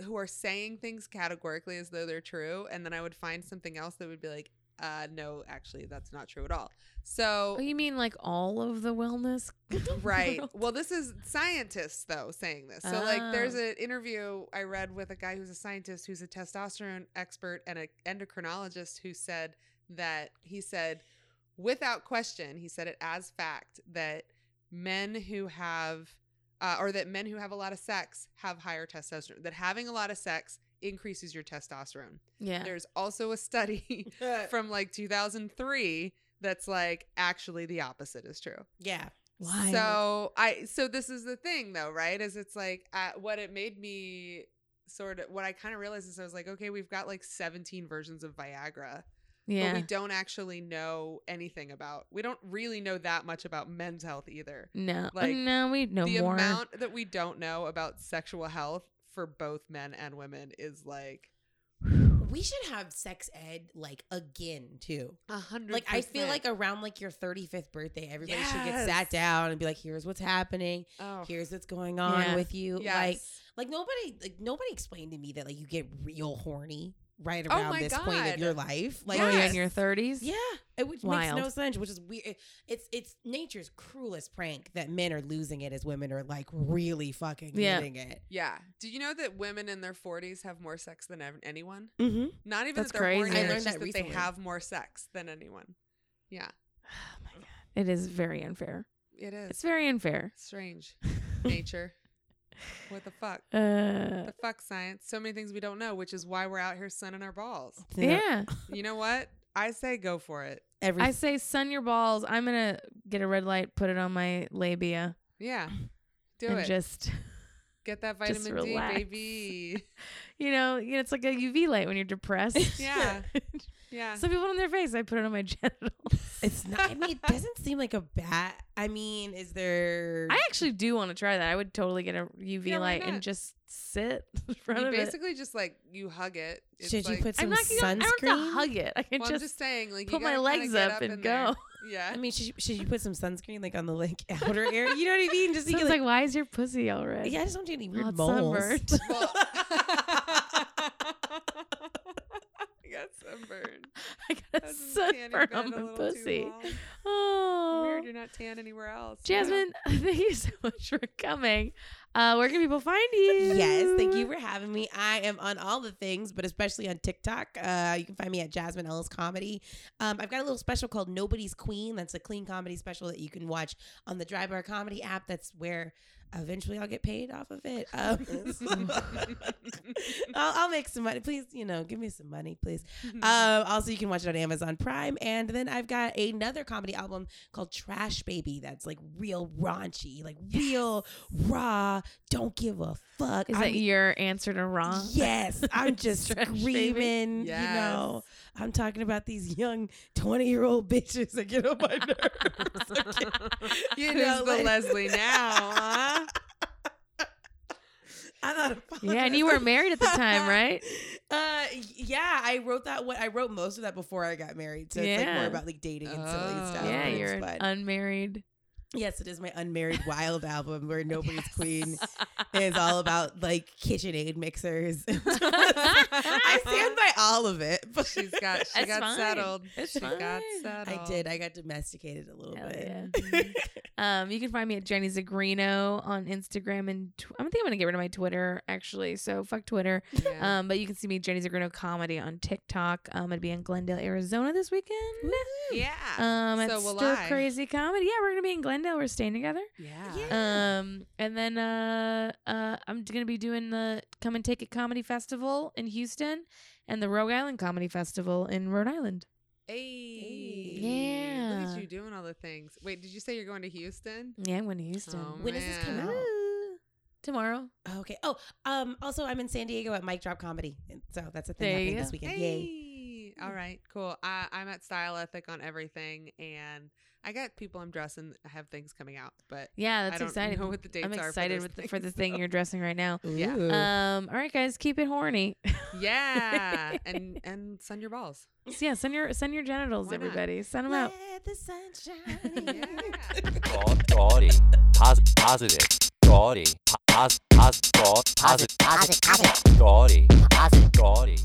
Speaker 3: who are saying things categorically as though they're true and then I would find something else that would be like uh no actually that's not true at all. So
Speaker 2: Oh, you mean like all of the wellness?
Speaker 3: right. Well, this is scientists though saying this. So like there's
Speaker 2: Oh.
Speaker 3: an interview I read with a guy who's a scientist who's a testosterone expert and an endocrinologist who said that he said without question, he said it as fact that men who have uh, or that men who have a lot of sex have higher testosterone. That having a lot of sex increases your testosterone.
Speaker 2: yeah.
Speaker 3: There's also a study from like 2003 that's like actually the opposite is true.
Speaker 9: yeah.
Speaker 2: Why?
Speaker 3: So I so this is the thing though, right? Is it's like uh, what it made me sort of what I kind of realized is I was like, okay, we've got like 17 versions of Viagra, but
Speaker 2: yeah.
Speaker 3: we don't actually know anything about. We don't really know that much about men's health either.
Speaker 2: no. uh,
Speaker 3: like,
Speaker 2: no, we know
Speaker 3: the
Speaker 2: more.
Speaker 3: amount that we don't know about sexual health for both men and women is like
Speaker 9: We should have sex ed like again too.
Speaker 3: a hundred.
Speaker 9: Like I feel like
Speaker 3: percent.
Speaker 9: around like your 35th birthday, everybody should get
Speaker 3: Yes.
Speaker 9: sat down and be like, "Here's what's happening.
Speaker 3: oh,
Speaker 9: Here's what's going on
Speaker 2: Yeah.
Speaker 9: with you."
Speaker 3: yes.
Speaker 9: Like, like nobody, like nobody explained to me that like you get real horny right
Speaker 3: Oh
Speaker 9: around
Speaker 3: my
Speaker 9: this point
Speaker 3: God.
Speaker 9: of your life. Like,
Speaker 2: Oh, yeah,
Speaker 3: Yes.
Speaker 2: in your 30s?
Speaker 9: yeah, it which
Speaker 2: Wild.
Speaker 9: makes no sense. Which is weird. It's it's nature's cruelest prank that men are losing it as women are like really fucking
Speaker 2: Yeah.
Speaker 9: getting it.
Speaker 3: yeah. Do you know that women in their 40s have more sex than ev- anyone?
Speaker 4: Mm-hmm.
Speaker 3: Not even
Speaker 2: That's
Speaker 3: that they're horny.
Speaker 2: crazy. I
Speaker 3: it's
Speaker 9: learned
Speaker 3: just
Speaker 9: that
Speaker 3: They
Speaker 9: recently.
Speaker 3: have more sex than anyone. Yeah,
Speaker 2: Oh my god. It is very unfair.
Speaker 3: it is.
Speaker 2: It's very unfair.
Speaker 3: strange. Nature. what the fuck?
Speaker 2: Uh
Speaker 3: The fuck science. So many things we don't know, which is why we're out here sunning our balls.
Speaker 2: yeah.
Speaker 3: You know what? I say go for it.
Speaker 4: Every
Speaker 2: I say sun your balls. I'm gonna get a red light, put it on my labia,
Speaker 3: Yeah. Do
Speaker 2: and
Speaker 3: it.
Speaker 2: just
Speaker 3: Get that
Speaker 2: just
Speaker 3: vitamin D,
Speaker 2: relax.
Speaker 3: baby.
Speaker 2: you know, you know, it's like a UV light when you're depressed.
Speaker 3: Yeah. Yeah.
Speaker 2: Some people on their face, I put it on my genitals.
Speaker 4: it's not. I mean, it doesn't seem like a bad. I mean, is there?
Speaker 2: I actually do want to try that. I would totally get a UV
Speaker 3: Yeah, why
Speaker 2: light
Speaker 3: not?
Speaker 2: and just sit in front
Speaker 3: You
Speaker 2: of it.
Speaker 3: basically just like you hug it. It's
Speaker 4: should
Speaker 3: like,
Speaker 4: you put
Speaker 2: I'm
Speaker 4: some
Speaker 2: not gonna. I don't have to
Speaker 4: sunscreen?
Speaker 2: hug it. I can
Speaker 3: well, I'm
Speaker 2: just,
Speaker 3: just saying, like you
Speaker 2: put my
Speaker 3: gotta kinda
Speaker 2: legs
Speaker 3: get
Speaker 2: up and
Speaker 3: in there.
Speaker 2: go.
Speaker 3: Yeah.
Speaker 4: I mean, should you, should you put some sunscreen like on the like outer area? You know what I mean? Just
Speaker 2: So
Speaker 4: to
Speaker 2: it's
Speaker 4: get, like,
Speaker 2: like, why is your pussy all red?
Speaker 4: yeah, I just don't do any
Speaker 2: Oh,
Speaker 4: weird
Speaker 2: it's
Speaker 4: moles.
Speaker 2: sunburned.
Speaker 3: Well, I got sunburned.
Speaker 2: I got a
Speaker 3: Hasn't Tanny
Speaker 2: sunburn
Speaker 3: been
Speaker 2: on
Speaker 3: a
Speaker 2: my
Speaker 3: little too
Speaker 2: pussy.
Speaker 3: long?
Speaker 2: Oh,
Speaker 3: You're not tan anywhere else.
Speaker 2: Jasmine, thank you so much for coming. Uh, where can people find you?
Speaker 4: Yes, thank you for having me. I am on all the things, but especially on TikTok. Uh, you can find me at Jasmine Ellis Comedy. Um, I've got a little special called Nobody's Queen. That's a clean comedy special that you can watch on the Dry Bar Comedy app. That's where eventually I'll get paid off of it. Um, so- I'll, I'll make some money. Please, you know, give me some money, please.
Speaker 2: Mm-hmm.
Speaker 3: uh,
Speaker 4: Um, also, you can watch it on Amazon Prime. And then I've got another comedy album called Trash Baby that's like real raunchy, like real raw. Don't give a fuck.
Speaker 2: Is
Speaker 4: I'm-
Speaker 2: that your answer to wrong?
Speaker 4: Yes, I'm just
Speaker 2: Trash Baby?
Speaker 4: screaming.
Speaker 3: Yes.
Speaker 4: You know, I'm talking about these young 20 year old bitches that get on my nerves. Okay. You
Speaker 3: Who's
Speaker 4: know,
Speaker 3: the
Speaker 4: like,
Speaker 3: Leslie now? Huh?
Speaker 4: I thought.
Speaker 2: Yeah, and you were married at the time, right?
Speaker 4: Uh, y- yeah, I wrote that one. I wrote most of that before I got married, so it's like
Speaker 2: Yeah.
Speaker 4: more about like dating and silly
Speaker 3: Oh.
Speaker 4: stuff.
Speaker 2: yeah,
Speaker 4: but it's
Speaker 2: you're an
Speaker 4: fun.
Speaker 2: unmarried.
Speaker 4: Yes, it is my unmarried wild album where nobody's queen is all about like KitchenAid mixers. I stand by all of it. But
Speaker 3: She's got she
Speaker 2: It's
Speaker 3: got
Speaker 2: fine.
Speaker 3: settled.
Speaker 2: It's
Speaker 3: she got
Speaker 2: fine.
Speaker 3: settled.
Speaker 4: I did. I got domesticated a little
Speaker 2: Hell
Speaker 4: bit.
Speaker 2: yeah. Um, you can find me at Jenny Zagrino on Instagram and tw- I think I'm gonna get rid of my Twitter actually. So fuck Twitter.
Speaker 3: Yeah.
Speaker 2: Um, but you can see me Jenny Zagrino comedy on TikTok. Um, I'd be in Glendale, Arizona this weekend.
Speaker 3: yeah.
Speaker 2: Um, at
Speaker 3: So will
Speaker 2: Stir
Speaker 3: I.
Speaker 2: Crazy Comedy. Yeah, we're gonna be in Glendale. We're staying together.
Speaker 3: yeah.
Speaker 2: Um, and then uh, uh, I'm gonna be doing the Come and Take It Comedy Festival in Houston, and the Rogue Island Comedy Festival in Rhode Island.
Speaker 3: Hey. Look
Speaker 2: Yeah.
Speaker 3: at you doing all the things. Wait, did you say you're going to Houston?
Speaker 2: Yeah, I'm going to Houston.
Speaker 3: Oh,
Speaker 4: When does this come
Speaker 3: man.
Speaker 4: out?
Speaker 2: Ooh. Tomorrow.
Speaker 4: Okay. Oh, um, also I'm in San Diego at Mike Drop Comedy. And so that's a thing
Speaker 2: There you
Speaker 4: happening
Speaker 2: go.
Speaker 4: this weekend. Yay.
Speaker 3: Hey. All right, cool. Uh, I'm at Style Ethic on everything, and I got people I'm dressing. I have things coming out, but
Speaker 2: Yeah, that's
Speaker 3: I don't
Speaker 2: exciting.
Speaker 3: know what the dates
Speaker 2: I'm
Speaker 3: are. for
Speaker 2: excited
Speaker 3: those
Speaker 2: with the,
Speaker 3: things,
Speaker 2: for the
Speaker 3: so-
Speaker 2: thing you're dressing right now.
Speaker 3: Yeah.
Speaker 2: Um, all right, guys, keep it horny.
Speaker 3: Yeah, and and sun your balls.
Speaker 2: yeah, send your send your genitals,
Speaker 3: Why not?
Speaker 2: everybody. Send them out.
Speaker 4: Let the sunshine.
Speaker 3: Yeah.
Speaker 1: Body. Positive. Positive. Body. Positive. Positive. Positive. Positive. Body. Positive. Body.